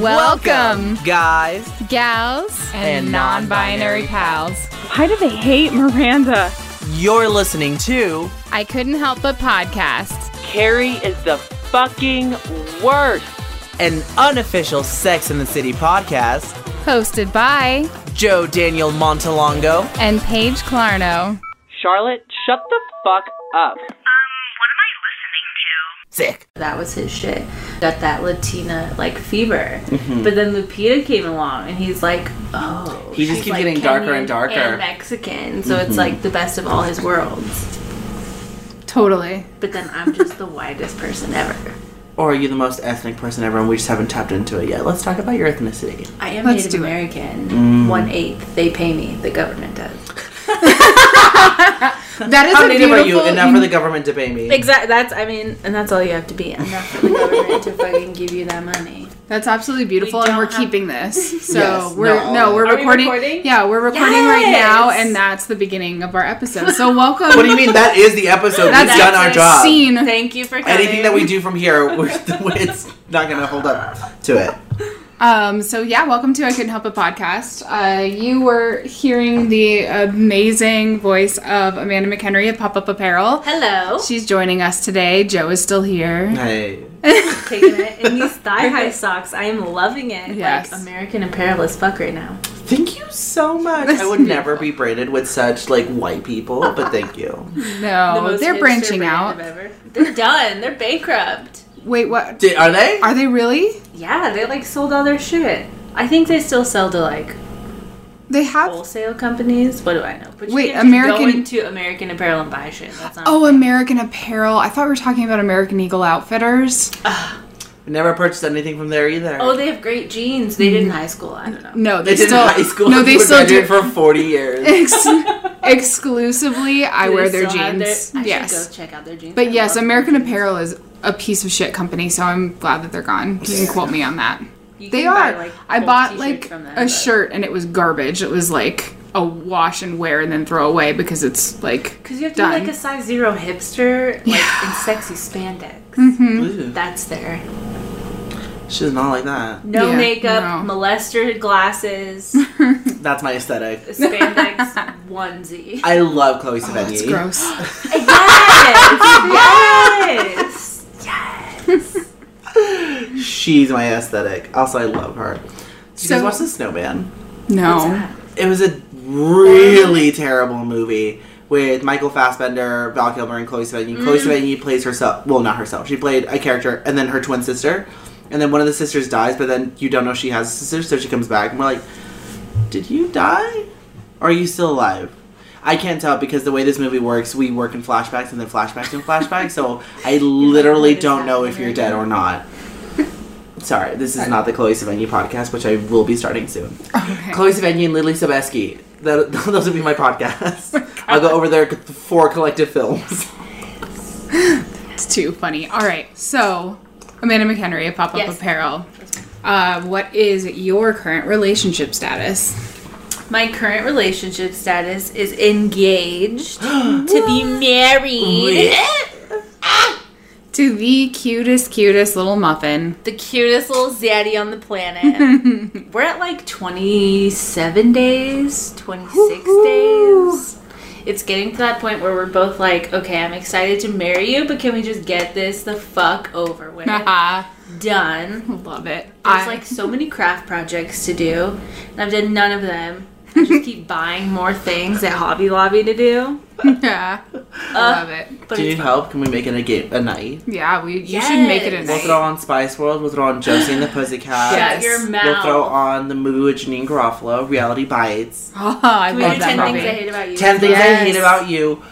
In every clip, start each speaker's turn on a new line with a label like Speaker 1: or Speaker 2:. Speaker 1: Welcome,
Speaker 2: guys.
Speaker 1: gals,
Speaker 2: And non-binary
Speaker 1: pals.
Speaker 3: Why do they hate Miranda?
Speaker 2: You're listening to
Speaker 1: I couldn't help but podcast.
Speaker 3: Carrie is the fucking worst.
Speaker 2: an unofficial Sex in the City podcast.
Speaker 1: Hosted by
Speaker 2: Joe Daniel Montalongo.
Speaker 1: and Paige Clarno.
Speaker 3: Charlotte, shut the fuck up.
Speaker 2: Sick.
Speaker 4: That was his shit. Got that Latina like fever.
Speaker 5: Mm-hmm.
Speaker 4: But then Lupita came along and he's like, oh.
Speaker 5: He just
Speaker 4: she's,
Speaker 5: keeps
Speaker 4: like,
Speaker 5: getting darker
Speaker 4: Kenyan
Speaker 5: and darker. Mm-hmm.
Speaker 4: Mexican. So it's like the best of all his worlds.
Speaker 1: Totally.
Speaker 4: But then I'm just the whitest person ever.
Speaker 5: Or are you the most ethnic person ever and we just haven't tapped into it yet? Let's talk about your ethnicity.
Speaker 4: I am
Speaker 1: Let's
Speaker 4: Native
Speaker 1: do it.
Speaker 4: American.
Speaker 5: Mm.
Speaker 4: One eighth. They pay me. The government does.
Speaker 1: That is
Speaker 5: How
Speaker 1: a
Speaker 5: native are you?
Speaker 1: beautiful-
Speaker 5: Enough for the government to pay me.
Speaker 4: Exactly. That's I mean, and that's all you have to be. Enough for the government to fucking give you that money.
Speaker 1: That's absolutely beautiful,
Speaker 4: We
Speaker 1: and
Speaker 4: don't
Speaker 1: we're
Speaker 4: have-
Speaker 1: keeping this. So
Speaker 5: Yes,
Speaker 1: we're
Speaker 5: no.
Speaker 1: no, we're
Speaker 4: Are we
Speaker 1: recording.
Speaker 4: recording?
Speaker 1: Yeah, we're recording right now,
Speaker 4: Yes.
Speaker 1: and that's the beginning of our episode. So welcome.
Speaker 5: What do you mean? That is the episode.
Speaker 1: That's
Speaker 5: We've done our
Speaker 1: the
Speaker 5: job.
Speaker 1: Scene.
Speaker 4: Thank you for coming.
Speaker 5: Anything that we do from here, we're, it's not going to hold up to it.
Speaker 1: Um, so yeah, welcome to I Couldn't Help a podcast. Uh, you were hearing the amazing voice of Amanda McHenry of Pop Up Apparel.
Speaker 4: Hello.
Speaker 1: She's joining us today. Joe is still here.
Speaker 5: Hey.
Speaker 4: taking it in these thigh high socks. I am loving it.
Speaker 1: Yes.
Speaker 4: Like American Apparel as fuck right now.
Speaker 5: Thank you so much. I would never be braided with such like white people, but thank you.
Speaker 4: The
Speaker 1: No,
Speaker 4: most
Speaker 1: Oh, they're
Speaker 4: hipster
Speaker 1: branching
Speaker 4: brand
Speaker 1: out.
Speaker 4: I've ever- They're done. They're bankrupt.
Speaker 1: Wait, what?
Speaker 5: Did, are they?
Speaker 1: Are they really?
Speaker 4: Yeah, they like sold all their shit. I think they still sell to like
Speaker 1: They have.
Speaker 4: wholesale companies. What do I know? But
Speaker 1: Wait,
Speaker 4: can't just
Speaker 1: American-
Speaker 4: go into American Apparel and buy shit. That's not.
Speaker 1: Oh, American Apparel. I thought we were talking about American Eagle Outfitters.
Speaker 5: Never purchased anything from there either.
Speaker 4: Oh, they have great jeans. They did in high school. I don't know.
Speaker 1: No, they,
Speaker 5: They did
Speaker 1: still.
Speaker 5: in high school.
Speaker 1: No, they
Speaker 5: We've
Speaker 1: still
Speaker 5: been
Speaker 1: do.
Speaker 5: doing it for 40 years.
Speaker 1: Ex- exclusively, I
Speaker 4: Do
Speaker 1: wear
Speaker 4: they
Speaker 1: their
Speaker 4: still have
Speaker 1: jeans.
Speaker 4: I should
Speaker 1: yes.
Speaker 4: go check out their jeans. I
Speaker 1: But yes,
Speaker 4: love their
Speaker 1: American
Speaker 4: jeans.
Speaker 1: Apparel is a piece of shit company, so I'm glad that they're gone. You can quote me on that.
Speaker 4: You
Speaker 1: They
Speaker 4: can buy,
Speaker 1: are.
Speaker 4: like,
Speaker 1: I
Speaker 4: old
Speaker 1: bought
Speaker 4: t-shirts
Speaker 1: like
Speaker 4: from them,
Speaker 1: a
Speaker 4: but-
Speaker 1: shirt and it was garbage. It was like a wash and wear and then throw away because it's like
Speaker 4: Because you have to
Speaker 1: done.
Speaker 4: be like a size zero hipster, like in sexy spandex.
Speaker 1: Hmm.
Speaker 5: Ooh,
Speaker 4: That's their
Speaker 5: she's not like that.
Speaker 4: no
Speaker 1: Yeah,
Speaker 4: makeup,
Speaker 1: no.
Speaker 4: molester glasses,
Speaker 5: That's my aesthetic.
Speaker 4: spandex onesie.
Speaker 5: I love Chloe
Speaker 1: Oh,
Speaker 5: Sevigny.
Speaker 1: That's gross.
Speaker 4: Yes, yes.
Speaker 5: She's my aesthetic. Also, I love her. Did you
Speaker 1: So-
Speaker 5: guys watch The Snowman?
Speaker 1: No.
Speaker 5: It was a really terrible movie with Michael Fassbender, Val Kilmer, and Chloe Sevigny. Chloe
Speaker 4: Mm-hmm.
Speaker 5: Sevigny plays herself. Well, not herself. She played a character, and then her twin sister. And then one of the sisters dies, but then you don't know she has a sister, so she comes back, and we're like, "Did you die? Or are you still alive?" I can't tell because the way this movie works, we work in flashbacks and then flashbacks and flashbacks, so I literally
Speaker 4: is
Speaker 5: don't know if
Speaker 4: happening
Speaker 5: you're dead or not. Sorry, this is not the Chloe Sevigny podcast, which I will be starting soon.
Speaker 1: Okay.
Speaker 5: Chloe Sevigny and Lily Sebesky. That, those will be my podcasts. I'll go over their four collective films.
Speaker 1: It's too funny. All right. So, Amanda McHenry of Pop Up
Speaker 4: Yes.
Speaker 1: Apparel. Uh, what is your current relationship status?
Speaker 4: My current relationship status is engaged to be married.
Speaker 1: To the cutest, cutest little muffin.
Speaker 4: the cutest little zaddy on the planet. We're at like 27 days, 26 days. It's getting to that point where we're both like, okay, I'm excited to marry you, but can we just get this the fuck over with?
Speaker 1: Haha.
Speaker 4: Done.
Speaker 1: Love it.
Speaker 4: There's like so many craft projects to do, and I've done none of them. I just keep buying more things at Hobby Lobby to do.
Speaker 1: yeah.
Speaker 4: uh,
Speaker 1: Love it.
Speaker 4: But
Speaker 5: Do you
Speaker 4: it's
Speaker 5: need help? Can we make it a game a night?
Speaker 1: Yeah, we you should make it a
Speaker 4: Yes.
Speaker 1: night.
Speaker 5: We'll throw on Spice World. We'll throw on Josie and the Pussycat.
Speaker 1: Yes.
Speaker 4: shut your mouth.
Speaker 5: We'll throw on the movie with Janine Garofalo, Reality Bites.
Speaker 1: Oh, I
Speaker 4: Can we
Speaker 1: love
Speaker 4: do
Speaker 1: that
Speaker 4: 10
Speaker 1: movie.
Speaker 4: things I hate about you?
Speaker 5: Ten things I hate
Speaker 1: Yes.
Speaker 5: about you.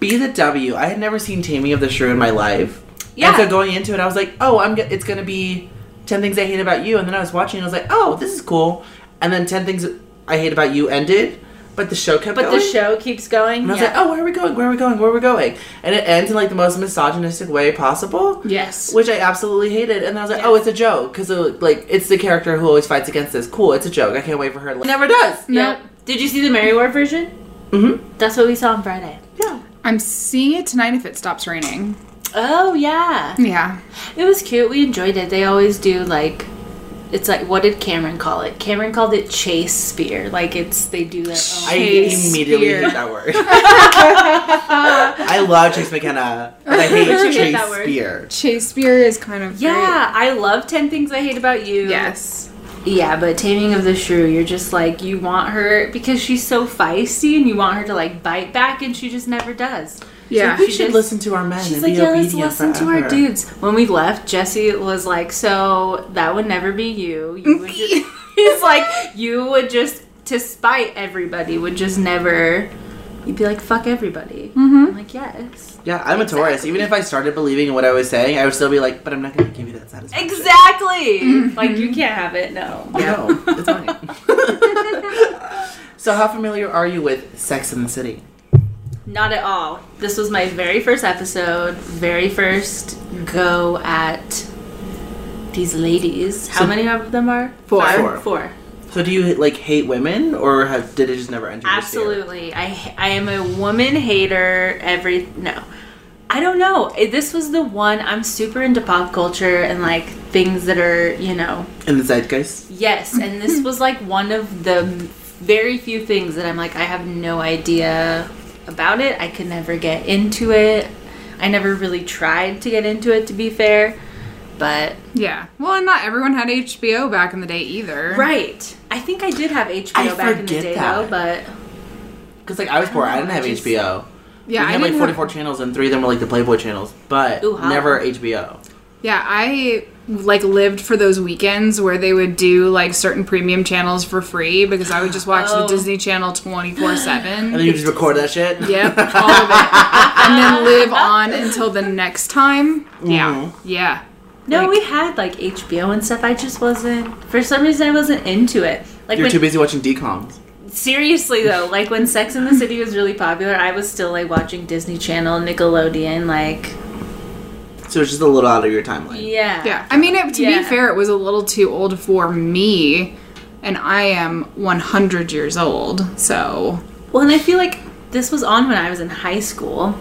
Speaker 5: Be the W. I had never seen Taming of the Shrew in my life.
Speaker 4: Yeah.
Speaker 5: And so going into it, I was like, oh, I'm. Go- it's gonna be ten things I hate about you. And then I was watching, and I was like, oh, this is cool. And then ten things I hate about you ended, but the show kept
Speaker 4: but
Speaker 5: going.
Speaker 4: the show keeps going.
Speaker 5: And I was
Speaker 4: yeah.
Speaker 5: like, oh, where are we going? Where are we going? Where are we going? And it ends in like the most misogynistic way possible,
Speaker 1: Yes.
Speaker 5: which I absolutely hated. And then I was like,
Speaker 4: Yeah.
Speaker 5: oh, it's a joke because like it's the character who always fights against this. Cool, it's a joke. I can't wait for her. to- Never does.
Speaker 1: Nope.
Speaker 4: Yep. Did you see the Mary War version?
Speaker 5: Mhm.
Speaker 4: That's what we saw on Friday.
Speaker 5: Yeah.
Speaker 1: I'm seeing it tonight if it stops raining.
Speaker 4: Oh yeah,
Speaker 1: Yeah.
Speaker 4: it was cute. We enjoyed it. They always do like It's like what did Cameron call it? Cameron called it chase spear. Like it's they do their
Speaker 5: I
Speaker 4: own.
Speaker 1: Chase
Speaker 5: immediately
Speaker 1: Spear.
Speaker 5: hate that word. I love Chase McKenna, but I hate
Speaker 4: But you hate
Speaker 5: Chase
Speaker 4: that word.
Speaker 5: Spear.
Speaker 1: Shakespeare is kind of great.
Speaker 4: yeah, I love Ten Things I Hate About You.
Speaker 1: Yes.
Speaker 4: Yeah, but Taming of the Shrew, you're just like you want her because she's so feisty, and you want her to like bite back, and she just never does.
Speaker 1: Yeah.
Speaker 5: We
Speaker 4: She
Speaker 5: should
Speaker 4: just-
Speaker 5: listen to our men
Speaker 4: She's
Speaker 5: and
Speaker 4: like,
Speaker 5: be
Speaker 4: yeah, let's
Speaker 5: obedient
Speaker 4: listen to
Speaker 5: forever.
Speaker 4: our dudes. When we left, Jesse was like, so that would never be you. You would just, he's like, you would just, to spite everybody, would just never. You'd be like, fuck everybody.
Speaker 1: Mm-hmm.
Speaker 4: I'm like, yes.
Speaker 5: Yeah, I'm a Taurus. Even if I started believing in what I was saying, I would still be like, but I'm not going to give you that satisfaction.
Speaker 4: Exactly. Like you can't have it. Mm-hmm. No.
Speaker 5: No, it's mine. so, how familiar are you with Sex in the City?
Speaker 4: Not at all. This was my very first episode, very first go at these ladies. How
Speaker 5: So-
Speaker 4: many of them are?
Speaker 5: Four.
Speaker 4: Four.
Speaker 5: Four. So, do you like hate women, or have, did it just never enter? your sphere?
Speaker 4: Absolutely. I I am a woman hater. Every no, I don't know. It- This was the one. I'm super into pop culture and like things that are you know
Speaker 5: In the zeitgeist,
Speaker 4: yes. And this was like one of the very few things that I'm like I have no idea about it. I could never get into it. I never really tried to get into it. To be fair, but
Speaker 1: Yeah. Well, and not everyone had HBO back in the day either.
Speaker 4: right. I think I did have HBO
Speaker 5: I
Speaker 4: back in the
Speaker 5: forget
Speaker 4: day
Speaker 5: that.
Speaker 4: though, but
Speaker 5: because like I was poor, I didn't have
Speaker 4: just-
Speaker 5: HBO.
Speaker 1: Yeah.
Speaker 5: we
Speaker 1: I
Speaker 5: had like
Speaker 1: didn't
Speaker 5: 44
Speaker 1: have,
Speaker 5: channels, and three of them were like the Playboy channels, but
Speaker 4: Ooh, how-
Speaker 5: never HBO.
Speaker 1: yeah. I like lived for those weekends where they would do like certain premium channels for free because I would just watch the
Speaker 4: Oh.
Speaker 1: Disney Channel twenty four
Speaker 5: And
Speaker 1: seven.
Speaker 5: then you just record that shit.
Speaker 1: Yep, all of it, and then live on until the next time. Yeah,
Speaker 5: Mhm.
Speaker 1: yeah.
Speaker 4: No,
Speaker 1: Like-
Speaker 4: we had like HBO and stuff. I just wasn't. For some reason, I wasn't into it. Like
Speaker 5: You're
Speaker 4: when,
Speaker 5: too busy watching DComs.
Speaker 4: seriously though, like when Sex in the City was really popular, I was still like watching Disney Channel, Nickelodeon, like
Speaker 5: So it's just a little out of your timeline.
Speaker 4: yeah,
Speaker 1: Yeah, I mean, it, to
Speaker 4: Yeah.
Speaker 1: be fair, it was a little too old for me, and I am 100 years old, so
Speaker 4: Well, and I feel like this was on when I was in high school.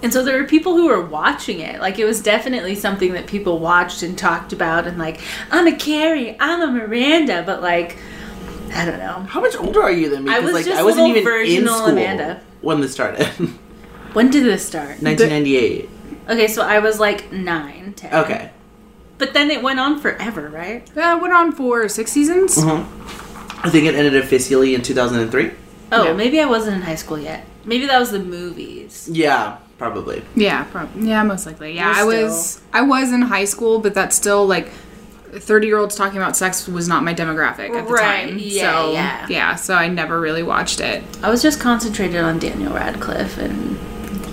Speaker 4: And so there were people who were watching it. Like it was definitely something that people watched and talked about and like, I'm a Carrie, I'm a Miranda, but like I don't know.
Speaker 5: How much older are you than me?
Speaker 4: I
Speaker 5: 'Cause,
Speaker 4: was
Speaker 5: like,
Speaker 4: just
Speaker 5: I wasn't
Speaker 4: little
Speaker 5: even in
Speaker 4: virginal
Speaker 5: school
Speaker 4: Amanda.
Speaker 5: when this started.
Speaker 4: When did this start?
Speaker 5: 1998.
Speaker 4: Okay, so I was like nine, ten.
Speaker 5: Okay.
Speaker 4: But then it went on forever, right?
Speaker 1: yeah, it went on for six seasons.
Speaker 5: I think it ended officially in 2003.
Speaker 4: Oh,
Speaker 1: Yeah.
Speaker 4: maybe I wasn't in high school yet. Maybe that was the movies.
Speaker 5: Yeah, probably.
Speaker 1: Yeah, prob- yeah, most likely. Yeah, I
Speaker 4: We're
Speaker 1: was I was in high school, but that's still like 30 year olds talking about sex was not my demographic at the
Speaker 4: Right,
Speaker 1: time.
Speaker 4: yeah,
Speaker 1: so
Speaker 4: yeah.
Speaker 1: so I never really watched it.
Speaker 4: I was just concentrated on Daniel Radcliffe and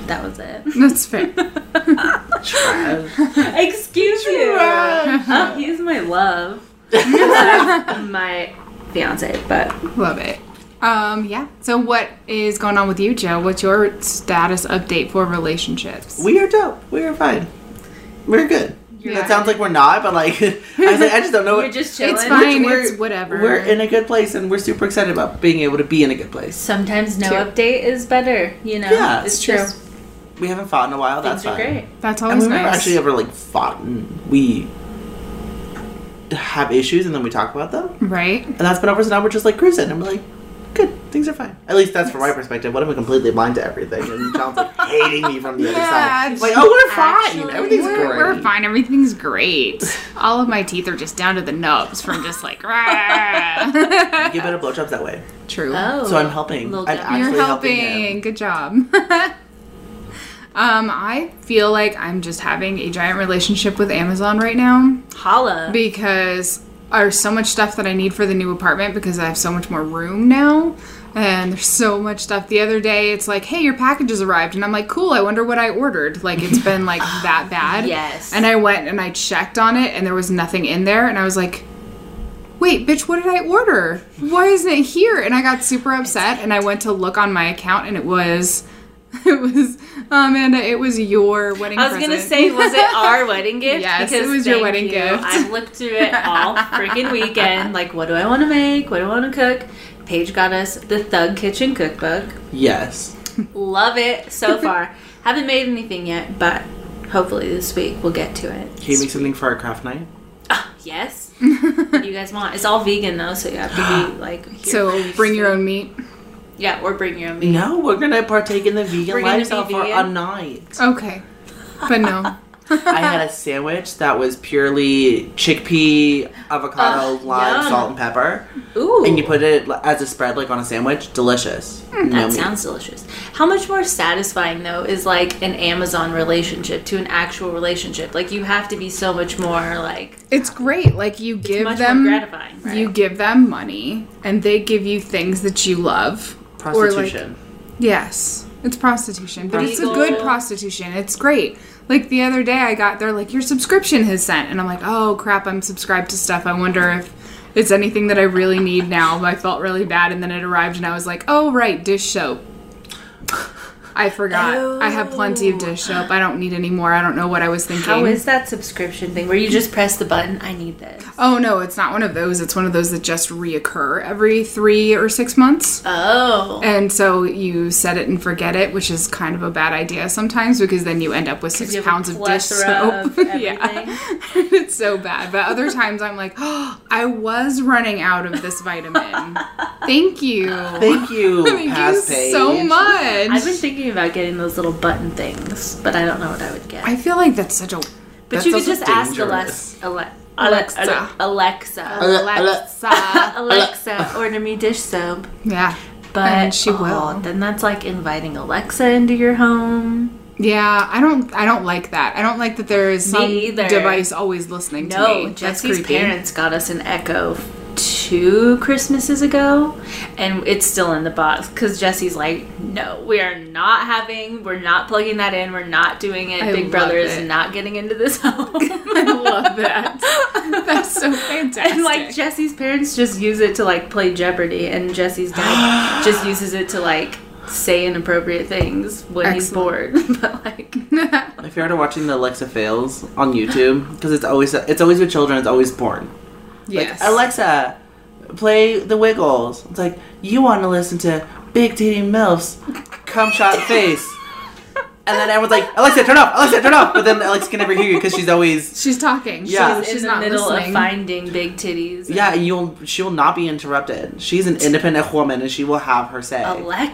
Speaker 4: that was it.
Speaker 1: That's fair.
Speaker 4: Excuse you. Oh, he's my love. my fiance, but
Speaker 1: Love it. Um, yeah. So what is going on with you, Joe? What's your status update for relationships?
Speaker 5: We are dope. We are fine. We're good. That sounds like we're not, but like I was like, I just don't know.
Speaker 4: we're
Speaker 5: What,
Speaker 4: just chilling.
Speaker 1: it's fine,
Speaker 5: We're-
Speaker 1: it's whatever.
Speaker 5: we're in a good place, and we're super excited about being able to be in a good place.
Speaker 4: Sometimes no
Speaker 1: Two.
Speaker 4: update is better, you know?
Speaker 5: Yeah,
Speaker 4: it's
Speaker 5: it's
Speaker 1: true.
Speaker 4: just
Speaker 5: We haven't fought in a while.
Speaker 4: things
Speaker 5: That's
Speaker 4: are
Speaker 5: fine.
Speaker 4: great.
Speaker 1: That's
Speaker 5: And
Speaker 1: always
Speaker 5: we never
Speaker 1: nice.
Speaker 5: actually ever like fought. And we have issues, and then we talk about them.
Speaker 1: right?
Speaker 5: And that's been over, so now we're just like cruising. And we're like, good, things are fine. At least that's from my perspective. What if I'm completely blind to everything? And John's like hating me from the other
Speaker 1: Yeah,
Speaker 5: side. It's like, oh, we're fine.
Speaker 4: actually,
Speaker 5: Everything's
Speaker 1: We're,
Speaker 5: great.
Speaker 1: we're fine. Everything's great. All of my teeth are just down to the nubs from just like. rah.
Speaker 5: I Give better blowjobs that way.
Speaker 1: True.
Speaker 4: Oh.
Speaker 5: So I'm helping.
Speaker 4: Little
Speaker 5: I'm
Speaker 4: Johnny.
Speaker 5: actually
Speaker 1: You're helping.
Speaker 5: helping. him.
Speaker 1: Good job. um, I feel like I'm just having a giant relationship with Amazon right now
Speaker 4: Oh, Holla.
Speaker 1: because there's so much stuff that I need for the new apartment because I have so much more room now. And there's so much stuff. The other day, it's like, hey, your package has arrived. And I'm like, cool, I wonder what I ordered. Like, it's been like that bad.
Speaker 4: Yes.
Speaker 1: And I went and I checked on it, and there was nothing in there. And I was like, wait, bitch, what did I order? Why isn't it here? And I got super upset. And I went to look on my account, and it was, it was, oh, Amanda, it was your wedding
Speaker 4: I was gonna
Speaker 1: present.
Speaker 4: say, was it our wedding gift?
Speaker 1: Yes, it was your
Speaker 4: thank
Speaker 1: wedding gift.
Speaker 4: I've looked through it all freaking weekend. Like, what do I want to make? What do I want to cook? Paige got us the Thug Kitchen Cookbook.
Speaker 5: Yes.
Speaker 4: Love it so far. Haven't made anything yet, but hopefully this week we'll get to it. Ah,
Speaker 5: Can you make something for our craft night?
Speaker 4: yes. what do you guys want? It's all vegan though, so you have to be like. here for
Speaker 1: So
Speaker 4: it.
Speaker 1: bring your own meat.
Speaker 4: Yeah, or bring your own meat.
Speaker 5: No, we're gonna partake in the vegan
Speaker 4: We're gonna be
Speaker 5: lifestyle for a
Speaker 4: vegan.
Speaker 5: night.
Speaker 1: Okay, but no.
Speaker 5: I had a sandwich that was purely chickpea, avocado,
Speaker 4: Ugh,
Speaker 5: lime,
Speaker 4: yum.
Speaker 5: salt, and pepper,
Speaker 4: Ooh, Hmm,
Speaker 5: and you put it li- as a spread, like on a sandwich. Delicious.
Speaker 4: that
Speaker 5: meat.
Speaker 4: sounds delicious. How much more satisfying though is like an Amazon relationship to an actual relationship? Like you have to be so much more like
Speaker 1: It's great. Like you give
Speaker 4: much
Speaker 1: them
Speaker 4: more gratifying. Right?
Speaker 1: you give them money and they give you things that you love. Or, like,
Speaker 5: prostitution.
Speaker 1: Yes, it's prostitution, but it's a good
Speaker 4: Legal.
Speaker 1: prostitution. It's great. Like the other day, I got there like your subscription has sent, and I'm like, oh crap, I'm subscribed to stuff. I wonder if it's anything that I really need now. But I felt really bad, and then it arrived, and I was like, oh right, dish soap. I forgot. I have plenty of dish soap. I don't need any more. I don't know what I was thinking.
Speaker 4: How is that subscription thing where you just press the button? I need this.
Speaker 1: oh no, it's not one of those. It's one of those that just reoccur every three or six months.
Speaker 4: Oh,
Speaker 1: And so you set it and forget it, which is kind of a bad idea sometimes because then you end up with six
Speaker 4: you have a
Speaker 1: pounds of dish
Speaker 4: plethora
Speaker 1: soap.
Speaker 4: of
Speaker 1: yeah, it's so bad. But other times I'm like, oh, I was running out of this vitamin. Thank you.
Speaker 5: Thank you,
Speaker 1: Thank you
Speaker 5: Pass Page.
Speaker 1: so
Speaker 4: I've been
Speaker 1: much.
Speaker 4: thinking about getting those little button things, but I don't know what I would get.
Speaker 1: I feel like that's such a
Speaker 4: But
Speaker 5: That
Speaker 4: you could
Speaker 5: sounds
Speaker 4: just ask
Speaker 5: dangerous.
Speaker 4: Alexa, Ale-
Speaker 1: Alexa.
Speaker 4: Alexa, Alexa,
Speaker 5: Ale- ale-
Speaker 1: Alexa.
Speaker 4: Alexa, order me dish soap.
Speaker 1: yeah,
Speaker 4: But
Speaker 1: And she
Speaker 4: oh,
Speaker 1: will.
Speaker 4: Then that's like inviting Alexa into your home.
Speaker 1: yeah. I don't. I don't like that. I don't like that there is
Speaker 4: Me
Speaker 1: some
Speaker 4: either.
Speaker 1: device always listening to me.
Speaker 4: No,
Speaker 1: That's
Speaker 4: Jesse's
Speaker 1: creepy.
Speaker 4: parents got us an Echo two Christmases ago, and it's still in the box because Jesse's like, "No, we are not having. We're not plugging that in. We're not doing it.
Speaker 1: I
Speaker 4: Big Brother
Speaker 1: love
Speaker 4: is
Speaker 1: it.
Speaker 4: not getting into this home."
Speaker 1: I love that. That's so fantastic.
Speaker 4: And like Jesse's parents just use it to like play Jeopardy, and Jesse's dad just uses it to like say inappropriate things when he's bored. but like,
Speaker 5: If you're ever watching the Alexa fails on YouTube, because it's always it's always with children, it's always porn.
Speaker 1: yes.
Speaker 5: Alexa, play The Wiggles. It's like you want to listen to Big Titty Milfs, cum shot face, and then everyone's like, Alexa, turn off, Alexa, turn off. But then Alexa can never hear you because she's always
Speaker 1: She's talking.
Speaker 5: Yeah.
Speaker 1: Yeah, she's,
Speaker 4: in the
Speaker 1: not
Speaker 4: middle
Speaker 1: listening.
Speaker 4: of finding big titties.
Speaker 5: yeah, and you'll she will not be interrupted. She's an independent woman, and she will have her say.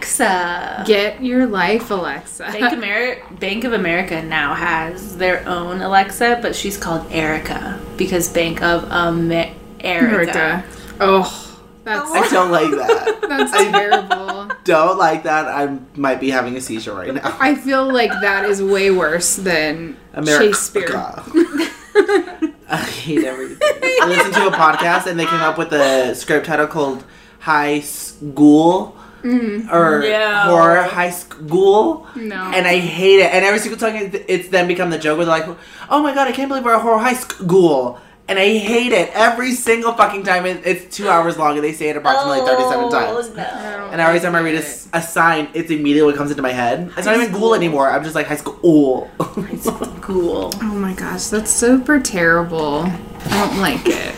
Speaker 4: Alexa.
Speaker 1: Get your life, Alexa.
Speaker 4: Bank, Ameri- Bank of America now has their own Alexa, but she's called Erica because Bank of America. Oh.
Speaker 1: America. Oh, that's
Speaker 5: I don't like that.
Speaker 1: that's terrible.
Speaker 5: don't like that. I might be having a seizure right now.
Speaker 1: I feel like that is way worse than Shakespeare.
Speaker 5: I hate everything. I listened to a podcast and they came up with a script title called High School or
Speaker 4: No.
Speaker 5: Horror High School.
Speaker 1: No.
Speaker 5: And I hate it. And every single time it- it's then become the joke where they're like, oh my god, I can't believe we're a horror high school. And I hate it every single fucking time. It- It's two hours long and they say it approximately
Speaker 1: Oh,
Speaker 5: 37 times. And every time I read a, s- a sign, it's immediately what comes into my head. It's not even ghoul anymore. I'm just like high school.
Speaker 4: No. Cool.
Speaker 1: Oh my gosh, that's super terrible. I don't like it.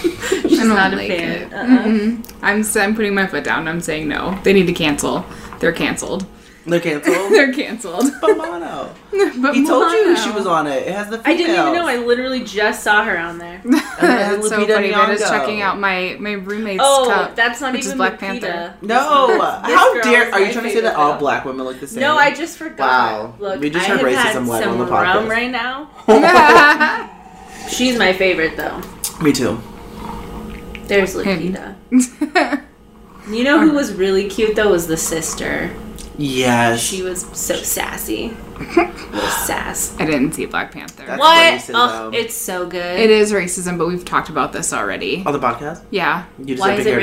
Speaker 4: She's
Speaker 1: I don't
Speaker 4: not a
Speaker 1: like
Speaker 4: fan.
Speaker 1: it.
Speaker 4: Uh-uh.
Speaker 1: I'm s- I'm putting my foot down. I'm saying no. They need to cancel. They're canceled.
Speaker 5: They're canceled.
Speaker 1: They're canceled.
Speaker 5: But mono.
Speaker 1: but
Speaker 5: He told you
Speaker 1: Milano-
Speaker 5: she was on it. It has the
Speaker 4: I
Speaker 5: female.
Speaker 4: didn't even know. I literally just saw her on there.
Speaker 1: That's so
Speaker 5: Lupita
Speaker 1: funny. That is
Speaker 5: Nyong'o.
Speaker 1: checking out my my roommate's
Speaker 4: Oh,
Speaker 1: cup.
Speaker 4: that's not
Speaker 1: which
Speaker 4: even
Speaker 1: is Black
Speaker 4: Lupita.
Speaker 1: Panther.
Speaker 5: No,
Speaker 4: This
Speaker 5: how
Speaker 4: girl is
Speaker 5: dare? Are
Speaker 4: my
Speaker 5: you trying to say
Speaker 4: favorite
Speaker 5: that all
Speaker 4: girl.
Speaker 5: black women look the same?
Speaker 4: No, I just forgot.
Speaker 5: Wow.
Speaker 4: Look,
Speaker 5: We just
Speaker 4: I
Speaker 5: heard
Speaker 4: have
Speaker 5: racism
Speaker 4: had
Speaker 5: live
Speaker 4: some
Speaker 5: on the podcast.
Speaker 4: rum right now. She's my favorite though.
Speaker 5: Me too.
Speaker 4: There's Lupita. You know who was really cute though was the sister.
Speaker 5: Yes.
Speaker 4: She was so sassy. Little sass.
Speaker 1: I didn't see Black Panther.
Speaker 5: That's
Speaker 4: What?
Speaker 5: racism.
Speaker 4: Ugh, it's so good.
Speaker 1: It is racism, but we've talked about this already.
Speaker 5: on the podcast.
Speaker 1: Yeah,
Speaker 5: You just
Speaker 4: Why
Speaker 5: have to
Speaker 4: is it
Speaker 5: hear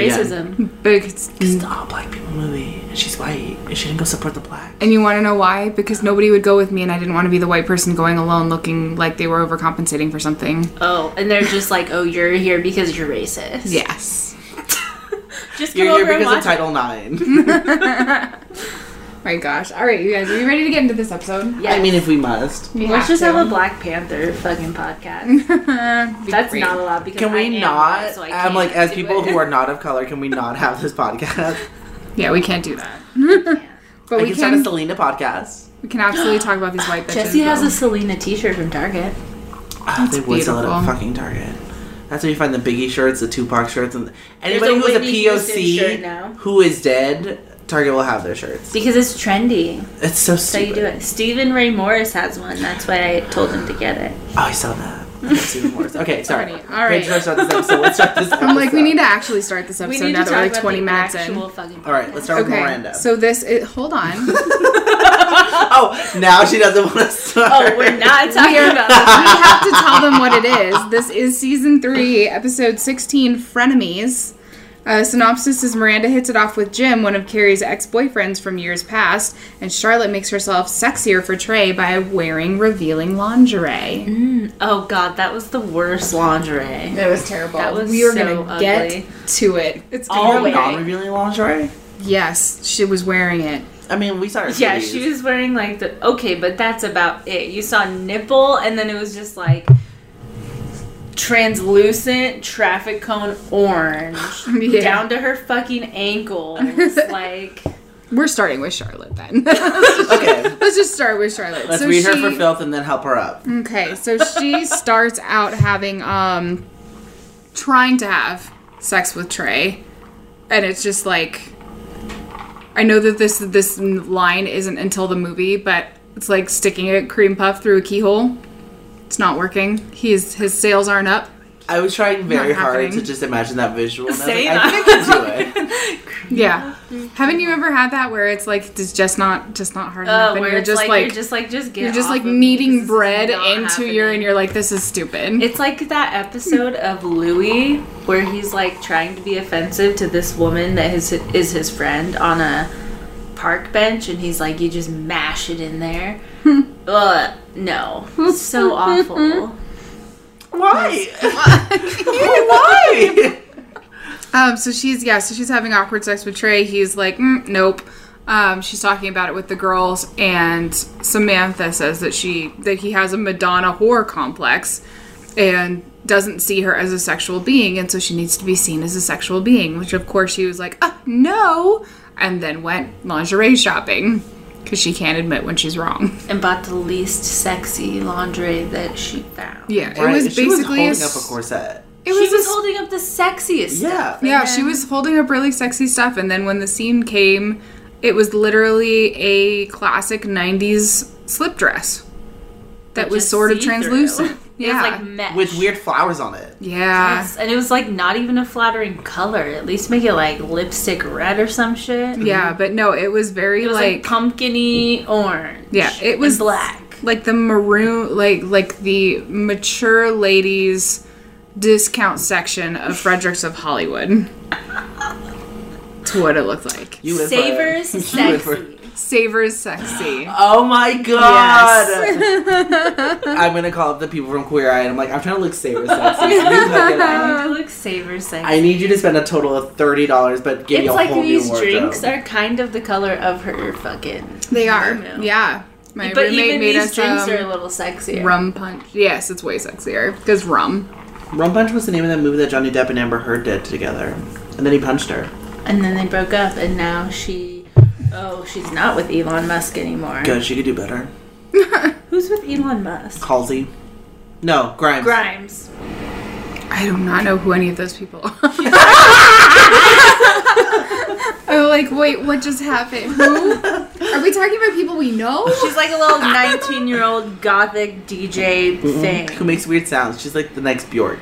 Speaker 5: again.
Speaker 4: racism?
Speaker 1: but it's,
Speaker 5: It's the all black people movie, and she's white, and she didn't go support the black.
Speaker 1: and you want to know why? Because nobody would go with me, and I didn't want to be the white person going alone, looking like they were overcompensating for something.
Speaker 4: Oh, and they're just like, oh, you're here because you're racist.
Speaker 1: Yes,
Speaker 4: Just come
Speaker 5: You're
Speaker 4: over
Speaker 5: here
Speaker 4: and
Speaker 5: because of
Speaker 4: watch.
Speaker 5: Title Nine.
Speaker 1: Oh my gosh. All right, you guys, are you ready to get into this episode?
Speaker 4: Yes.
Speaker 5: I mean, if we must.
Speaker 1: We
Speaker 4: Let's
Speaker 1: have
Speaker 4: just
Speaker 1: to.
Speaker 4: have a Black Panther fucking podcast.
Speaker 1: Be
Speaker 4: That's
Speaker 1: great.
Speaker 4: not allowed because
Speaker 5: Can
Speaker 4: I
Speaker 5: we
Speaker 4: am
Speaker 5: not?
Speaker 4: white, so I
Speaker 5: I'm like,
Speaker 4: can't
Speaker 5: as
Speaker 4: do
Speaker 5: people
Speaker 4: it.
Speaker 5: who are not of color, can we not have this podcast?
Speaker 1: Yeah, we can't do that.
Speaker 5: I
Speaker 1: But we
Speaker 5: can start a
Speaker 1: can.
Speaker 5: Selena podcast.
Speaker 1: We can absolutely talk about these white bitches.
Speaker 4: Jesse has
Speaker 1: though.
Speaker 4: a Selena T-shirt from Target.
Speaker 5: Ah, they would sell it at
Speaker 1: beautiful.
Speaker 5: fucking Target. That's where you find the Biggie shirts, the Tupac shirts, and anybody
Speaker 4: a
Speaker 5: who's a
Speaker 4: Whitney Houston shirt now.
Speaker 5: POC who is dead, Target will have their shirts.
Speaker 4: Because it's trendy.
Speaker 5: It's so
Speaker 4: So
Speaker 5: stupid.
Speaker 4: you do it. Stephen Ray Morris has one. That's why I told him to get it.
Speaker 5: Oh, I saw that. I didn't see the horse. Okay, sorry.
Speaker 1: Alrighty, alright.
Speaker 5: Let's start this episode. Let's start this
Speaker 1: I'm like, we
Speaker 5: episode.
Speaker 1: need to actually start this episode now that we're like 20 minutes in.
Speaker 4: fucking.
Speaker 5: All right, let's start with
Speaker 1: Okay,
Speaker 5: Miranda.
Speaker 1: so this is, hold on.
Speaker 5: oh, now she doesn't want to start.
Speaker 4: Oh, we're not talking about this.
Speaker 1: we have to tell them what it is. This is season three, episode 16, Frenemies. Uh, synopsis is Miranda hits it off with Jim, one of Carrie's ex boyfriends from years past, and Charlotte makes herself sexier for Trey by wearing revealing lingerie.
Speaker 4: Oh god, that was the worst lingerie.
Speaker 1: That was terrible.
Speaker 4: That was
Speaker 1: we were
Speaker 4: so
Speaker 1: gonna
Speaker 4: ugly. Oh
Speaker 1: get to it. It's
Speaker 5: Are
Speaker 4: Always.
Speaker 5: we not revealing lingerie?
Speaker 1: Yes, she was wearing it.
Speaker 5: I mean, we saw her.
Speaker 4: Yeah,
Speaker 5: titties.
Speaker 4: she was wearing like the okay, but that's about it. You saw nipple, and then it was just like translucent traffic cone orange
Speaker 1: Yeah.
Speaker 4: down to her fucking ankles. like
Speaker 1: We're starting with Charlotte then. Let's
Speaker 5: Okay,
Speaker 1: just start with Charlotte.
Speaker 5: let's
Speaker 1: So
Speaker 5: read her
Speaker 1: she- Mm.
Speaker 5: for filth and then help her up.
Speaker 1: Okay, so she starts out having um trying to have sex with Trey and it's just like I know that this this line isn't until the movie, but it's like sticking a cream puff through a keyhole. It's not working. He's his sales aren't up.
Speaker 5: I was trying very
Speaker 1: Not
Speaker 5: hard
Speaker 1: happening.
Speaker 5: to just imagine that visual. and I was
Speaker 4: Same.
Speaker 5: Like, I think I can do it.
Speaker 1: Yeah. Haven't you ever had that where it's like it's just not just not hard
Speaker 4: uh,
Speaker 1: enough and
Speaker 4: where
Speaker 1: you're
Speaker 4: it's
Speaker 1: just
Speaker 4: like,
Speaker 1: like,
Speaker 4: you're just like just get
Speaker 1: you're just
Speaker 4: off
Speaker 1: like
Speaker 4: of me. This
Speaker 1: kneading
Speaker 4: is
Speaker 1: bread into
Speaker 4: not
Speaker 1: your and
Speaker 4: happening.
Speaker 1: you're like this is stupid.
Speaker 4: It's like that episode of Louis where he's like trying to be offensive to this woman that is is his friend on a park bench, and he's like, "You just mash it in there." Ugh, no, so awful.
Speaker 5: Why? Why?
Speaker 1: Um, so she's yeah, so she's having awkward sex with Trey. He's like, mm, nope. Um, she's talking about it with the girls, and Samantha says that she that he has a Madonna whore complex, and doesn't see her as a sexual being, and so she needs to be seen as a sexual being. Which of course she was like, uh, no, and then went lingerie shopping because she can't admit when she's wrong.
Speaker 4: And bought the least sexy laundry that she found.
Speaker 1: Yeah, it
Speaker 5: Right,
Speaker 1: was
Speaker 5: she was
Speaker 1: basically
Speaker 5: holding
Speaker 1: a,
Speaker 5: up a
Speaker 1: s-
Speaker 5: corset.
Speaker 1: It
Speaker 4: She
Speaker 1: was,
Speaker 4: was,
Speaker 1: a s-
Speaker 4: holding up the sexiest. stuff.
Speaker 5: Yeah.
Speaker 1: Yeah, she was holding up really sexy stuff, and then when the scene came, it was literally a classic '90s slip dress that
Speaker 4: But
Speaker 1: was
Speaker 4: just
Speaker 1: sort of
Speaker 4: see-through.
Speaker 1: translucent. Yeah,
Speaker 4: It was like mesh.
Speaker 5: With weird flowers on it.
Speaker 1: yeah,
Speaker 4: Yes, and it was like not even a flattering color. At least make it like lipstick red or some shit.
Speaker 1: yeah. But no, it was very
Speaker 4: It was like,
Speaker 1: like,
Speaker 4: pumpkiny orange.
Speaker 1: Yeah, it
Speaker 4: and
Speaker 1: was-
Speaker 4: black.
Speaker 1: like the maroon, like like the mature ladies discount section of Fredericks of Hollywood. That's what it looked like.
Speaker 5: You live for it.
Speaker 4: Savers
Speaker 5: You live for it.
Speaker 4: sexy.
Speaker 1: Savors sexy.
Speaker 5: Oh my god! I'm gonna call up the people from Queer Eye and I'm like, I'm trying to look saver sexy. You hook it up.
Speaker 4: I look savers sexy.
Speaker 5: I need you to spend a total of thirty dollars, but give me
Speaker 4: it's
Speaker 5: a
Speaker 4: like
Speaker 5: whole
Speaker 4: these
Speaker 5: new wardrobe.
Speaker 4: drinks are kind of the color of her fucking.
Speaker 1: They are.
Speaker 4: Caramel.
Speaker 1: Yeah. My
Speaker 4: but
Speaker 1: roommate
Speaker 4: even
Speaker 1: made
Speaker 4: these
Speaker 1: us
Speaker 4: drinks
Speaker 1: um,
Speaker 4: are a little sexier.
Speaker 1: Rum punch. Yes, it's way sexier because rum.
Speaker 5: Rum Punch was the name of that movie that Johnny Depp and Amber Heard did together, and then he punched her.
Speaker 4: And then they broke up, and now she. Oh, she's not with Elon Musk anymore.
Speaker 5: Good, she could do better.
Speaker 4: Who's with Elon Musk?
Speaker 5: Halsey. No, Grimes.
Speaker 4: Grimes.
Speaker 1: I do not know who any of those people are. I'm like, wait, what just happened? Who? Are we talking about people we know?
Speaker 4: She's like a little 19 year old gothic DJ thing.
Speaker 5: Who makes weird sounds? She's like the next Bjork,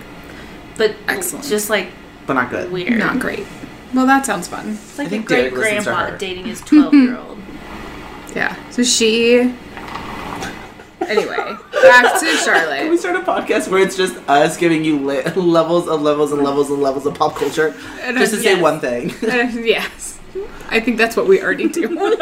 Speaker 4: But
Speaker 1: Excellent.
Speaker 4: just like
Speaker 5: but not good.
Speaker 4: weird.
Speaker 1: Not great. Well, that sounds fun.
Speaker 4: It's like
Speaker 5: I
Speaker 4: a
Speaker 5: think
Speaker 4: great
Speaker 5: Derek listens to
Speaker 4: grandpa
Speaker 5: her.
Speaker 4: dating his 12 year old.
Speaker 1: Yeah. So she. Anyway, back to Charlotte.
Speaker 5: Can we start a podcast where it's just us giving you le- levels of levels and levels and levels of pop culture,
Speaker 1: And
Speaker 5: just
Speaker 1: I-
Speaker 5: to
Speaker 1: yes.
Speaker 5: say one thing?
Speaker 1: Uh, yes. I think that's what we already do.
Speaker 5: Boom,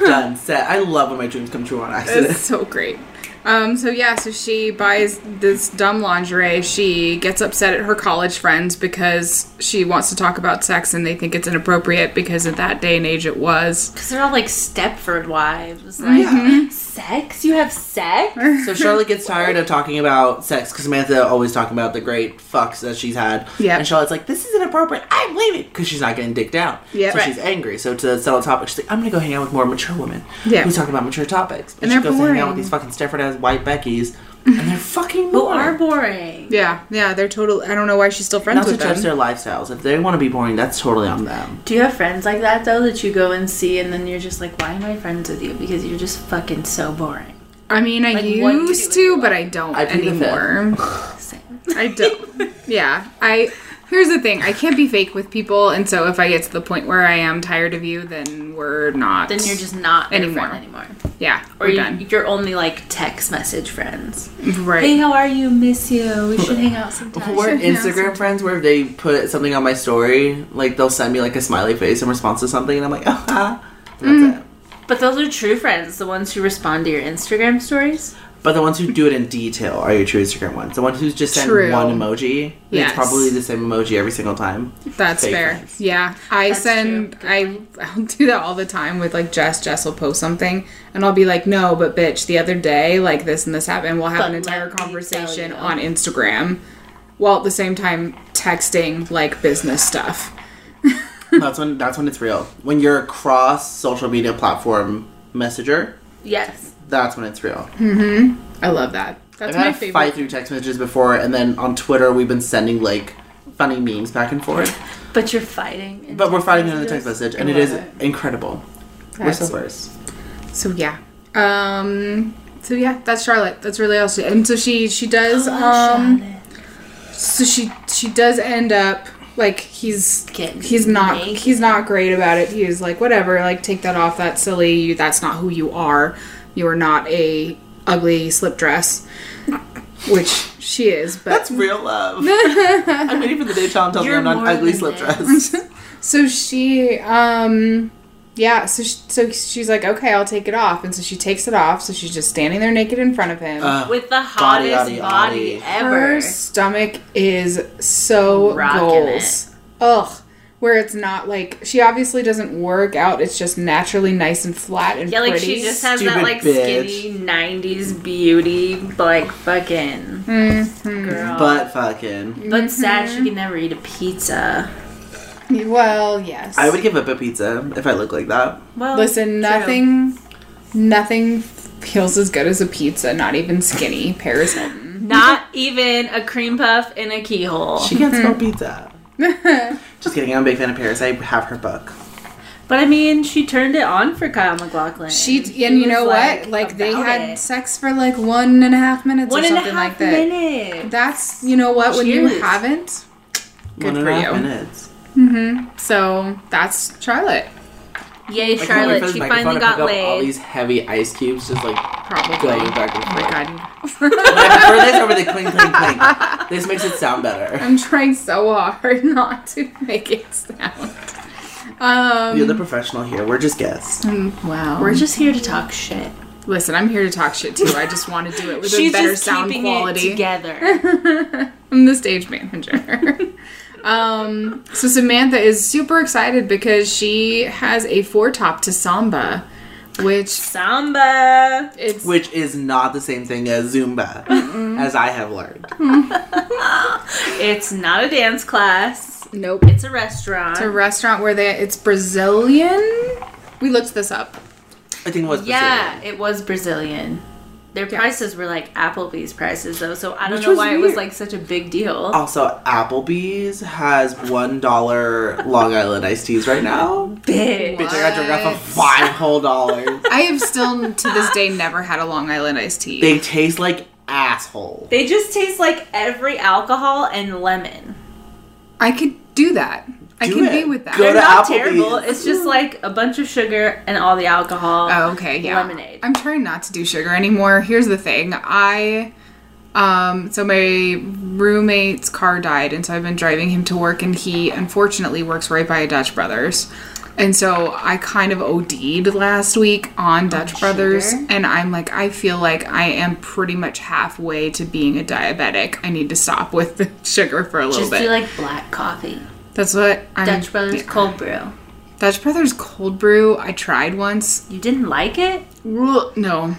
Speaker 5: done, set. I love when my dreams come true on
Speaker 1: That's
Speaker 5: accident.
Speaker 1: so great. Um, so yeah, so she buys this dumb lingerie. She gets upset at her college friends because she wants to talk about sex and they think it's inappropriate because at that day and age it was.
Speaker 4: Because they're all like Stepford wives. Like, sex? You have sex?
Speaker 5: So Charlotte gets tired of talking about sex because Samantha always talking about the great fucks that she's had.
Speaker 1: Yep.
Speaker 5: And Charlotte's like, "This is inappropriate. I'm leaving," because she's not getting dicked down.
Speaker 1: Yep.
Speaker 5: So
Speaker 1: Right.
Speaker 5: she's angry. So to settle the topic, she's like, "I'm gonna go hang out with more mature women
Speaker 1: Yeah.
Speaker 5: who talk about mature topics." But
Speaker 1: And
Speaker 5: she
Speaker 1: they're
Speaker 5: goes to hang out
Speaker 1: boring.
Speaker 5: with these fucking Stefford ass white Beckys. and they're fucking
Speaker 4: Who
Speaker 5: boring.
Speaker 4: are boring.
Speaker 1: Yeah, yeah, they're total. I don't know why she's still friends
Speaker 5: Not to
Speaker 1: with them.
Speaker 5: judge their lifestyles. If they want to be boring, that's totally on them.
Speaker 4: Do you have friends like that though that you go and see and then you're just like, why am I friends with you? Because you're just fucking so boring.
Speaker 1: I mean, I
Speaker 4: Like, what do you do
Speaker 1: used
Speaker 4: with
Speaker 1: to,
Speaker 4: your
Speaker 1: but I don't
Speaker 5: I plead the fifth.
Speaker 1: anymore.
Speaker 4: Same.
Speaker 1: I don't. Yeah, I. Here's the thing: I can't be fake with people, and so if I get to the point where I am tired of you, then we're not.
Speaker 4: Then you're just not their
Speaker 1: Anymore.
Speaker 4: friend anymore.
Speaker 1: Yeah,
Speaker 4: Or
Speaker 1: we're
Speaker 4: you,
Speaker 1: done.
Speaker 4: you're only like text message friends.
Speaker 1: Right.
Speaker 4: Hey, how are you? Miss you. We should hang out sometime.
Speaker 5: We're
Speaker 1: Yeah,
Speaker 5: Instagram friends where if they put something on my story, like they'll send me like a smiley face in response to something, and I'm like, ah. ah." And
Speaker 1: Mm.
Speaker 5: That's it.
Speaker 4: But those are true friends, the ones who respond to your Instagram stories.
Speaker 5: But the ones who do it in detail are your true Instagram ones. The ones who just send
Speaker 1: True.
Speaker 5: one emoji. and
Speaker 1: Yes.
Speaker 5: It's probably the same emoji every single time.
Speaker 1: That's
Speaker 5: fake
Speaker 1: fair.
Speaker 5: friends.
Speaker 1: Yeah, I
Speaker 4: That's
Speaker 1: send.
Speaker 4: true.
Speaker 1: I I'll do that all the time with like Jess. Jess will post something, and I'll be like, "No, but bitch, the other day, like this and this happened." We'll have
Speaker 4: But
Speaker 1: an entire
Speaker 4: let me tell
Speaker 1: conversation
Speaker 4: you.
Speaker 1: on Instagram, while at the same time texting like business stuff.
Speaker 5: that's when that's when it's real. When you're a cross social media platform messenger,
Speaker 4: Yes.
Speaker 5: that's when it's real.
Speaker 1: I love that.
Speaker 5: I've
Speaker 1: That's
Speaker 5: had
Speaker 1: my
Speaker 5: a fight
Speaker 1: favorite.
Speaker 5: through text messages before, and then on Twitter we've been sending like funny memes back and forth.
Speaker 4: But you're fighting. in
Speaker 5: But we're
Speaker 4: text
Speaker 5: fighting another text
Speaker 4: messages.
Speaker 5: message, and
Speaker 4: I
Speaker 5: it is
Speaker 4: love
Speaker 5: incredible. We're
Speaker 1: That's-
Speaker 5: so first.
Speaker 1: So yeah. Um. So yeah, that's Charlotte. That's really all she. And so she she
Speaker 4: Oh,
Speaker 1: does. um. so she she does end up like he's
Speaker 4: Getting
Speaker 1: he's not
Speaker 4: naked.
Speaker 1: he's not great about it he was like whatever like take that off that's silly you that's not who you are you are not a ugly slip dress which she is but
Speaker 5: That's real love. I'm waiting for the day Tom tells me
Speaker 4: You're
Speaker 5: I'm not an
Speaker 4: more
Speaker 5: ugly
Speaker 4: than
Speaker 5: slip
Speaker 4: that.
Speaker 5: dress.
Speaker 1: so she um yeah so she, so she's like okay I'll take it off and so she takes it off so she's just standing there naked in front of him
Speaker 5: Uh,
Speaker 4: With the hottest
Speaker 5: Body,
Speaker 4: body,
Speaker 5: body, body.
Speaker 4: ever.
Speaker 1: Her stomach is so
Speaker 4: Rocking
Speaker 1: goals. Ugh. Where it's not like she obviously doesn't work out. It's just naturally nice and flat and
Speaker 4: Yeah, like
Speaker 1: pretty.
Speaker 4: she just has
Speaker 5: Stupid
Speaker 4: that like
Speaker 5: bitch.
Speaker 4: skinny '90s beauty, like fucking
Speaker 1: Mm-hmm.
Speaker 4: girl.
Speaker 5: But
Speaker 4: But,
Speaker 5: fucking,
Speaker 4: sad she can never eat a pizza.
Speaker 1: well, yes.
Speaker 5: I would give up a pizza if I look like that.
Speaker 4: Well,
Speaker 1: listen. Nothing, nothing feels as good as a pizza. Not even skinny Paris Hilton.
Speaker 4: Not even a cream puff in a keyhole.
Speaker 5: She can't smell pizza. Just kidding. I'm a big fan of Paris. I have her book.
Speaker 4: but I mean, she turned it on for Kyle McLaughlin.
Speaker 1: She and you
Speaker 4: was,
Speaker 1: know what? Like they
Speaker 4: about
Speaker 1: had
Speaker 4: it.
Speaker 1: sex for like one and a half minutes
Speaker 4: one
Speaker 1: or
Speaker 4: and a
Speaker 1: something
Speaker 4: half
Speaker 1: like that.
Speaker 4: minute.
Speaker 1: That's you know what when you
Speaker 4: Cheers.
Speaker 1: haven't. Good
Speaker 5: One and
Speaker 1: for
Speaker 5: a half
Speaker 1: you.
Speaker 5: minutes.
Speaker 1: So that's Charlotte
Speaker 4: Yay,
Speaker 5: I can't wait for
Speaker 4: Charlotte!
Speaker 5: this
Speaker 4: She
Speaker 5: microphone
Speaker 4: finally
Speaker 5: to
Speaker 4: got
Speaker 5: pick up all
Speaker 4: laid.
Speaker 5: these heavy ice cubes just like
Speaker 1: probably.
Speaker 5: going back and
Speaker 1: Oh my
Speaker 5: forth.
Speaker 1: god.
Speaker 5: I prefer this over the clink clink clink. This makes it sound better.
Speaker 1: I'm trying so hard not to make it sound.
Speaker 5: You're
Speaker 1: Um,
Speaker 5: the professional here. We're just guests.
Speaker 1: wow.
Speaker 4: We're just here to talk shit.
Speaker 1: Listen, I'm here to talk shit too. I just want to do it with a
Speaker 4: She's
Speaker 1: better
Speaker 4: just
Speaker 1: sound
Speaker 4: keeping it
Speaker 1: quality.
Speaker 4: together.
Speaker 1: I'm the stage manager. um, so Samantha is super excited because she has a four top to samba, which
Speaker 4: Samba.
Speaker 1: it's
Speaker 5: Which is not the same thing as Zumba, as I have learned.
Speaker 4: It's not a dance class.
Speaker 1: nope.
Speaker 4: It's a restaurant.
Speaker 1: It's a restaurant where they it's Brazilian. We looked this up.
Speaker 5: I think it was
Speaker 4: yeah,
Speaker 5: Brazilian.
Speaker 4: it was Brazilian. Their prices were like Applebee's prices though, so I don't
Speaker 5: Which
Speaker 4: know
Speaker 5: was
Speaker 4: why it was
Speaker 5: weird.
Speaker 4: like such a big deal.
Speaker 5: Also, Applebee's has one dollar Long Island iced teas right now.
Speaker 4: big.
Speaker 5: Bitch, I got drunk off of five whole dollars.
Speaker 1: I have still to this day never had a Long Island iced tea.
Speaker 5: they taste like asshole.
Speaker 4: They just taste like every alcohol and lemon.
Speaker 1: I could do that. I
Speaker 5: Do
Speaker 1: can
Speaker 5: it.
Speaker 1: be with that.
Speaker 5: Go
Speaker 4: They're
Speaker 5: to
Speaker 4: not
Speaker 5: Applebee's.
Speaker 4: terrible. It's just like a bunch of sugar and all the alcohol.
Speaker 1: Oh, okay, yeah.
Speaker 4: Lemonade.
Speaker 1: I'm trying not to do sugar anymore. Here's the thing. I um so my roommate's car died and so I've been driving him to work and he unfortunately works right by a Dutch Brothers. And so I kind of OD'd last week on Dutch Brothers
Speaker 4: sugar?
Speaker 1: and I'm like I feel like I am pretty much halfway to being a diabetic. I need to stop with the sugar for a little
Speaker 4: Just
Speaker 1: bit. Um,
Speaker 4: do like black coffee.
Speaker 1: That's what I'm
Speaker 4: Dutch Brothers cold brew.
Speaker 1: Dutch Brothers cold brew. I tried once.
Speaker 4: You didn't like it?
Speaker 1: Ugh, No.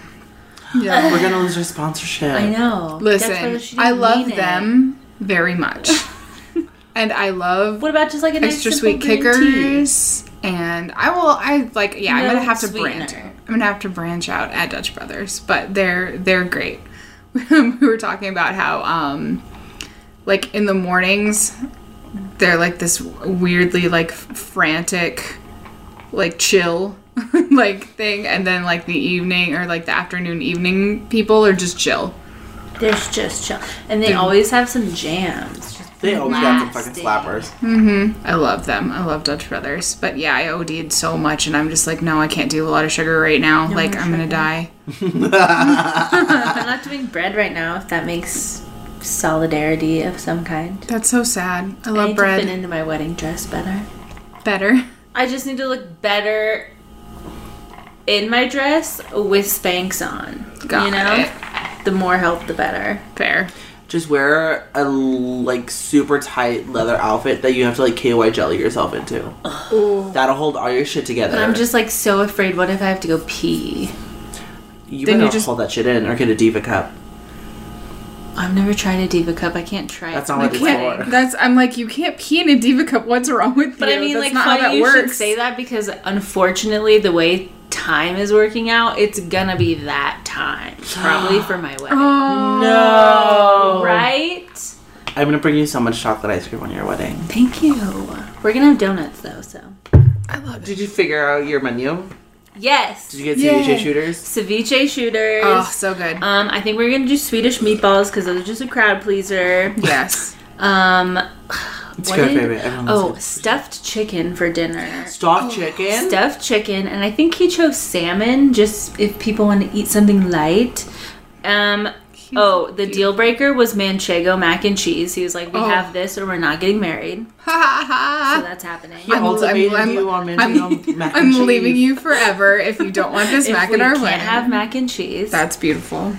Speaker 1: Yeah.
Speaker 5: We're gonna lose our sponsorship.
Speaker 4: I know. Dutch
Speaker 1: Oh. Listen,
Speaker 4: Brothers, you
Speaker 1: I
Speaker 4: didn't
Speaker 1: love
Speaker 4: mean it.
Speaker 1: them very much. and I love
Speaker 4: What about just like an
Speaker 1: extra sweet kickers. And I will I like yeah, I'm
Speaker 4: No
Speaker 1: gonna have to
Speaker 4: sweetener.
Speaker 1: branch out. I'm gonna have to branch out at Dutch Brothers, but they're they're great. we were talking about how um like in the mornings they're like this weirdly like frantic like chill like thing and then like the evening or like the afternoon evening people are just chill
Speaker 4: There's just chill. And they always have some jams. Just
Speaker 5: They always got some fucking
Speaker 4: Blasting.
Speaker 5: slappers.
Speaker 1: I love them. I love Dutch Brothers. But yeah, I OD'd so much, and I'm just like, no, I can't do a lot of sugar right now. like, I'm gonna die.
Speaker 4: I'm not doing bread right now, if that makes solidarity of some kind.
Speaker 1: That's so sad. I
Speaker 4: I
Speaker 1: love
Speaker 4: need to
Speaker 1: bread
Speaker 4: fit into my wedding dress better.
Speaker 1: better.
Speaker 4: I just need to look better in my dress with Spanx on.
Speaker 1: Got
Speaker 4: you know?
Speaker 1: it.
Speaker 4: The more help, the better.
Speaker 1: Fair.
Speaker 5: Just wear a like super tight leather outfit that you have to like KY jelly yourself into. That'll hold all your shit together.
Speaker 4: But I'm just like so afraid. What if I have to go pee?
Speaker 5: you
Speaker 1: Then
Speaker 5: better
Speaker 1: you just-
Speaker 5: hold that shit in or get a diva cup.
Speaker 4: I've never tried a diva cup. I can't try it.
Speaker 5: That's not what
Speaker 4: for
Speaker 5: it's
Speaker 4: my wedding.
Speaker 5: for.
Speaker 1: That's. I'm like, you can't pee in a diva cup. What's wrong with
Speaker 4: But
Speaker 1: you?
Speaker 4: I mean,
Speaker 1: That's
Speaker 4: like,
Speaker 1: not how that
Speaker 4: funny you
Speaker 1: works.
Speaker 4: should say that because unfortunately, the way time is working out, it's gonna be that time probably for my wedding,
Speaker 1: Oh,
Speaker 4: Oh.
Speaker 5: No.
Speaker 4: right?
Speaker 5: I'm gonna bring you so much chocolate ice cream on your wedding.
Speaker 4: Thank you. We're gonna have donuts though, so
Speaker 5: Did you figure out your menu?
Speaker 4: yes,
Speaker 5: Did you get
Speaker 1: Yay.
Speaker 5: ceviche shooters?
Speaker 4: ceviche shooters.
Speaker 1: oh, so good.
Speaker 4: Um, I think we're gonna do Swedish meatballs because those are just a crowd pleaser.
Speaker 1: yes.
Speaker 4: Um,
Speaker 5: It's
Speaker 4: what
Speaker 5: good,
Speaker 4: did-
Speaker 5: baby. Everyone loves
Speaker 4: Oh,
Speaker 5: good.
Speaker 4: stuffed chicken for dinner.
Speaker 5: Stock chicken.
Speaker 4: stuffed chicken, and I think he chose salmon just if people want to eat something light. Um, oh, the deal breaker was manchego mac and cheese. He was like, "We
Speaker 1: Oh. Ah.
Speaker 4: have this, or we're not getting married."
Speaker 1: Ha ha ha.
Speaker 4: So that's happening.
Speaker 5: You
Speaker 1: I'm-
Speaker 5: ultimated
Speaker 1: I'm-
Speaker 5: you on
Speaker 1: I'm,
Speaker 5: mentioning mac and
Speaker 1: I'm
Speaker 5: cheese.
Speaker 1: leaving you forever if you don't want this
Speaker 4: If
Speaker 1: mac
Speaker 4: we
Speaker 1: at our
Speaker 4: can't
Speaker 1: wedding.
Speaker 4: have mac and cheese.
Speaker 1: That's beautiful.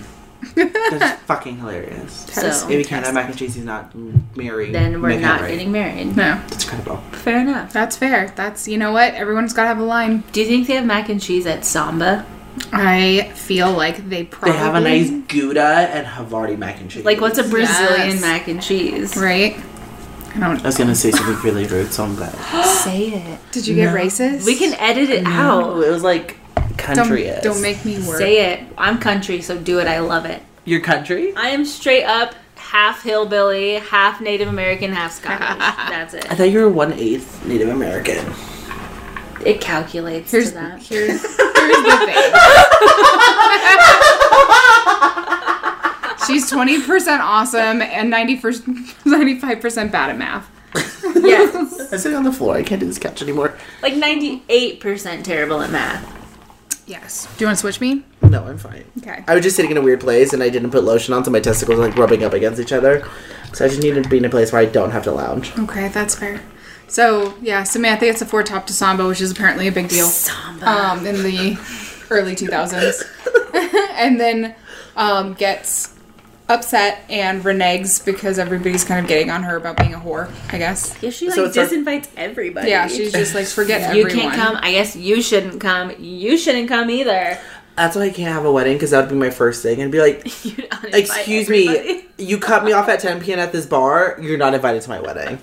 Speaker 5: That's fucking hilarious.
Speaker 4: so
Speaker 5: If he can't have mac and cheese, he's not marrying.
Speaker 4: then we're
Speaker 5: Mick
Speaker 4: not
Speaker 5: Henry.
Speaker 4: getting married.
Speaker 1: No,
Speaker 5: That's incredible.
Speaker 4: Fair enough.
Speaker 1: that's fair. That's you know what. Everyone's got to have a line.
Speaker 4: Do you think they have mac and cheese at Samba?
Speaker 1: I feel like they probably
Speaker 5: They have a nice Gouda and Havarti mac and cheese.
Speaker 4: Like, what's a Brazilian
Speaker 1: Yes.
Speaker 4: mac and cheese?
Speaker 1: right. I
Speaker 5: I
Speaker 1: don't.
Speaker 5: was gonna say something really rude, so I'm glad.
Speaker 4: Say it.
Speaker 1: Did you get racist?
Speaker 4: We can edit it
Speaker 5: Oh,
Speaker 4: out.
Speaker 5: it was like
Speaker 1: Don't,
Speaker 5: country is.
Speaker 1: don't make me work.
Speaker 4: Say it. I'm country, so do it. I love it.
Speaker 5: your country.
Speaker 4: I am straight up half hillbilly, half Native American, half Scottish. That's
Speaker 5: I
Speaker 4: it.
Speaker 5: thought you were one eighth Native American.
Speaker 4: It calculates
Speaker 1: Here's,
Speaker 4: to that.
Speaker 1: here's, here's the thing. She's 20% awesome and 90%, 95% bad at math.
Speaker 4: Yes.
Speaker 5: I'm sitting on the floor. I can't do this couch anymore.
Speaker 4: Like 98% terrible at math.
Speaker 1: Yes. Do you want to switch me?
Speaker 5: No, I'm fine.
Speaker 1: Okay.
Speaker 5: I was just sitting in a weird place, and I didn't put lotion on, so my testicles were like rubbing up against each other. So I just needed to be in a place where I don't have to lounge.
Speaker 1: Okay, that's fair. So, yeah, Samantha gets a four top to Samba, which is apparently a big deal
Speaker 4: Samba.
Speaker 1: um, in the early 2000s. and then um, gets upset and reneges because everybody's kind of getting on her about being a whore, I guess.
Speaker 4: yeah, she like
Speaker 5: So it's our-
Speaker 4: disinvites everybody.
Speaker 1: Yeah, she's just like, forget
Speaker 4: You
Speaker 1: everyone.
Speaker 4: can't come. I guess you shouldn't come. You shouldn't come either.
Speaker 5: That's why I can't have a wedding because that would be my first thing, and be like,
Speaker 4: You'd uninvite
Speaker 5: "Excuse
Speaker 4: everybody.
Speaker 5: me, you cut me off at 10 p.m. at this bar. You're not invited to my wedding."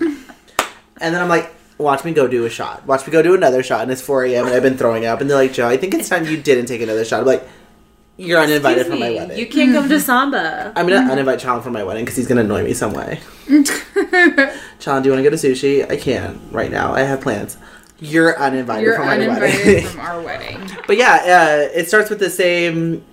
Speaker 5: and then I'm like, "Watch me go do a shot. Watch me go do another shot." And it's 4 a.m. and I've been throwing up, and they're like, "Joe, I think it's time you didn't take another shot." I'm like, "You're uninvited
Speaker 4: Excuse
Speaker 5: from my
Speaker 4: me,
Speaker 5: wedding."
Speaker 4: You can't come to Samba.
Speaker 5: I'm
Speaker 1: Mm.
Speaker 5: gonna uninvite Chan from my wedding because he's gonna annoy me some way. Chan, do you want to go to sushi? I can't right now. I have plans. You're uninvited
Speaker 1: You're
Speaker 5: from my
Speaker 1: uninvited
Speaker 5: wedding.
Speaker 1: from our wedding.
Speaker 5: But yeah, uh, it starts with the same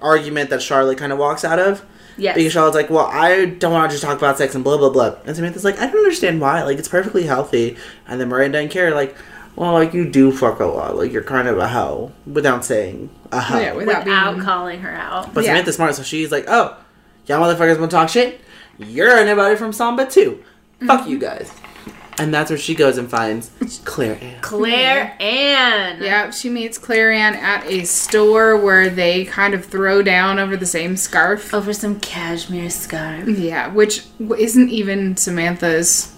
Speaker 5: argument that Charlotte kind of walks out of.
Speaker 4: Yes.
Speaker 5: Because Charlotte's like, well, I don't want to just talk about sex and blah, blah, blah. And Samantha's like, I don't understand why. Like, it's perfectly healthy. And then Miranda and Kara are like, well, like, you do fuck a lot. Like, you're kind of a hoe without saying a hoe.
Speaker 1: Yeah, without,
Speaker 4: Without
Speaker 1: being
Speaker 4: calling her out.
Speaker 5: But
Speaker 1: Yeah.
Speaker 5: Samantha's smart, so she's like, "Oh, y'all motherfuckers want to talk shit? You're anybody from Samba too. Fuck
Speaker 4: Mm-hmm.
Speaker 5: you guys." And that's where she goes and finds Claire Ann.
Speaker 4: Claire Ann.
Speaker 1: Yep, she meets Clarion at a store where they kind of throw down over the same scarf.
Speaker 4: Over some cashmere scarf.
Speaker 1: Yeah, which w- isn't even Samantha's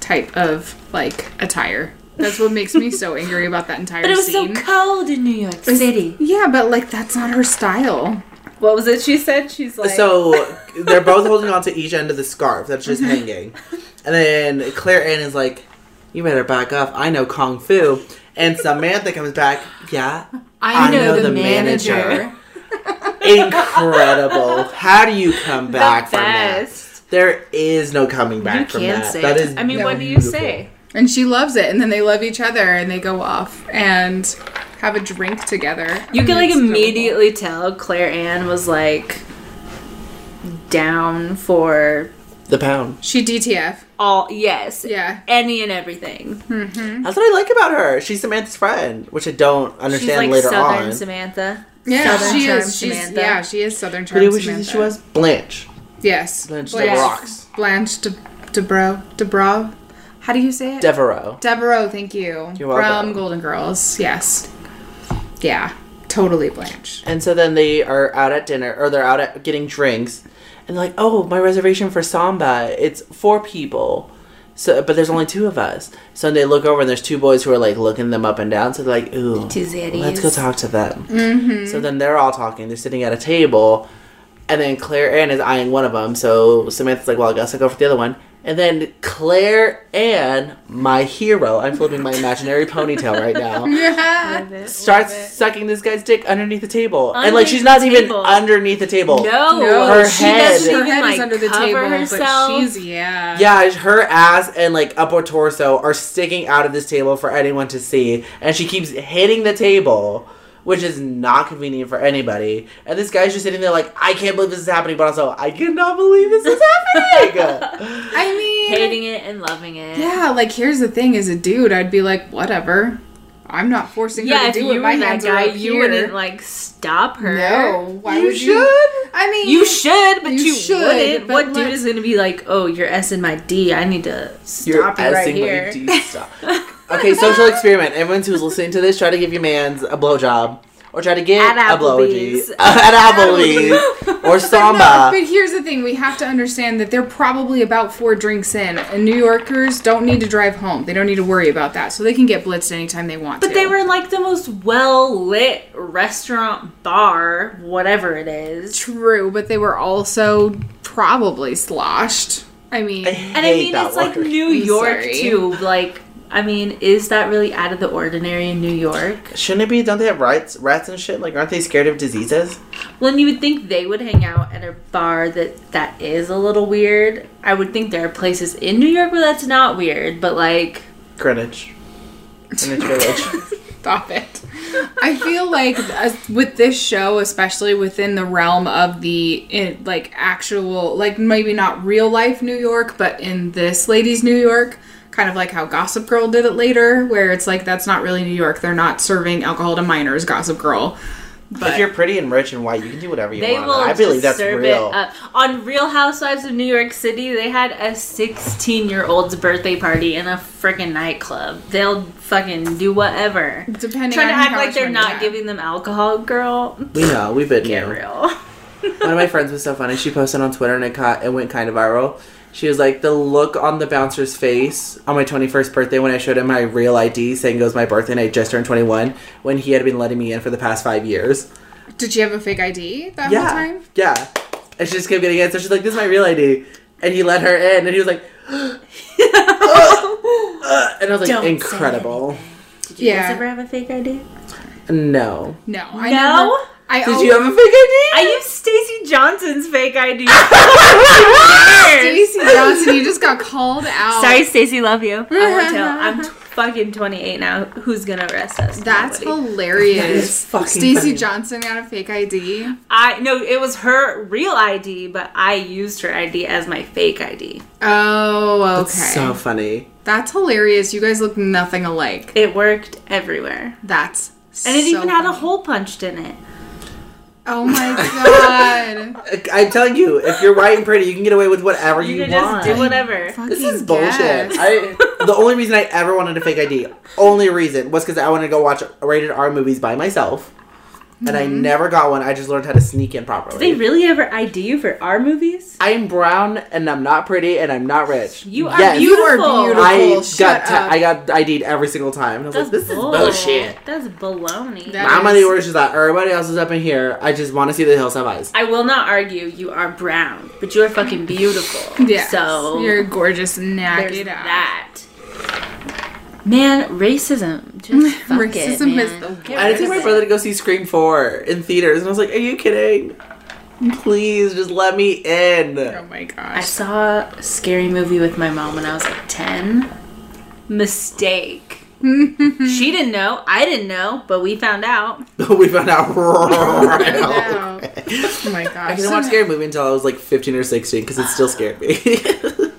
Speaker 1: type of like attire. That's what makes me so angry about that entire
Speaker 4: But it was
Speaker 1: scene.
Speaker 4: so cold in New York City.
Speaker 1: yeah, but like that's not her style.
Speaker 4: What was it she said? She's like,
Speaker 5: So they're both holding on to each end of the scarf that's
Speaker 4: Mm-hmm.
Speaker 5: just hanging, and then Claire Ann is like, "You better back off. I know kung fu." And Samantha comes back, "Yeah, I know the manager." Incredible. How do you come back from that?
Speaker 4: best.
Speaker 5: There is no coming back from
Speaker 4: can't
Speaker 5: that.
Speaker 4: say
Speaker 5: That
Speaker 4: it.
Speaker 5: is
Speaker 4: I mean, what do you
Speaker 5: beautiful.
Speaker 4: say?
Speaker 1: And she loves it. And then they love each other and they go off and have a drink together.
Speaker 4: You
Speaker 1: I mean,
Speaker 4: can like
Speaker 1: it's adorable.
Speaker 4: immediately tell Claire Ann was like down for
Speaker 5: The pound.
Speaker 1: She DTF.
Speaker 4: all yes,
Speaker 1: Yeah.
Speaker 4: any and everything.
Speaker 5: That's what I like about her. She's Samantha's friend, which I don't
Speaker 4: She's
Speaker 5: understand
Speaker 4: like
Speaker 5: later
Speaker 4: Southern
Speaker 5: on.
Speaker 4: Samantha.
Speaker 1: Yeah,
Speaker 4: Southern
Speaker 1: she
Speaker 4: charm
Speaker 1: is. She's,
Speaker 4: Samantha.
Speaker 1: yeah, she is Southern Charm
Speaker 5: Who did she,
Speaker 1: Samantha.
Speaker 5: she was? Blanche.
Speaker 1: Yes.
Speaker 5: Blanche
Speaker 1: Blanche,
Speaker 5: Devereaux.
Speaker 1: Blanche De, Debro. Debro. How do you say it?
Speaker 5: Devereaux.
Speaker 1: Devereaux, thank you.
Speaker 5: You're welcome.
Speaker 1: From Golden Girls. Yes. Yeah. Totally Blanche.
Speaker 5: And so then they are out at dinner, or they're out at getting drinks, and they're like, "Oh, my reservation for samba, it's four people, so but there's only two of us." So they look over and there's two boys who are like looking them up and down. So they're like, "Ooh,
Speaker 4: Two zaddies.
Speaker 5: let's go talk to them." So then they're all talking. They're sitting at a table, and then Claire Ann is eyeing one of them. So Samantha's like, "Well, I guess I'll go for the other one." And then Claire Ann, my hero, I'm flipping my imaginary ponytail right now starts sucking this guy's dick underneath the table, and like
Speaker 4: Underneath
Speaker 5: she's not
Speaker 4: the
Speaker 5: even
Speaker 4: table.
Speaker 5: underneath the table.
Speaker 4: No,
Speaker 1: No,
Speaker 5: her
Speaker 4: she
Speaker 5: head.
Speaker 4: doesn't
Speaker 5: Her
Speaker 4: even like cover herself.
Speaker 1: but she's yeah.
Speaker 5: Yeah, her ass and like upper torso are sticking out of this table for anyone to see, and she keeps hitting the table, which is not convenient for anybody. And this guy's just sitting there like, I can't believe this is happening, but also I cannot believe this is happening.
Speaker 1: I mean,
Speaker 4: hating it and loving it.
Speaker 1: yeah. Like here's the thing: as a dude, I'd be like, whatever. I'm not forcing
Speaker 4: Yeah,
Speaker 1: her
Speaker 4: if
Speaker 1: to do
Speaker 4: you
Speaker 1: what
Speaker 4: were
Speaker 1: my
Speaker 4: that
Speaker 1: hands
Speaker 4: guy,
Speaker 1: are up
Speaker 4: you
Speaker 1: here.
Speaker 4: wouldn't like stop her.
Speaker 1: no, why
Speaker 5: you
Speaker 1: would
Speaker 5: should.
Speaker 1: you? I mean,
Speaker 4: You should, but
Speaker 1: You
Speaker 4: you,
Speaker 1: should,
Speaker 4: wouldn't.
Speaker 1: but
Speaker 4: what dude
Speaker 1: let's-
Speaker 4: is gonna be like, oh, you're S and my D. I need to stop you
Speaker 5: You're
Speaker 4: right
Speaker 5: essing, but
Speaker 4: here.
Speaker 5: you do stop. okay, social experiment. Everyone who's listening to this, try to give your man's a blowjob. Or try to get
Speaker 4: At
Speaker 5: a blowjob.
Speaker 4: Applebee's.
Speaker 5: At Applebee's. or
Speaker 1: But, no,
Speaker 5: Samba.
Speaker 1: but here's the thing: we have to understand that they're probably about four drinks in, and New Yorkers don't need to drive home. They don't need to worry about that, so they can get blitzed anytime they want.
Speaker 4: But they were in like the most well lit restaurant, bar, whatever it is.
Speaker 1: true, but they were also probably sloshed. I mean,
Speaker 4: And I
Speaker 5: hate
Speaker 4: mean,
Speaker 5: that
Speaker 4: it's like
Speaker 5: word.
Speaker 4: New York
Speaker 1: sorry.
Speaker 4: too. Like, I mean, is that really out of the ordinary in New York?
Speaker 5: Shouldn't it be? Don't they have rats, rats and shit? Like, aren't they scared of diseases?
Speaker 4: Well, and you would think they would hang out at a bar that that is a little weird. I would think there are places in New York where that's not weird, but like,
Speaker 5: Greenwich. Greenwich Village.
Speaker 1: Stop it. I feel like as, with this show, especially within the realm of the in, like actual, like maybe not real life New York, but in this lady's New York, kind of like how Gossip Girl did it later, where it's like that's not really New York. They're not serving alcohol to minors, Gossip Girl.
Speaker 5: if you're pretty and rich and white, you can do whatever you
Speaker 4: They
Speaker 5: want.
Speaker 4: will
Speaker 5: I believe that's
Speaker 4: serve
Speaker 5: real.
Speaker 4: it up. On Real Housewives of New York City, they had a 16 year old's birthday party in a freaking nightclub. They'll fucking do whatever.
Speaker 1: Depending
Speaker 4: Trying
Speaker 1: on
Speaker 4: to
Speaker 1: how
Speaker 4: act like
Speaker 1: much
Speaker 4: they're
Speaker 1: money
Speaker 4: not
Speaker 1: you have.
Speaker 4: giving them alcohol, girl.
Speaker 5: We know. We've been
Speaker 4: Get
Speaker 5: here.
Speaker 4: real.
Speaker 5: One of my friends was so funny. She posted on Twitter and it caught it went kind of viral. She was like, the look on the bouncer's face on my 21st birthday when I showed him my real ID saying it was my birthday and I just turned 21 when he had been letting me in for the past five years.
Speaker 1: Did you have a fake ID that
Speaker 5: Yeah.
Speaker 1: whole time?
Speaker 5: Yeah. And she just kept getting in. So she's like, this is my real ID. And he let her in and he was like, "Uh, uh," and I was like,
Speaker 4: Don't say
Speaker 5: incredible.
Speaker 4: You guys ever
Speaker 1: Yeah.
Speaker 4: have a fake ID?
Speaker 5: No.
Speaker 1: No. I
Speaker 4: No?
Speaker 1: Never, I
Speaker 5: Did
Speaker 1: always,
Speaker 5: you have a fake ID?
Speaker 4: I used Stacy Johnson's fake ID.
Speaker 1: Stacey Johnson, you just got called out.
Speaker 4: Sorry, Stacy, love you. I won't tell. I'm t- fucking 28 now. Who's gonna arrest us?
Speaker 1: That's
Speaker 4: Nobody.
Speaker 1: hilarious.
Speaker 5: fucking
Speaker 1: Stacey
Speaker 5: funny.
Speaker 1: Johnson got a fake ID.
Speaker 4: I no, it was her real ID, but I used her ID as my fake ID.
Speaker 1: Oh, okay.
Speaker 5: That's so funny.
Speaker 1: That's hilarious. You guys look nothing alike.
Speaker 4: It worked everywhere,
Speaker 1: That's
Speaker 4: and it
Speaker 1: so
Speaker 4: even had a
Speaker 1: funny.
Speaker 4: hole punched in it.
Speaker 1: Oh my god.
Speaker 5: I'm telling you, if you're white and pretty, you can get away with whatever you,
Speaker 4: You could
Speaker 5: want.
Speaker 4: just do whatever.
Speaker 1: Fucking
Speaker 5: This is bullshit.
Speaker 1: guess.
Speaker 5: I, the only reason I ever wanted a fake ID, only reason, was because I wanted to go watch rated R movies by myself. And I never got one. I just learned how to sneak in properly.
Speaker 4: They really ever ID you for our movies?
Speaker 5: I'm brown and I'm not pretty and I'm not rich.
Speaker 4: You are
Speaker 5: Yes.
Speaker 4: beautiful.
Speaker 1: are beautiful.
Speaker 5: I
Speaker 1: Shut
Speaker 5: got ta-
Speaker 1: up.
Speaker 5: I got ID'd every single time. And I was
Speaker 4: That's
Speaker 5: like, this
Speaker 4: bull-
Speaker 5: is bullshit.
Speaker 4: That's baloney.
Speaker 1: That-
Speaker 5: My
Speaker 1: is-
Speaker 5: money works is that everybody else is up in here. I just want to see the hills have eyes.
Speaker 4: I will not argue you are brown, but you are fucking beautiful.
Speaker 1: Yes.
Speaker 4: So
Speaker 1: you're gorgeous
Speaker 4: there's
Speaker 1: naked. ass.
Speaker 4: that. Man, racism. Just fuck it,
Speaker 1: Racism is
Speaker 4: man.
Speaker 1: the
Speaker 4: Get
Speaker 5: I had to
Speaker 4: rid
Speaker 5: take
Speaker 4: of
Speaker 5: my
Speaker 4: it.
Speaker 5: brother to go see Scream 4 in theaters, and I was like, Are you kidding? Please just let me in.
Speaker 1: Oh my
Speaker 4: I
Speaker 1: gosh.
Speaker 4: saw a scary movie with my mom when I was like 10. Mistake. she didn't know. I didn't know, but we found out.
Speaker 5: we found out. right now.
Speaker 1: Wow. Oh my
Speaker 5: I
Speaker 1: gosh.
Speaker 5: didn't watch Scary Movie until I was like 15 or 16 because it still scared me.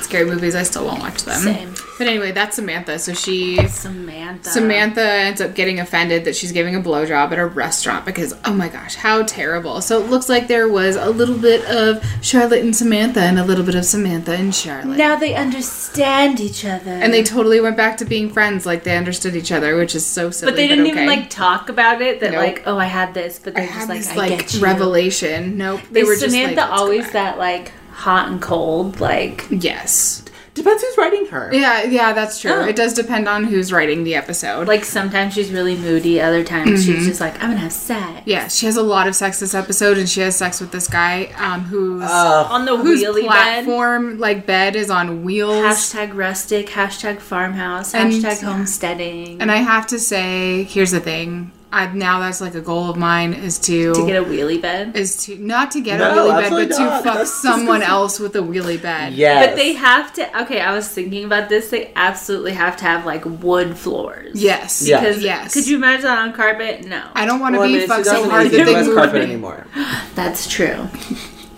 Speaker 1: scary movies. I still won't watch them.
Speaker 4: Same.
Speaker 1: But anyway, that's Samantha. So she
Speaker 4: Samantha.
Speaker 1: Samantha ends up getting offended that she's giving a blowjob at a restaurant because, oh my gosh, how terrible. So it looks like there was a little bit of Charlotte and Samantha and a little bit of Samantha and Charlotte.
Speaker 4: Now they understand each other.
Speaker 1: And they totally went back to being friends like they understood each other, which is so silly.
Speaker 4: but they didn't
Speaker 1: okay.
Speaker 4: even like talk about it. That
Speaker 1: Nope.
Speaker 4: like, oh, I had this. But
Speaker 1: I
Speaker 4: they're
Speaker 1: had
Speaker 4: just like,
Speaker 1: this
Speaker 4: I
Speaker 1: like
Speaker 4: get you.
Speaker 1: revelation. Nope. They
Speaker 4: Is
Speaker 1: were just
Speaker 4: Samantha
Speaker 1: like, let's go
Speaker 4: always
Speaker 1: back.
Speaker 4: that like hot and cold. Like
Speaker 1: Yes.
Speaker 5: Depends who's writing her.
Speaker 1: Yeah, yeah, that's true.
Speaker 4: Oh.
Speaker 1: It does depend on who's writing the episode.
Speaker 4: like sometimes she's really moody. Other
Speaker 1: Mm-hmm.
Speaker 4: times she's just like, I'm gonna have sex
Speaker 1: yeah, she has a lot of sex this episode, and she has sex with this guy um, who's
Speaker 4: Oh. on the
Speaker 1: whose
Speaker 4: wheelie bed.
Speaker 1: platform like bed is on wheels.
Speaker 4: Hashtag rustic. Hashtag farmhouse.
Speaker 1: And-
Speaker 4: Hashtag homesteading.
Speaker 1: and I have to say, here's the thing. I now that's like a goal of mine is to,
Speaker 4: to get a wheelie bed.
Speaker 1: is to not to get
Speaker 5: No,
Speaker 1: a wheelie bed,
Speaker 5: absolutely
Speaker 1: but to
Speaker 5: not.
Speaker 1: fuck
Speaker 5: That's
Speaker 1: someone else with a wheelie bed.
Speaker 5: Yes.
Speaker 4: But they have to. Okay, I was thinking about this. They absolutely have to have like wood floors.
Speaker 1: Yes.
Speaker 5: Yeah.
Speaker 4: Because
Speaker 1: Yes.
Speaker 4: could you imagine that on carpet? No.
Speaker 1: I don't want to
Speaker 5: Well,
Speaker 1: be
Speaker 5: I mean, it's
Speaker 1: fucked so
Speaker 5: 2018
Speaker 1: hard that they
Speaker 5: who has
Speaker 1: move
Speaker 5: carpet
Speaker 1: me.
Speaker 5: anymore?
Speaker 4: That's true.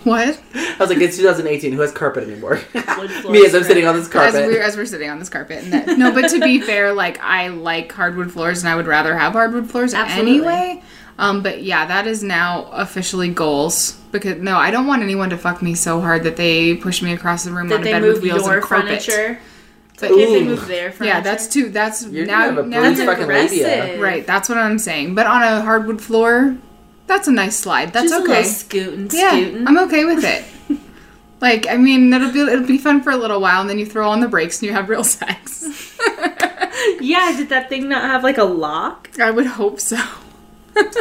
Speaker 1: What?
Speaker 5: I was like, it's 2018. Who has carpet anymore?
Speaker 4: Wood floors.
Speaker 5: me as I'm sitting on this
Speaker 1: As
Speaker 5: carpet.
Speaker 1: we're as we're sitting on this carpet. And that, no, but to be fair, like I like hardwood floors, and I would rather have hardwood floors
Speaker 4: Absolutely.
Speaker 1: anyway. Um, but yeah, that is now officially goals because no, I don't want anyone to fuck me so hard that they push me across the room
Speaker 4: That
Speaker 1: on a
Speaker 4: they
Speaker 1: bed
Speaker 4: move
Speaker 1: with wheels
Speaker 4: your
Speaker 1: and carpet.
Speaker 4: furniture.
Speaker 1: But-
Speaker 4: If they
Speaker 5: Ooh.
Speaker 4: move their furniture.
Speaker 1: yeah, that's too. That's
Speaker 5: You're
Speaker 1: now.
Speaker 5: gonna have a
Speaker 1: now
Speaker 5: pretty
Speaker 4: that's
Speaker 1: you're-
Speaker 5: fucking labia.
Speaker 4: aggressive.
Speaker 1: right. That's what I'm saying. But on a hardwood floor, that's a nice slide. That's
Speaker 4: Just a
Speaker 1: okay.
Speaker 4: little scootin',
Speaker 1: Yeah,
Speaker 4: scootin'.
Speaker 1: I'm okay with it. like, I mean, it'll be it'll be fun for a little while, and then you throw on the brakes and you have real sex.
Speaker 4: yeah, did that thing not have like a lock?
Speaker 1: I would hope so,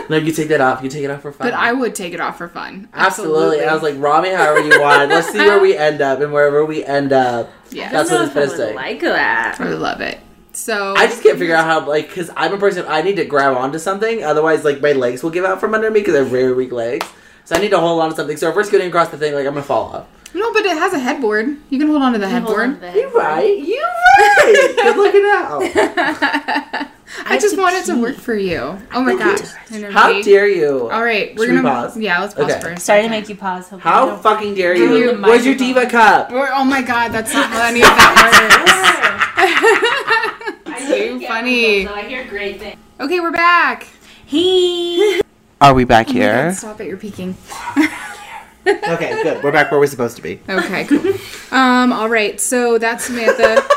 Speaker 5: No, you take that off. You take it off for fun.
Speaker 1: but I would take it off for fun.
Speaker 5: Uh-huh. Absolutely. I was like, Rami, however you want. Let's see where we end up, and wherever we end up,
Speaker 1: yeah,
Speaker 5: That's
Speaker 4: I don't
Speaker 5: what
Speaker 4: know
Speaker 5: it's
Speaker 4: if
Speaker 5: gonna
Speaker 4: I would
Speaker 5: say.
Speaker 4: like that.
Speaker 1: I would love it. So
Speaker 5: I just can't figure out how. Like, because I'm a person, I need to grab onto something. Otherwise, like my legs will give out from under me because I have very weak legs. So I need to hold on to something. So if we're scooting across the thing, like I'm gonna fall off.
Speaker 1: no, but it has a headboard. You can hold on to the
Speaker 4: Hold on
Speaker 1: headboard.
Speaker 4: to the
Speaker 5: You
Speaker 4: headboard.
Speaker 5: right? You right? Good looking out.
Speaker 1: I just
Speaker 4: have to
Speaker 1: want it to
Speaker 4: pee.
Speaker 1: work for you. Oh my
Speaker 5: Thank
Speaker 1: gosh!
Speaker 5: you.
Speaker 1: Energy.
Speaker 5: How dare you?
Speaker 1: All right, we're
Speaker 5: Should we
Speaker 1: gonna
Speaker 5: pause?
Speaker 1: Yeah, let's pause
Speaker 5: Okay.
Speaker 1: first.
Speaker 4: Sorry to make you pause. Hopefully you
Speaker 5: How
Speaker 4: don't-
Speaker 5: fucking dare
Speaker 1: Give
Speaker 5: you?
Speaker 1: you
Speaker 5: Where's your
Speaker 4: microphone.
Speaker 5: diva cup?
Speaker 1: We're- oh my god, that's not how any of that works. Too funny.
Speaker 4: So I hear great things.
Speaker 1: Okay, we're back.
Speaker 4: He.
Speaker 5: Are we back
Speaker 1: Oh God,
Speaker 5: here?
Speaker 1: Stop it! You're peeking.
Speaker 5: okay, good. We're back where we're supposed to be.
Speaker 1: Okay, cool. um, all right, so that's Samantha.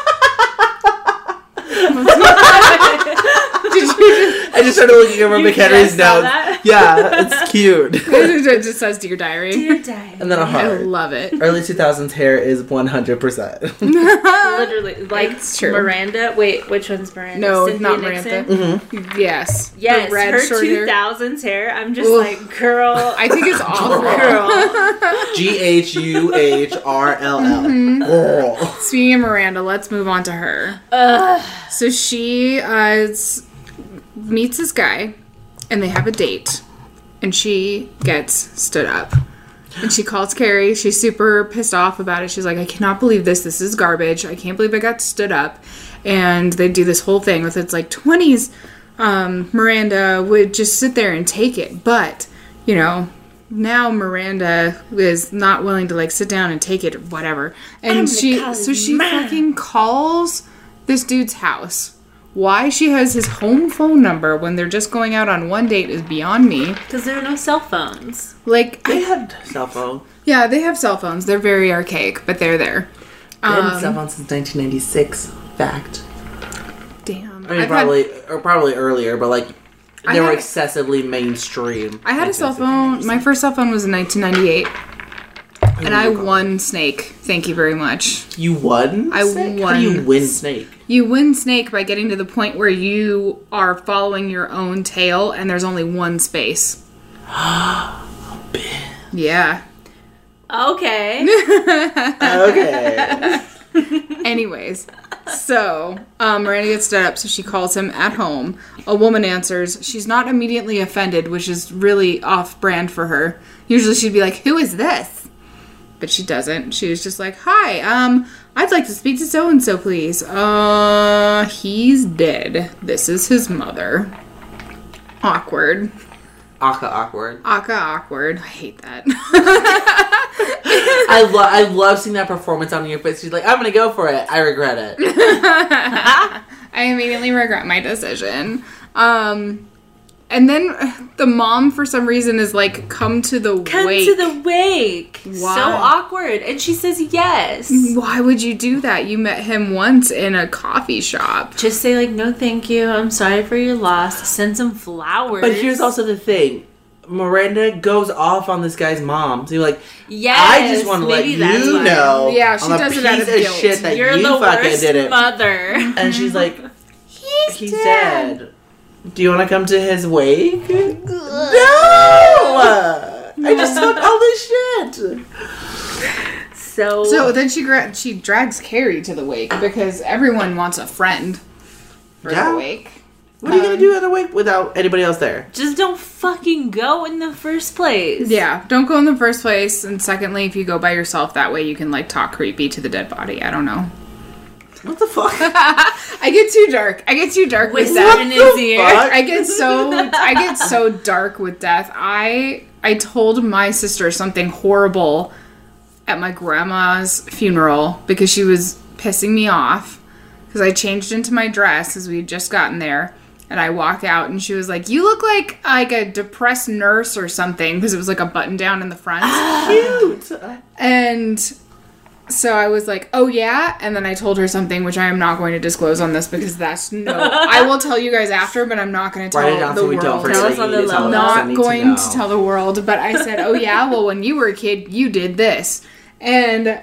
Speaker 1: Did you
Speaker 5: I just started looking over McHenry's
Speaker 4: just saw
Speaker 5: notes.
Speaker 4: that?
Speaker 5: Yeah, it's cute.
Speaker 1: just, it just says dear diary?
Speaker 4: Dear diary.
Speaker 5: and then a
Speaker 1: I
Speaker 5: heart.
Speaker 1: love it.
Speaker 5: Early 2000s hair is 100%.
Speaker 4: Literally, like
Speaker 1: It's true.
Speaker 4: Miranda. Wait, which one's Miranda?
Speaker 1: No,
Speaker 4: Cynthia
Speaker 1: not
Speaker 4: Nixon?
Speaker 1: Miranda. Mm-hmm. Yes. The
Speaker 4: Yes,
Speaker 1: red
Speaker 4: her
Speaker 1: short
Speaker 4: two
Speaker 1: hair.
Speaker 4: thousands hair. I'm just
Speaker 1: Oof.
Speaker 4: like, girl,
Speaker 1: I think it's awful.
Speaker 4: girl.
Speaker 5: G H U H R L
Speaker 1: Mm-hmm.
Speaker 5: L. Girl.
Speaker 1: Speaking of Miranda, let's move on to her. So she uh, is- meets this guy, and they have a date, and she gets stood up. And she calls Carrie. She's super pissed off about it. She's like, I cannot believe this. This is garbage. I can't believe I got stood up. And they do this whole thing with it's like 20s. Um, Miranda would just sit there and take it. But, you know, now Miranda is not willing to like sit down and take it or whatever. And she, so she fucking calls this dude's house. Why she has his home phone number when they're just going out on one date is beyond me.
Speaker 4: Because there are no cell phones.
Speaker 1: Like,
Speaker 5: I
Speaker 1: I
Speaker 5: had cell phone.
Speaker 1: yeah, they have cell phones. They're very archaic, but they're there.
Speaker 5: I had
Speaker 1: Um,
Speaker 5: cell phone since 1996. Fact.
Speaker 1: Damn.
Speaker 5: I mean,
Speaker 1: I've
Speaker 5: probably
Speaker 1: Had,
Speaker 5: or probably earlier, but like
Speaker 1: I
Speaker 5: they were
Speaker 1: had-
Speaker 5: excessively mainstream.
Speaker 1: I had a cell phone. My first cell phone was in 1998, and I won Snake. Thank you very much.
Speaker 5: You won.
Speaker 1: I
Speaker 5: Snake? How
Speaker 1: won.
Speaker 5: do you win Snake?
Speaker 1: You win Snake by getting to the point where you are following your own tail, and there's only one space. yeah.
Speaker 4: Okay.
Speaker 5: Okay.
Speaker 1: Anyways, So, um, Miranda gets stood up, so she calls him at home. A woman answers. She's not immediately offended, which is really off brand for her. Usually she'd be like, Who is this? But she doesn't. She was just like, Hi, um, I'd like to speak to so and so, please. Uh, he's dead. This is his mother. Awkward.
Speaker 5: Aka awkward.
Speaker 1: Aka awkward. I hate that.
Speaker 5: I love I love seeing that performance on your face. She's like, I'm gonna go for it. I regret it.
Speaker 1: I immediately regret my decision. Um, and then uh, the mom, for some reason, is like, "Come to the
Speaker 4: Come
Speaker 1: wake."
Speaker 4: to the wake. So
Speaker 1: Why?
Speaker 4: awkward. And she says yes.
Speaker 5: Mm-hmm.
Speaker 1: Why would you do that? You met him once in a coffee shop.
Speaker 4: Just say like no thank you. I'm sorry for your loss. Send some flowers.
Speaker 5: But here's also the thing. Miranda goes off on this guy's mom. So you're like,
Speaker 4: Yes.
Speaker 5: I just want to let
Speaker 4: maybe that's
Speaker 5: you
Speaker 4: why.
Speaker 5: know.
Speaker 1: Yeah, she
Speaker 5: I'm a
Speaker 1: does it
Speaker 5: piece
Speaker 1: out
Speaker 5: of
Speaker 1: of guilt.
Speaker 5: shit that
Speaker 4: You're
Speaker 5: you
Speaker 4: the
Speaker 5: fucking
Speaker 4: worst
Speaker 5: did it.
Speaker 4: mother.
Speaker 5: And she's like, he's, dead. Do you want to come to his wake? no! I just took all this shit.
Speaker 4: So,
Speaker 1: So then she gra- she drags Carrie to the wake because everyone wants a friend for
Speaker 5: Yeah.
Speaker 1: the wake.
Speaker 5: What are you gonna do at a wake without anybody else there?
Speaker 4: just don't fucking go in the first place.
Speaker 1: Yeah, don't go in the first place. And secondly, if you go by yourself, that way you can like talk creepy to the dead body. I don't know.
Speaker 5: What the fuck?
Speaker 1: I get too dark. I get too dark with
Speaker 4: Whisper
Speaker 1: that.
Speaker 4: in
Speaker 5: the
Speaker 4: his ear.
Speaker 5: fuck?
Speaker 1: I get so I get so dark with death. I I told my sister something horrible at my grandma's funeral because she was pissing me off because I changed into my dress because we had just gotten there. And I walk out, and she was like, "You look like like a depressed nurse or something," because it was like a button down in the front.
Speaker 5: Cute.
Speaker 1: and so I was like, "Oh yeah," and then I told her something which I am not going to disclose on this because that's no. I will tell you guys after, but I'm not going to tell
Speaker 5: Write it down
Speaker 1: the
Speaker 5: so we
Speaker 1: world
Speaker 5: don't forget.
Speaker 4: Tell us
Speaker 5: you
Speaker 4: on
Speaker 5: need
Speaker 4: the
Speaker 5: to tell
Speaker 4: low.
Speaker 5: us, I
Speaker 1: not
Speaker 5: need
Speaker 1: going
Speaker 5: know.
Speaker 1: to, tell the world, but I said, "Oh yeah, well when you were a kid, you did this." And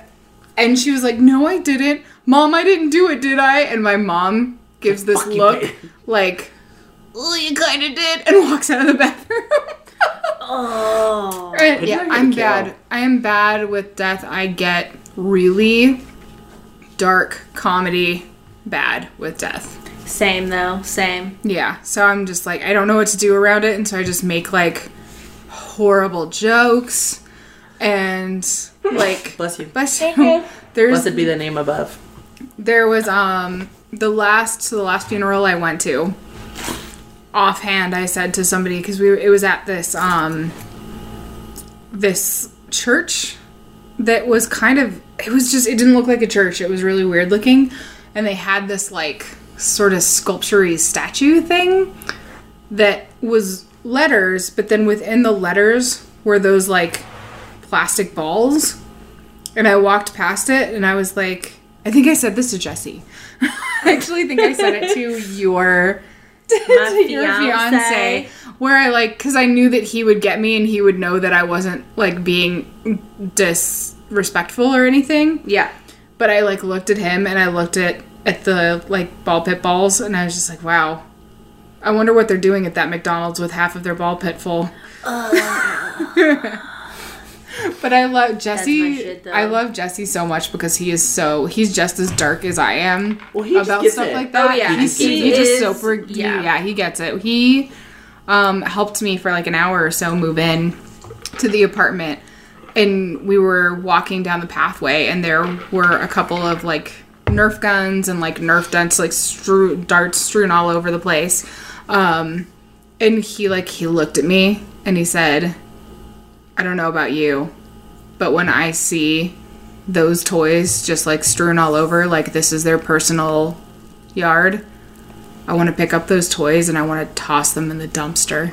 Speaker 1: and she was like, "No, I didn't. Mom, I didn't do it, did I?" And my mom gives this
Speaker 5: Fuck you
Speaker 1: look
Speaker 5: did.
Speaker 1: like, "Oh, you kind of did." And walks out of the bathroom.
Speaker 4: Oh.
Speaker 1: And,
Speaker 5: Maybe I
Speaker 1: Uh, yeah,
Speaker 5: gotta
Speaker 1: I'm
Speaker 5: kill.
Speaker 1: bad. I am bad with death. I get really dark comedy bad with death.
Speaker 4: Same though. Same.
Speaker 1: Yeah, so I'm just like I don't know what to do around it, and so I just make like horrible jokes and like
Speaker 5: Bless you.
Speaker 1: bless you. There's
Speaker 5: Blessed be the name above.
Speaker 1: there was um the last so the last funeral I went to. Offhand, I said to somebody because we were- it was at this um this church that was kind of it was just it didn't look like a church. It was really weird looking, and they had this like sort of sculptury statue thing that was letters, but then within the letters were those like plastic balls. And I walked past it and I was like, I think I said this to Jesse. I actually think I said it to your
Speaker 4: My
Speaker 1: your fiance. Where I like, because I knew that he would get me and he would know that I wasn't like being disrespectful or anything.
Speaker 4: Yeah.
Speaker 1: But I like looked at him and I looked at at the like ball pit balls and I was just like, wow. I wonder what they're doing at that McDonald's with half of their ball pit full. but I love Jesse.
Speaker 4: Uh. shit, though.
Speaker 1: I love Jesse so much because he is so he's just as dark as I am
Speaker 5: Well, he just
Speaker 1: about
Speaker 5: gets
Speaker 1: stuff
Speaker 5: it.
Speaker 1: like that.
Speaker 4: Oh, yeah.
Speaker 1: he's,
Speaker 4: He
Speaker 1: he, just
Speaker 4: is-
Speaker 1: so per- yeah.
Speaker 4: yeah.
Speaker 1: He, yeah, he gets it. He um, helped me for like an hour or so move in to the apartment and we were walking down the pathway and there were a couple of like nerf guns and like nerf darts like strew- darts strewn all over the place um and he like he looked at me and he said i don't know about you but when i see those toys just like strewn all over like this is their personal yard i want to pick up those toys and i want to toss them in the dumpster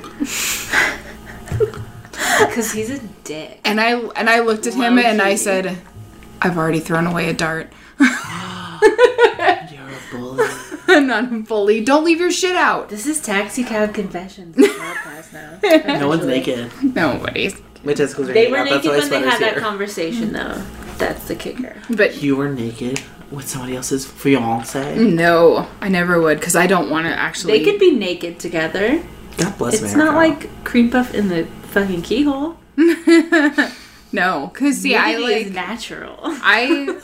Speaker 4: Because he's a dick.
Speaker 1: And I and I looked at him
Speaker 4: Low
Speaker 1: and I
Speaker 4: key.
Speaker 1: said, "I've already thrown away a dart."
Speaker 5: You're a bully.
Speaker 1: I'm not a bully. Don't leave your shit out.
Speaker 4: This is Taxi Cab Confessions. It's a podcast now.
Speaker 5: no one's naked.
Speaker 1: Nobody's.
Speaker 5: My testicles are
Speaker 4: They
Speaker 5: hanging
Speaker 4: were
Speaker 5: out. That's
Speaker 4: naked
Speaker 5: why
Speaker 4: when they
Speaker 5: sweaters
Speaker 4: had that
Speaker 5: here.
Speaker 4: conversation though. That's the kicker.
Speaker 1: But
Speaker 5: You were naked with somebody else's fiance.
Speaker 1: no, I never would because I don't want to actually.
Speaker 4: They could be naked together.
Speaker 5: God bless
Speaker 4: It's
Speaker 5: America.
Speaker 4: not like cream puff in the fucking keyhole.
Speaker 1: no, because see, I
Speaker 4: Nudity
Speaker 1: like
Speaker 4: is natural.
Speaker 1: I.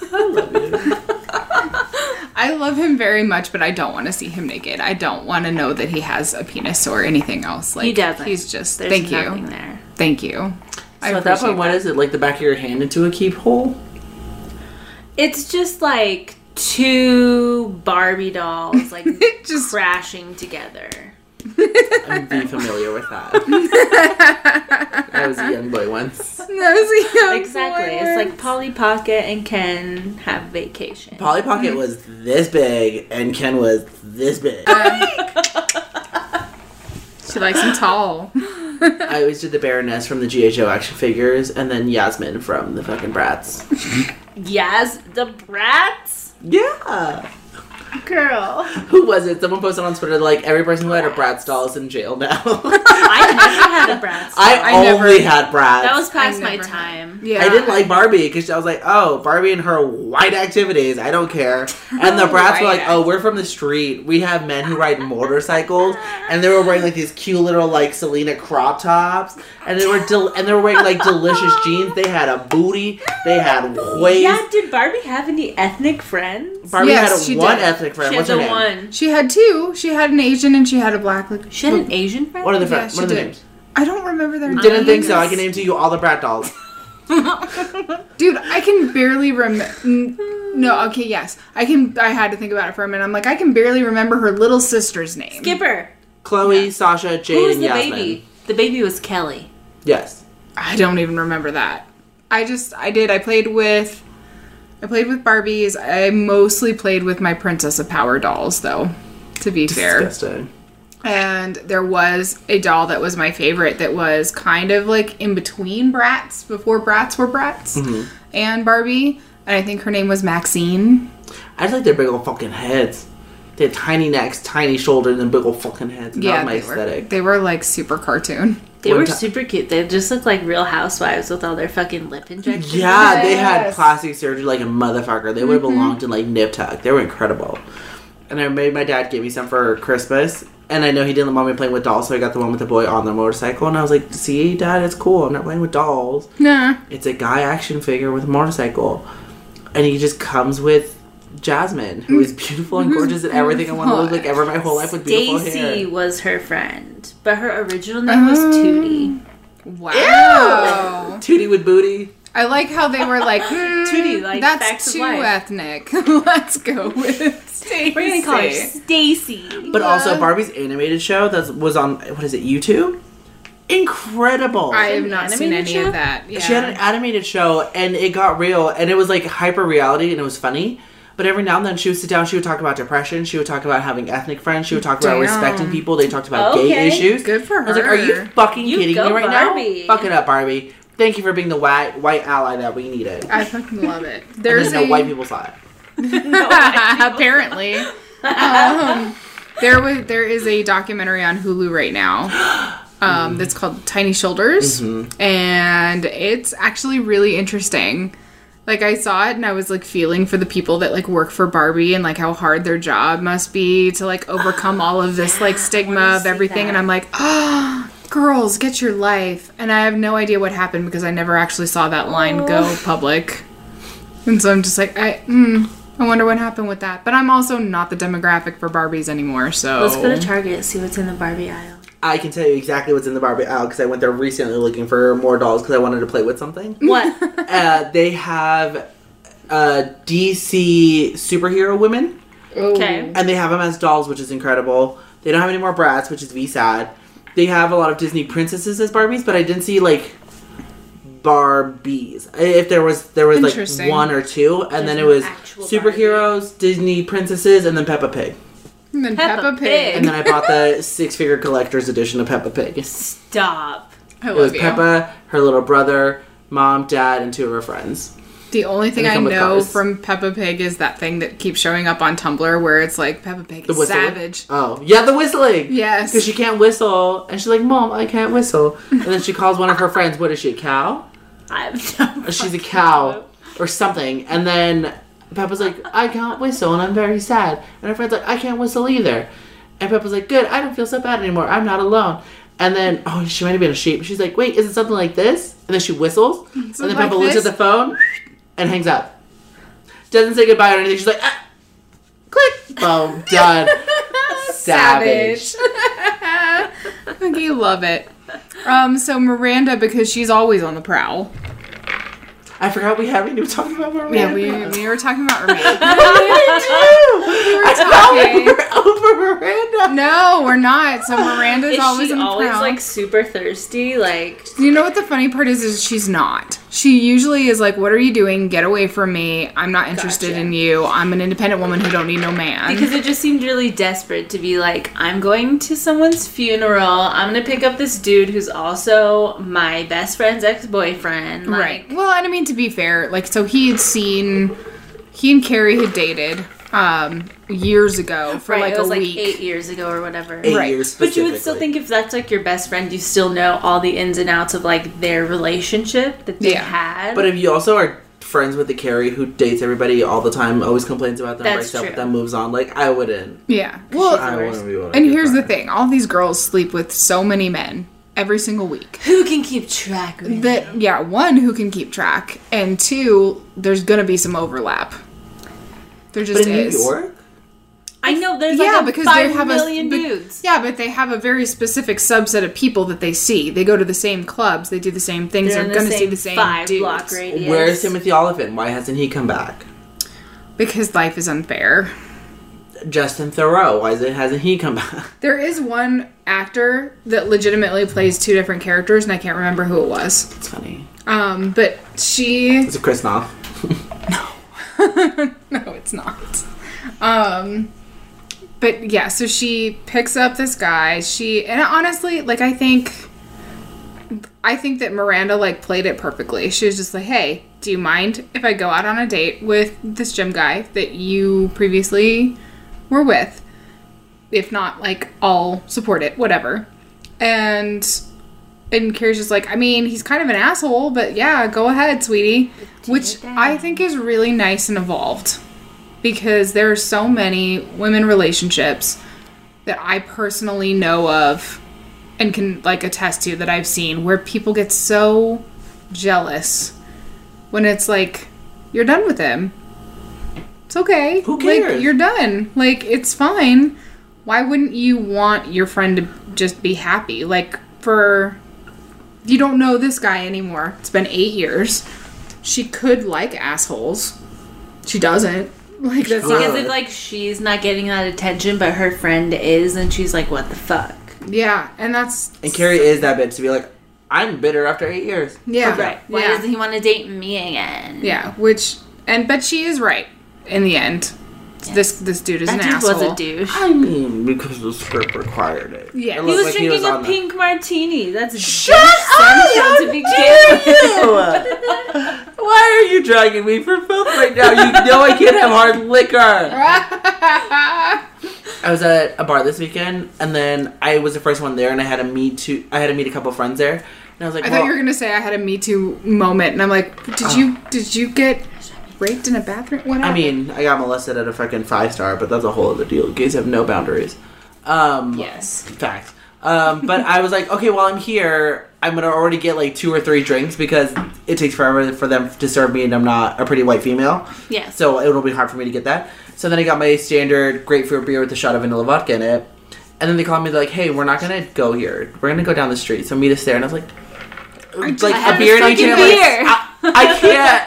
Speaker 1: I love him very much, but I don't want to see him naked. I don't want to know that he has a penis or anything else. Like
Speaker 4: He doesn't.
Speaker 1: He's just
Speaker 4: There's
Speaker 1: thank
Speaker 4: nothing
Speaker 1: you,
Speaker 4: there.
Speaker 1: thank you. I
Speaker 5: So at that
Speaker 1: appreciate
Speaker 5: point, what is it? Like the back of your hand into a keyhole?
Speaker 4: It's just like two Barbie dolls like
Speaker 1: Just-
Speaker 4: crashing together.
Speaker 5: I'd be familiar with that. I was a young boy once.
Speaker 1: That was a young
Speaker 4: Exactly.
Speaker 1: boy.
Speaker 4: It's like Polly Pocket and Ken have vacation.
Speaker 5: Polly Pocket was this big, and Ken was this big.
Speaker 1: she likes him tall.
Speaker 5: I always did the Baroness from the GI Joe action figures, and then Yasmin from the fucking Bratz.
Speaker 4: yes, the brats
Speaker 5: Yeah.
Speaker 4: girl.
Speaker 5: Who was it? Someone posted on Twitter like every person who had a Bratz doll is in jail now.
Speaker 4: I never had a brats.
Speaker 5: I,
Speaker 4: doll.
Speaker 1: I never-
Speaker 5: only had Bratz.
Speaker 4: that was past
Speaker 1: I
Speaker 4: my
Speaker 1: never had-
Speaker 4: time.
Speaker 1: Yeah,
Speaker 5: I didn't like Barbie because I was like, oh, Barbie and her white activities, I don't care. And the brats were like,
Speaker 1: White
Speaker 5: oh, we're from the street. We have men who ride motorcycles, and they were wearing like these cute little like Selena crop tops, and they were del- and they were wearing like delicious jeans. They had a booty. They had waist.
Speaker 4: Yeah, did Barbie have any ethnic friends?
Speaker 5: Barbie
Speaker 1: Yes,
Speaker 5: had
Speaker 1: she
Speaker 5: a one
Speaker 1: did.
Speaker 5: ethnic friend.
Speaker 4: She had
Speaker 5: What's
Speaker 4: the
Speaker 5: her name?
Speaker 4: one.
Speaker 1: She had two. She had an Asian and she had a black. Like
Speaker 4: She had an Asian friend.
Speaker 5: What are the
Speaker 1: Yeah,
Speaker 5: friends?
Speaker 1: she
Speaker 5: what are the
Speaker 1: did.
Speaker 5: names?
Speaker 1: I don't remember their names.
Speaker 5: Didn't think so. I can name to you all the brat dolls.
Speaker 1: Dude, I can barely remember. No, okay, yes, I can. I had to think about it for a minute. I'm like, I can barely remember her little sister's name.
Speaker 4: Skipper.
Speaker 5: Chloe, Sasha, Jade,
Speaker 4: Who was
Speaker 5: and
Speaker 4: the
Speaker 5: Yasmin.
Speaker 4: baby? The baby was Kelly.
Speaker 5: Yes.
Speaker 1: I don't even remember that. I just I did. I played with I played with Barbies. I mostly played with my Princess of Power dolls though, to be fair.
Speaker 5: Disgusting.
Speaker 1: And there was a doll that was my favorite that was kind of like in between Bratz before Bratz were Bratz
Speaker 5: Mm-hmm.
Speaker 1: and Barbie. And I think her name was Maxine.
Speaker 5: I just like their big old fucking heads. They had tiny necks, tiny shoulders, and big old fucking heads. And that was my
Speaker 1: they were,
Speaker 5: aesthetic.
Speaker 1: they were like super cartoon.
Speaker 4: They
Speaker 5: One
Speaker 4: were
Speaker 5: ti-
Speaker 4: super cute. They just looked like real housewives with all their fucking lip injections.
Speaker 5: yeah, they had
Speaker 1: Yes.
Speaker 5: plastic surgery like a motherfucker. They would have belonged in like Nip Tuck. They were incredible. And I made my dad give me some for Christmas. And I know he didn't want me playing with dolls, so I got the one with the boy on the motorcycle. And I was like, see, dad, it's cool. I'm not playing with dolls.
Speaker 1: Nah.
Speaker 5: It's a guy action figure with a motorcycle. And he just comes with Jasmine, who is beautiful and gorgeous and everything I want to look like ever my whole life with beautiful hair.
Speaker 4: Daisy was her friend, but her original name was Tootie.
Speaker 1: Wow.
Speaker 5: Tootie with booty.
Speaker 1: I like how they were like, hmm,
Speaker 4: Tootie, like, facts
Speaker 1: that's
Speaker 4: of
Speaker 1: too
Speaker 4: life."
Speaker 1: ethnic. Let's go with Stacy.
Speaker 4: We're gonna call her Stacy.
Speaker 5: But also
Speaker 1: Yeah.
Speaker 5: Barbie's animated show that was on what is it YouTube? Incredible.
Speaker 1: I have not seen any
Speaker 4: animated show?
Speaker 1: of that. Yeah.
Speaker 5: She had an animated show and it got real and it was like hyper reality and it was funny. But every now and then she would sit down, she would talk about depression, she would talk about having ethnic friends, she would talk about
Speaker 1: Damn.
Speaker 5: respecting people, they talked about gay
Speaker 4: Okay.
Speaker 5: issues.
Speaker 1: Good for her.
Speaker 5: I was like, Are you fucking
Speaker 4: You
Speaker 5: kidding
Speaker 4: go,
Speaker 5: me right
Speaker 4: Barbie.
Speaker 5: now? Fuck it up, Barbie. Thank you for being the white white ally that we needed.
Speaker 1: I fucking love it.
Speaker 5: And
Speaker 1: Uh, There's
Speaker 5: then no white
Speaker 1: a
Speaker 5: people saw it.
Speaker 1: apparently. Um, there was there is a documentary on Hulu right now. Um, that's called Tiny Shoulders,
Speaker 4: Mm-hmm.
Speaker 1: and it's actually really interesting. Like I saw it and I was like feeling for the people that like work for Barbie and like how hard their job must be to like overcome all of this like stigma of
Speaker 4: see
Speaker 1: everything. And
Speaker 4: that.
Speaker 1: I'm like, ah, girls, get your life. And I have no idea what happened because I never actually saw that line go
Speaker 4: Oh.
Speaker 1: public. And so I'm just like, I, mm, I wonder what happened with that. But I'm also not the demographic for Barbies anymore. So
Speaker 4: Let's go to Target and see what's in the Barbie aisle.
Speaker 5: I can tell you exactly what's in the Barbie aisle because I went there recently looking for more dolls because I wanted to play with something.
Speaker 4: What?
Speaker 5: uh, they have uh, DC superhero women,
Speaker 1: Oh.
Speaker 4: Okay.
Speaker 5: and they have them as dolls, which is incredible. They don't have any more brats, which is V sad. They have a lot of Disney princesses as Barbies, but I didn't see like Barbies. I- If there was, there was
Speaker 1: Interesting.
Speaker 5: like one or two, and then it was
Speaker 4: actual
Speaker 5: superheroes, Disney princesses, and then Peppa Pig.
Speaker 1: and then
Speaker 4: Peppa
Speaker 1: Peppa, Pig.
Speaker 5: And then I bought the six-figure collector's edition of Peppa Pig. It
Speaker 4: Stop.
Speaker 1: I
Speaker 5: was
Speaker 1: love you.
Speaker 5: Peppa, her little brother, mom, dad, and two of her friends.
Speaker 1: The only thing
Speaker 5: They
Speaker 1: I
Speaker 5: come with
Speaker 1: know
Speaker 5: cars.
Speaker 1: from Peppa Pig is that thing that keeps showing up on Tumblr where it's like Peppa Pig
Speaker 5: The
Speaker 1: is
Speaker 5: whistle.
Speaker 1: savage.
Speaker 5: Oh, yeah, the whistling.
Speaker 1: Yes.
Speaker 5: Because she can't whistle. And she's like, Mom, I can't whistle. And then she calls one of her friends, what is she, a cow?
Speaker 4: I have no.
Speaker 5: Or She's a cow or something. And then Peppa's like, I can't whistle and I'm very sad. And her friend's like, I can't whistle either. And Peppa's like, Good, I don't feel so bad anymore. I'm not alone. And then, oh, she might have been a sheep. She's like, Wait, is it something like this? And then she whistles. And then
Speaker 1: like
Speaker 5: Peppa looks
Speaker 1: this?
Speaker 5: at the phone and hangs up. Doesn't say goodbye or anything. She's like, ah.
Speaker 1: Click.
Speaker 5: Boom. Done. Savage.
Speaker 1: okay, love it. Um, so Miranda, because she's always on the prowl.
Speaker 5: I forgot we haven't even talked about Miranda.
Speaker 1: Yeah, we, we were talking about Miranda.
Speaker 5: we
Speaker 1: were talking.
Speaker 5: over Miranda.
Speaker 1: no, we're not. So Miranda's
Speaker 4: Is
Speaker 1: always
Speaker 4: she
Speaker 1: on the
Speaker 4: always
Speaker 1: prowl.
Speaker 4: like super thirsty? Like
Speaker 1: you know what the funny part is? Is she's not. She usually is like, "What are you doing? Get away from me! I'm not interested
Speaker 4: Gotcha.
Speaker 1: in you. I'm an independent woman who don't need no man."
Speaker 4: because it just seemed really desperate to be like, I'm going to someone's funeral. I'm gonna pick up this dude who's also my best friend's ex boyfriend. Like,
Speaker 1: right. Well, and I mean to be fair, like so he had seen he and Carrie had dated um years ago for
Speaker 4: right,
Speaker 1: like
Speaker 4: it
Speaker 1: a
Speaker 4: was like
Speaker 1: week.
Speaker 4: eight years ago or whatever.
Speaker 5: Eight
Speaker 1: Right.
Speaker 5: years
Speaker 4: But you would still
Speaker 5: specifically.
Speaker 4: think if that's like your best friend, you still know all the ins and outs of like their relationship that they
Speaker 1: Yeah.
Speaker 4: had.
Speaker 5: But if you also are friends with the Carrie who dates everybody all the time, always complains about them,
Speaker 4: That's
Speaker 5: breaks up
Speaker 4: true.
Speaker 5: with them, moves on, like I wouldn't.
Speaker 1: Yeah. Well,
Speaker 5: I wouldn't be one of
Speaker 1: and
Speaker 5: your
Speaker 1: here's the
Speaker 5: friends.
Speaker 1: thing: all these girls sleep with so many men every single week.
Speaker 4: who can keep track of it?
Speaker 1: That yeah, one who can keep track, and two, there's gonna be some overlap. There just
Speaker 5: But in
Speaker 1: is.
Speaker 5: New York,
Speaker 4: I know there's
Speaker 1: yeah,
Speaker 4: like a
Speaker 1: because
Speaker 4: five
Speaker 1: they have
Speaker 4: million
Speaker 1: a but-
Speaker 4: dudes.
Speaker 1: Yeah, but they have a very specific subset of people that they see. They go to the same clubs, they do the same things. They're,
Speaker 4: in
Speaker 1: gonna see the same
Speaker 4: five
Speaker 1: dudes.
Speaker 4: block radius.
Speaker 5: where's Timothy Oliphant? Why hasn't he come back?
Speaker 1: because life is unfair.
Speaker 5: Justin Thoreau? Why is it, hasn't he come back?
Speaker 1: There is one actor that legitimately plays two different characters, and I can't remember who it was.
Speaker 5: It's funny.
Speaker 1: Um, but she
Speaker 5: It's a Chris Noth.
Speaker 1: no, it's not. Um, but yeah, so she picks up this guy. She and honestly, like I think, I think that Miranda like played it perfectly. She was just like, "Hey, do you mind if I go out on a date with this gym guy that you previously were with? If not, like I'll support it, whatever." And and Carrie's just like, I mean, he's kind of an asshole, but yeah, go ahead, sweetie. Which I think is really nice and evolved because there are so many women relationships that I personally know of and can like attest to that I've seen where people get so jealous when it's like, you're done with him. It's okay.
Speaker 5: Who
Speaker 1: Like,
Speaker 5: cares?
Speaker 1: you're done. Like, it's fine. Why wouldn't you want your friend to just be happy? Like, for you don't know this guy anymore. It's been eight years. She could like assholes. She doesn't. Like that's
Speaker 4: Because
Speaker 1: not.
Speaker 4: if like she's not getting that attention, but her friend is, and she's like, "What the fuck?"
Speaker 1: Yeah, and that's
Speaker 5: And Carrie is that bitch to be like, I'm bitter after eight years.
Speaker 1: yeah,
Speaker 4: Why
Speaker 1: yeah,
Speaker 4: doesn't he want to date me again?
Speaker 1: yeah. Which and but she is right in the end. This this dude is
Speaker 4: that
Speaker 1: an
Speaker 4: dude
Speaker 1: asshole.
Speaker 4: was a douche.
Speaker 5: I mean, because the script required it.
Speaker 1: Yeah. He
Speaker 5: It
Speaker 4: He
Speaker 5: looked
Speaker 4: was
Speaker 5: like
Speaker 4: drinking
Speaker 5: on
Speaker 4: a
Speaker 5: the-
Speaker 4: pink martini. That's
Speaker 5: Shut
Speaker 4: essential
Speaker 5: up!
Speaker 4: to begin. with.
Speaker 5: Why are you dragging me for filth right now? You know I can't have hard liquor. I was at a bar this weekend, and then I was the first one there, and I had to meet two. I had to meet a couple friends there, and I was like,
Speaker 1: I
Speaker 5: well,
Speaker 1: thought you were gonna say I had a Me Too moment, and I'm like, did you did you get raped in a bathroom? What
Speaker 5: Oh. I
Speaker 1: happened?
Speaker 5: mean, I got molested at a fucking five star, but that's a whole other deal. Gays have no boundaries. Um,
Speaker 4: yes.
Speaker 5: Fact. Um, but I was like, okay, while I'm here, I'm gonna already get like two or three drinks because it takes forever for them to serve me, and I'm not a pretty white female.
Speaker 4: Yes.
Speaker 5: So it'll be hard for me to get that. So then I got my standard grapefruit beer with a shot of vanilla vodka in it. And then they called me like, "Hey, we're not gonna go here. We're gonna go down the street. So meet us there." And I was like, "Like
Speaker 1: had
Speaker 5: a beer
Speaker 1: a
Speaker 5: in each
Speaker 1: fucking
Speaker 5: hand.
Speaker 1: beer.
Speaker 5: Like, I, I can't.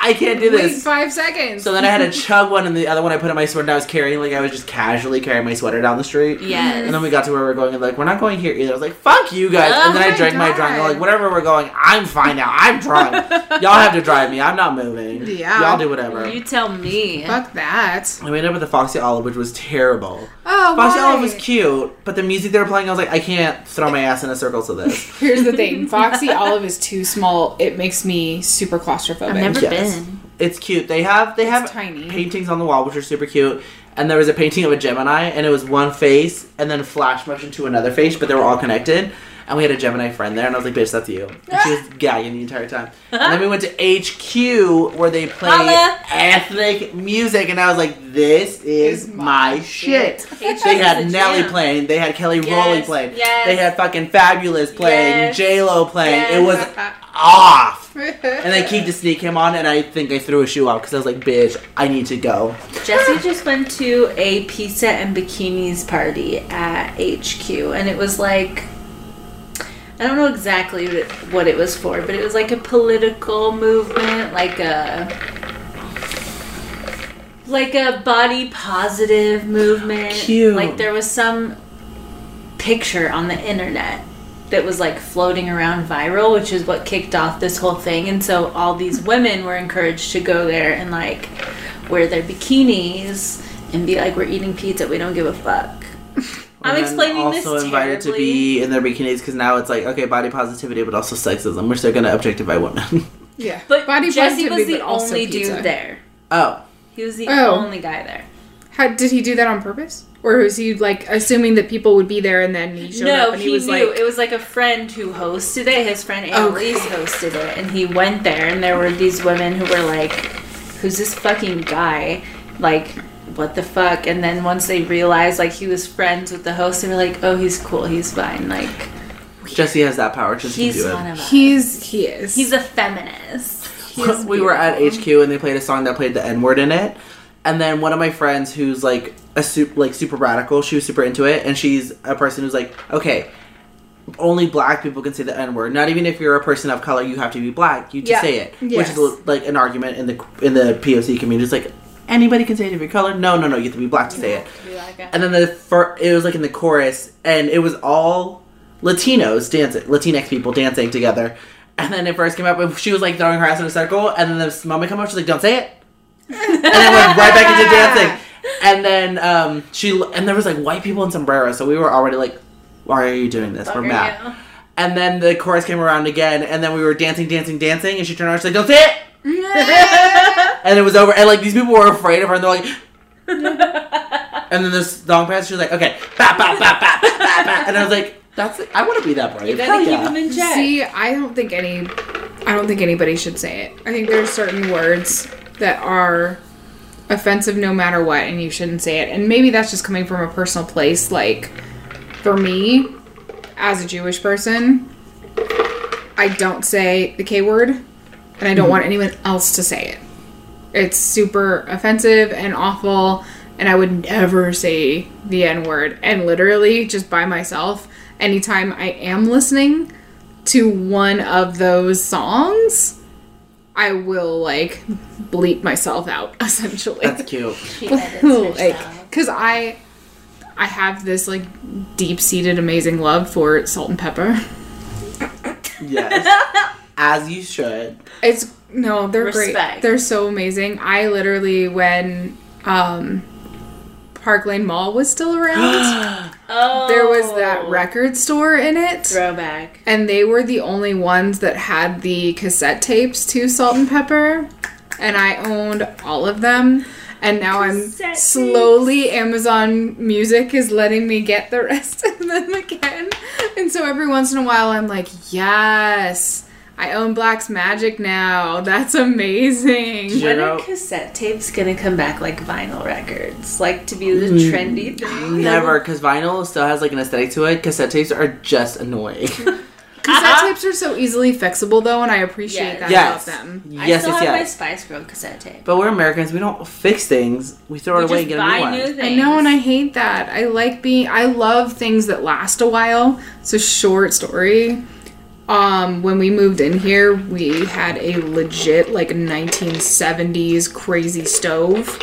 Speaker 5: I can't do
Speaker 1: wait
Speaker 5: this."
Speaker 1: five seconds.
Speaker 5: So then I had to chug one, and the other one I put in my sweater. And I was carrying like I was just casually carrying my sweater down the street.
Speaker 4: Yes.
Speaker 5: And then we got to where we are going, and like we're not going here either. I was like, "Fuck you guys!" and then
Speaker 1: Oh
Speaker 5: I
Speaker 1: my
Speaker 5: drank my drink.
Speaker 1: God.
Speaker 5: Like whatever we're going, I'm fine now. I'm drunk. Y'all have to drive me. I'm not moving.
Speaker 1: Yeah.
Speaker 5: Y'all do whatever.
Speaker 4: You tell me.
Speaker 1: Fuck that.
Speaker 5: I ended up at the Foxy Olive, which was terrible.
Speaker 1: Oh,
Speaker 5: Foxy
Speaker 1: why?
Speaker 5: Olive was cute, but the music they were playing, I was like, I can't throw my ass in a circle to this.
Speaker 1: Here's the thing: Foxy Olive is too small. It makes me super claustrophobic.
Speaker 4: I've never
Speaker 5: Yes.
Speaker 4: been.
Speaker 5: It's cute. They have they have
Speaker 1: tiny.
Speaker 5: paintings on the wall, which are super cute. And there was a painting of a Gemini, and it was one face, and then flash motion to another face, but they were all connected. And we had a Gemini friend there, and I was like, "Bitch, that's you." And she was gagging the entire time. And then we went to HQ where they play
Speaker 4: Holla.
Speaker 5: ethnic music, and I was like, "This is my shit." They had Nelly playing. They had Kelly
Speaker 4: Yes,
Speaker 5: Rowley playing.
Speaker 4: yes.
Speaker 5: They had fucking Fabulous playing.
Speaker 4: Yes.
Speaker 5: J Lo playing.
Speaker 4: Yes.
Speaker 5: It was off. And I keep to sneak him on, and I think I threw a shoe out because I was like, "Bitch, I need to go."
Speaker 4: Jesse just went to a pizza and bikinis party at HQ, and it was like I don't know exactly what it- what it was for, but it was like a political movement, like a like a body positive movement.
Speaker 5: Cute.
Speaker 4: Like there was some picture on the internet that was like floating around viral, which is what kicked off this whole thing. And so all these women were encouraged to go there and like wear their bikinis and be like, we're eating pizza, we don't give a fuck. I'm
Speaker 5: And
Speaker 4: explaining this
Speaker 5: also invited to be in their bikinis because now it's like okay, body positivity, but also sexism. We're still gonna objectify women.
Speaker 1: Yeah.
Speaker 4: But Jesse was
Speaker 1: positivity,
Speaker 4: the
Speaker 1: but also
Speaker 4: only
Speaker 1: pizza.
Speaker 4: dude there.
Speaker 5: oh,
Speaker 4: He was the
Speaker 1: Oh.
Speaker 4: only guy there.
Speaker 1: How did he do that on purpose? Or was he like assuming that people would be there and then he showed
Speaker 4: no,
Speaker 1: up and
Speaker 4: he,
Speaker 1: he, was
Speaker 4: knew.
Speaker 1: like
Speaker 4: it was like a friend who hosted it. His friend Annalise hosted it, and he went there, and there were these women who were like, "Who's this fucking guy? Like, what the fuck?" And then once they realized like he was friends with the host, they were like, "Oh, he's cool. He's fine. Like,
Speaker 5: Jesse has that power. Just to
Speaker 4: he's
Speaker 5: do
Speaker 4: one
Speaker 5: it.
Speaker 4: of us.
Speaker 1: he's he is.
Speaker 4: He's a feminist."
Speaker 5: we were at HQ and they played a song that played the N word in it. And then one of my friends who's like a super like super radical, she was super into it, and she's a person who's like, okay, only black people can say the N word. Not even if you're a person of color, you have to be black. You just
Speaker 1: Yeah.
Speaker 5: say it,
Speaker 1: Yes.
Speaker 5: which is like an argument in the in the POC community. It's like anybody can say it if you're color. No, no, no, you have to be black to say it. And then the fir- it was like in the chorus, and it was all Latinos dancing, Latinx people dancing together. And then it first came up, and she was like throwing her ass in a circle. And then this moment come up, she's like, "Don't say it," and then went right back into dancing. And then um, she and there was like white people in sombreros, so we were already like, "Why are you doing this?" we're
Speaker 4: Bugger
Speaker 5: mad.
Speaker 4: you.
Speaker 5: And then the chorus came around again, and then we were dancing, dancing, dancing, and she turned around, she's like, "Don't say it," and it was over. And like these people were afraid of her, and they're like. And then this song passed. She was like, "Okay, bap, bap, bap, bap, bap, bap, bap." and I was like, "That's it. I want to be that brave."
Speaker 4: You gotta
Speaker 5: Hell
Speaker 4: keep
Speaker 5: yeah.
Speaker 4: him in check.
Speaker 1: See, I don't think any I don't think anybody should say it. I think there's certain words that are offensive no matter what and you shouldn't say it. And maybe that's just coming from a personal place like for me as a Jewish person, I don't say the K word and I don't want anyone else to say it. It's super offensive and awful and I would never say the N word. And literally just by myself, anytime I am listening, to one of those songs, I will like bleep myself out essentially.
Speaker 5: That's cute.
Speaker 4: She edits
Speaker 1: like
Speaker 4: herself.
Speaker 1: cuz I I have this like deep-seated amazing love for salt and pepper.
Speaker 5: Yes, as you should.
Speaker 1: It's no, they're
Speaker 4: Respect.
Speaker 1: great. They're so amazing. I literally when um Park Lane Mall was still around,
Speaker 4: oh,
Speaker 1: there was that record store in it.
Speaker 4: throwback.
Speaker 1: and they were the only ones that had the cassette tapes to Salt and Pepper, and I owned all of them. And now I'm
Speaker 4: Cassette
Speaker 1: slowly Amazon Music is letting me get the rest of them again, and so every once in a while I'm like, yes, I own Black's Magic now. That's amazing.
Speaker 5: You
Speaker 4: When
Speaker 5: know-
Speaker 4: are cassette tapes gonna come back like vinyl records? Like to be the trendy thing?
Speaker 5: Never, because vinyl still has like an aesthetic to it. Cassette tapes are just annoying.
Speaker 1: Cassette tapes are so easily fixable though, and I appreciate
Speaker 4: Yes.
Speaker 1: that
Speaker 5: Uh-huh. yes,
Speaker 1: about them.
Speaker 5: yes,
Speaker 4: I
Speaker 5: yes,
Speaker 4: still have my
Speaker 5: yes.
Speaker 4: Spice Girl cassette tape.
Speaker 5: But we're Americans. We don't fix things. We throw it
Speaker 4: We
Speaker 5: away and
Speaker 4: just
Speaker 5: get a new
Speaker 4: buy
Speaker 5: one.
Speaker 4: new things.
Speaker 1: I know, and I hate that. I like being. I love things that last a while. It's a short story. Um, when we moved in here, we had a legit like 1970s crazy stove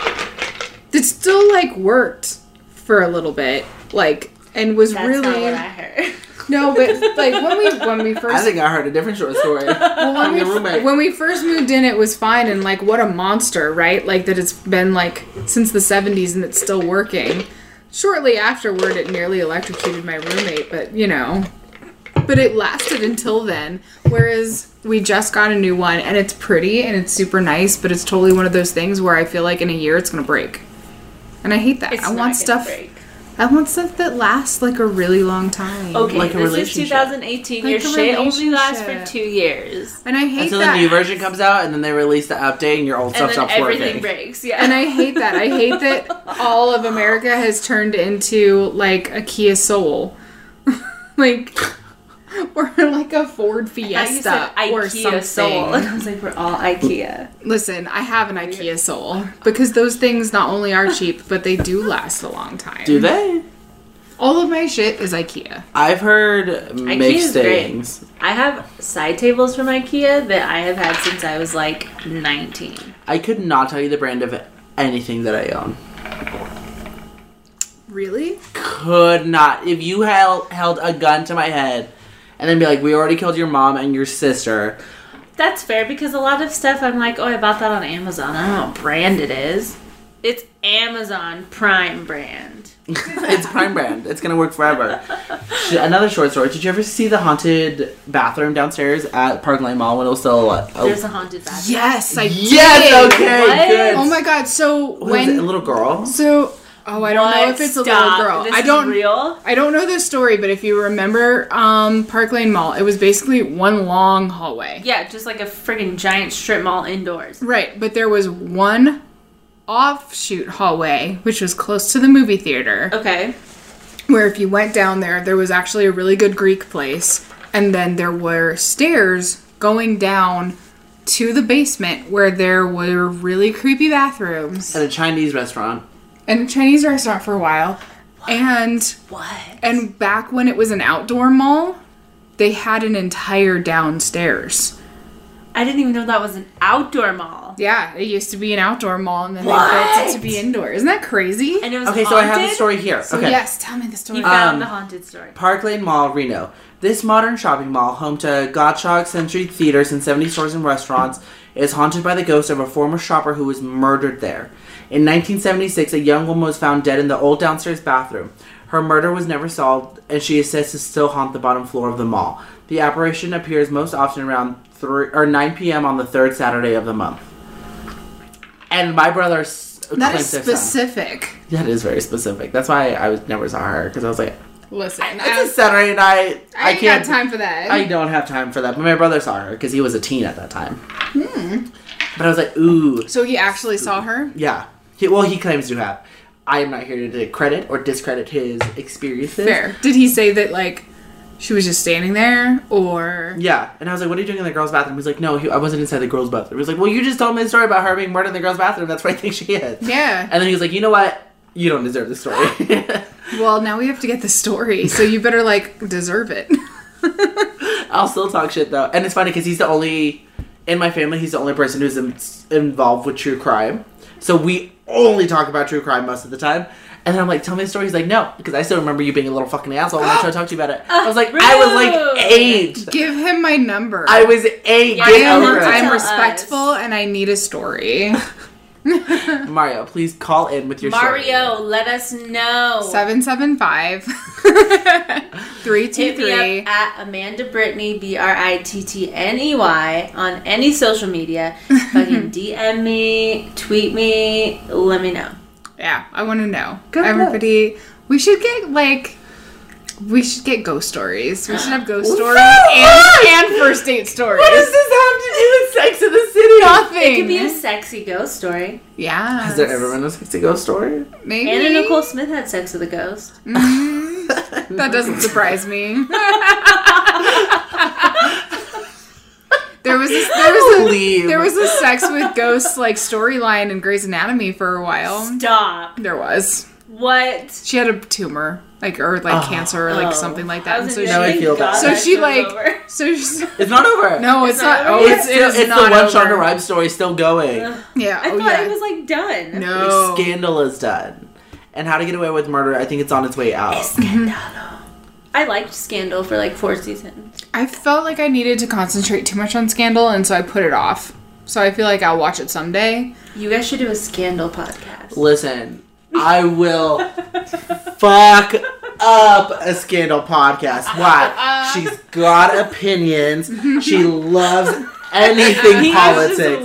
Speaker 1: that still like worked for a little bit, like and was
Speaker 4: That's
Speaker 1: really
Speaker 4: not what I heard.
Speaker 1: no, but like when we when we
Speaker 5: I
Speaker 1: first
Speaker 5: think I heard a different short story.
Speaker 1: well, when,
Speaker 5: I'm
Speaker 1: we,
Speaker 5: your roommate.
Speaker 1: when we first moved in, it was fine, and like, what a monster, right? Like that it's been like since the '70s and it's still working. Shortly afterward, it nearly electrocuted my roommate, but you know, but it lasted until then. Whereas we just got a new one, and it's pretty and it's super nice, but it's totally one of those things where I feel like in a year it's gonna break, and I hate that.
Speaker 4: It's
Speaker 1: I
Speaker 4: not
Speaker 1: want
Speaker 4: gonna
Speaker 1: stuff.
Speaker 4: break.
Speaker 1: I want stuff that lasts like a really long time.
Speaker 4: Okay,
Speaker 5: Like a
Speaker 4: this is
Speaker 5: relationship.
Speaker 4: 2018. Your
Speaker 1: Like a
Speaker 4: shit only lasts for
Speaker 1: relationship.
Speaker 4: two years,
Speaker 1: And I hate
Speaker 5: Until
Speaker 1: that.
Speaker 5: the new version comes out, and then they release the update, and your old
Speaker 4: and
Speaker 5: stuff
Speaker 4: then
Speaker 5: stops
Speaker 4: everything
Speaker 5: working.
Speaker 4: breaks. Yeah,
Speaker 1: And I hate that. I hate that all of America has turned into like a Kia Soul. like or like a Ford
Speaker 4: I thought you
Speaker 1: Fiesta
Speaker 4: said IKEA
Speaker 1: or something.
Speaker 4: soul, and I was like, we're all IKEA.
Speaker 1: Listen, I have an IKEA soul because those things not only are cheap, but they do last a long time.
Speaker 5: Do they?
Speaker 1: All of my shit is IKEA.
Speaker 5: I've heard mixed
Speaker 4: IKEA's great.
Speaker 5: things.
Speaker 4: I have side tables from IKEA that I have had since I was like 19.
Speaker 5: I could not tell you the brand of anything that I own.
Speaker 1: Really?
Speaker 5: Could not. If you held held a gun to my head and then be like, "We already killed your mom and your sister,"
Speaker 4: That's fair because a lot of stuff I'm like, oh, I bought that on Amazon. I don't know what brand it is. It's Amazon Prime brand.
Speaker 5: it's prime brand. It's gonna work forever. Sh- Another short story. Did you ever see the haunted bathroom downstairs at Parkland Mall when it was still a,
Speaker 1: Oh.
Speaker 5: a
Speaker 4: There's a haunted bathroom.
Speaker 1: Yes, I
Speaker 5: Yes.
Speaker 1: did.
Speaker 5: Okay.
Speaker 4: What?
Speaker 5: Good.
Speaker 1: Oh my god. So
Speaker 5: What is
Speaker 1: when
Speaker 5: it, a little girl.
Speaker 1: so oh I don't know if it's a little girl. I don't
Speaker 4: Is real.
Speaker 1: I don't know this story, but if you remember um, Park Lane Mall, it was basically one long hallway.
Speaker 4: Yeah, just like a friggin' giant strip mall indoors.
Speaker 1: Right, but there was one offshoot hallway, which was close to the movie theater,
Speaker 4: Okay.
Speaker 1: where if you went down there, there was actually a really good Greek place, and then there were stairs going down to the basement where there were really creepy bathrooms
Speaker 5: At a Chinese restaurant.
Speaker 1: and a Chinese restaurant for a while. And
Speaker 4: What?
Speaker 1: and back when it was an outdoor mall, they had an entire downstairs.
Speaker 4: I didn't even know that was an outdoor mall.
Speaker 1: Yeah, it used to be an outdoor mall and then they
Speaker 4: What?
Speaker 1: built it to be indoor. Isn't that crazy?
Speaker 4: And it was
Speaker 5: Okay, so I have the
Speaker 4: haunted?
Speaker 5: story here.
Speaker 1: So
Speaker 5: okay.
Speaker 1: yes, tell me the
Speaker 4: You
Speaker 1: story.
Speaker 4: found
Speaker 5: Um,
Speaker 4: the haunted story.
Speaker 5: Park Lane Mall, Reno. This modern shopping mall, home to Gottschalk Century Theaters and 70 stores and restaurants, is haunted by the ghost of a former shopper who was murdered there. In 1976, a young woman was found dead in the old downstairs bathroom. Her murder was never solved, and she is said to still haunt the bottom floor of the mall. The apparition appears most often around 3 or 9 p.m. on the third Saturday of the month. And my brother s-
Speaker 1: that
Speaker 5: claims
Speaker 1: is
Speaker 5: to have seen-
Speaker 1: specific.
Speaker 5: That is very specific. That's why I was never saw her because I was like,
Speaker 1: Listen, I,
Speaker 5: it's a Saturday night.
Speaker 1: I
Speaker 5: I,
Speaker 1: ain't
Speaker 5: can't.
Speaker 1: got time for that.
Speaker 5: I don't have time for that. But my brother saw her because he was a teen at that time.
Speaker 1: Hmm.
Speaker 5: But I was like, ooh,
Speaker 1: so he actually saw her.
Speaker 5: yeah. He, well, he claims to have. I am not here to credit or discredit his experiences.
Speaker 1: Fair. Did he say that like she was just standing there, or
Speaker 5: Yeah. And I was like, what are you doing in the girls' bathroom? He's like, no, he, I wasn't inside the girls' bathroom. He was like, well, you just told me the story about her being murdered in the girls' bathroom. That's where I think she is.
Speaker 1: yeah?
Speaker 5: And then he was like, you know what? You don't deserve the story.
Speaker 1: well, now we have to get the story, so you better like deserve it.
Speaker 5: I'll still talk shit though, and it's funny because he's the only in my family. He's the only person who's in, involved with true crime, so we only talk about true crime most of the time. And then I'm like, "Tell me the story." He's like, "No," because I still remember you being a little fucking asshole when I tried to talk to you about it. I was like, "I was like
Speaker 4: Rude.
Speaker 5: eight.
Speaker 1: Give him my number.
Speaker 5: I was eight.
Speaker 4: Yeah,
Speaker 1: I
Speaker 5: Get
Speaker 1: am,
Speaker 4: you
Speaker 5: over
Speaker 4: have to
Speaker 1: I'm
Speaker 4: tell
Speaker 5: it."
Speaker 4: us.
Speaker 1: respectful, and I need a story.
Speaker 5: Mario, please call in with your story.
Speaker 4: Mario, let us know.
Speaker 1: 775
Speaker 4: Hit me
Speaker 1: 323
Speaker 4: up at Amanda Brittany, B R I T T N E Y, on any social media. Fucking DM me, tweet me, let me know.
Speaker 1: Yeah, I want to know.
Speaker 5: Good
Speaker 1: Everybody, we should get like we should get ghost stories. We should have ghost stories
Speaker 5: What?
Speaker 1: and, and first date stories.
Speaker 5: What does this have to do with Sex in the City?
Speaker 1: Nothing.
Speaker 4: It could be a sexy ghost story.
Speaker 1: yeah.
Speaker 5: Has there ever been a sexy ghost story?
Speaker 1: Maybe.
Speaker 4: Anna Nicole Smith had sex with a ghost.
Speaker 1: That doesn't surprise me. there was a, there was a,
Speaker 5: Believe.
Speaker 1: there was a sex with ghosts like storyline in Grey's Anatomy for a while.
Speaker 4: Stop.
Speaker 1: There was.
Speaker 4: What?
Speaker 1: She had a tumor, like or
Speaker 5: Ah.
Speaker 1: like cancer or like
Speaker 4: Oh.
Speaker 1: something like
Speaker 4: I
Speaker 1: that.
Speaker 4: was
Speaker 1: And so
Speaker 4: like,
Speaker 1: she,
Speaker 5: Now I
Speaker 4: thank
Speaker 5: feel
Speaker 4: God
Speaker 5: bad.
Speaker 1: So
Speaker 4: that
Speaker 1: she,
Speaker 4: show's
Speaker 1: like- oh,
Speaker 4: over.
Speaker 1: so she's,
Speaker 5: It's not over.
Speaker 1: no, it's,
Speaker 4: not
Speaker 1: not.
Speaker 4: over
Speaker 1: Oh,
Speaker 4: yet?
Speaker 1: it's, it is
Speaker 5: it's
Speaker 1: not
Speaker 5: the one
Speaker 1: over.
Speaker 5: Shonda Rhimes story still going.
Speaker 1: Yeah.
Speaker 4: I
Speaker 1: oh,
Speaker 4: thought
Speaker 1: yeah.
Speaker 4: it was like done.
Speaker 1: no.
Speaker 5: Scandal is done. And How to Get Away with Murder, I think it's on its way out.
Speaker 4: I liked Scandal for like four seasons.
Speaker 1: I felt like I needed to concentrate too much on Scandal, and so I put it off. So I feel like I'll watch it someday.
Speaker 4: You guys should do a Scandal podcast.
Speaker 5: Listen, I will fuck up a Scandal podcast. Why? She's got opinions. She loves anything politics.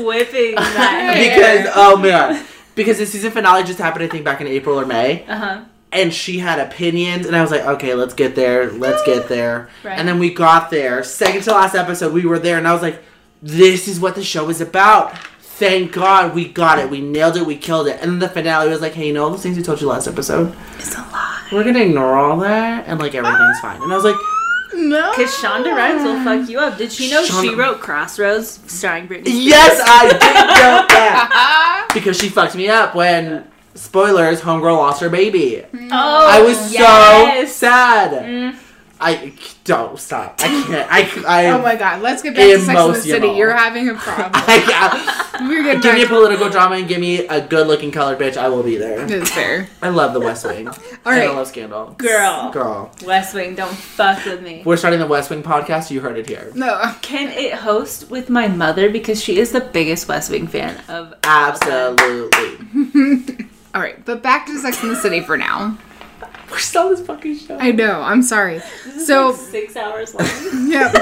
Speaker 4: whipping that.
Speaker 5: Because, oh man. Because the season finale just happened, I think, back in April or May.
Speaker 4: uh
Speaker 1: Uh-huh.
Speaker 4: huh.
Speaker 5: and she had opinions and i was like okay let's get there let's get there
Speaker 4: Right.
Speaker 5: and then we got there second to last episode we were there and i was like this is what the show is about thank god we got it we nailed it we killed it and then the finale was like hey you know all those things we told you last episode
Speaker 4: It's a Ah. lot.
Speaker 5: we're gonna ignore all that and like everything's fine and i was like
Speaker 1: No.
Speaker 4: Because Shonda Rhimes will fuck you up. Did she know she
Speaker 5: Shonda-
Speaker 4: wrote Crossroads starring Britney? Spears?
Speaker 5: Yes, I did know that because she fucked me up when spoilers, homegirl lost her baby.
Speaker 4: Oh,
Speaker 5: I was
Speaker 4: yes. Mm.
Speaker 5: so sad. I don't stop. I can't. I I.
Speaker 1: Oh my god, let's get back to Sex and the City.
Speaker 5: Emotional.
Speaker 1: You're having a problem.
Speaker 5: I-
Speaker 1: We're getting
Speaker 5: give me a
Speaker 1: back.
Speaker 5: political drama and give me a good-looking colored bitch. I will be there.
Speaker 1: It's fair.
Speaker 5: I love The West Wing.
Speaker 1: All
Speaker 5: And I
Speaker 1: right.
Speaker 5: love Scandal.
Speaker 4: Girl.
Speaker 5: Girl,
Speaker 4: West Wing, don't fuck with me.
Speaker 5: we're starting the West Wing podcast. You heard it here.
Speaker 1: No.
Speaker 4: Can it host with my mother because she is the biggest West Wing fan of
Speaker 5: Absolutely.
Speaker 1: All right, but back to Sex and the City for now.
Speaker 5: We're still this fucking show.
Speaker 1: I know. I'm sorry. So
Speaker 4: six hours long.
Speaker 1: yeah.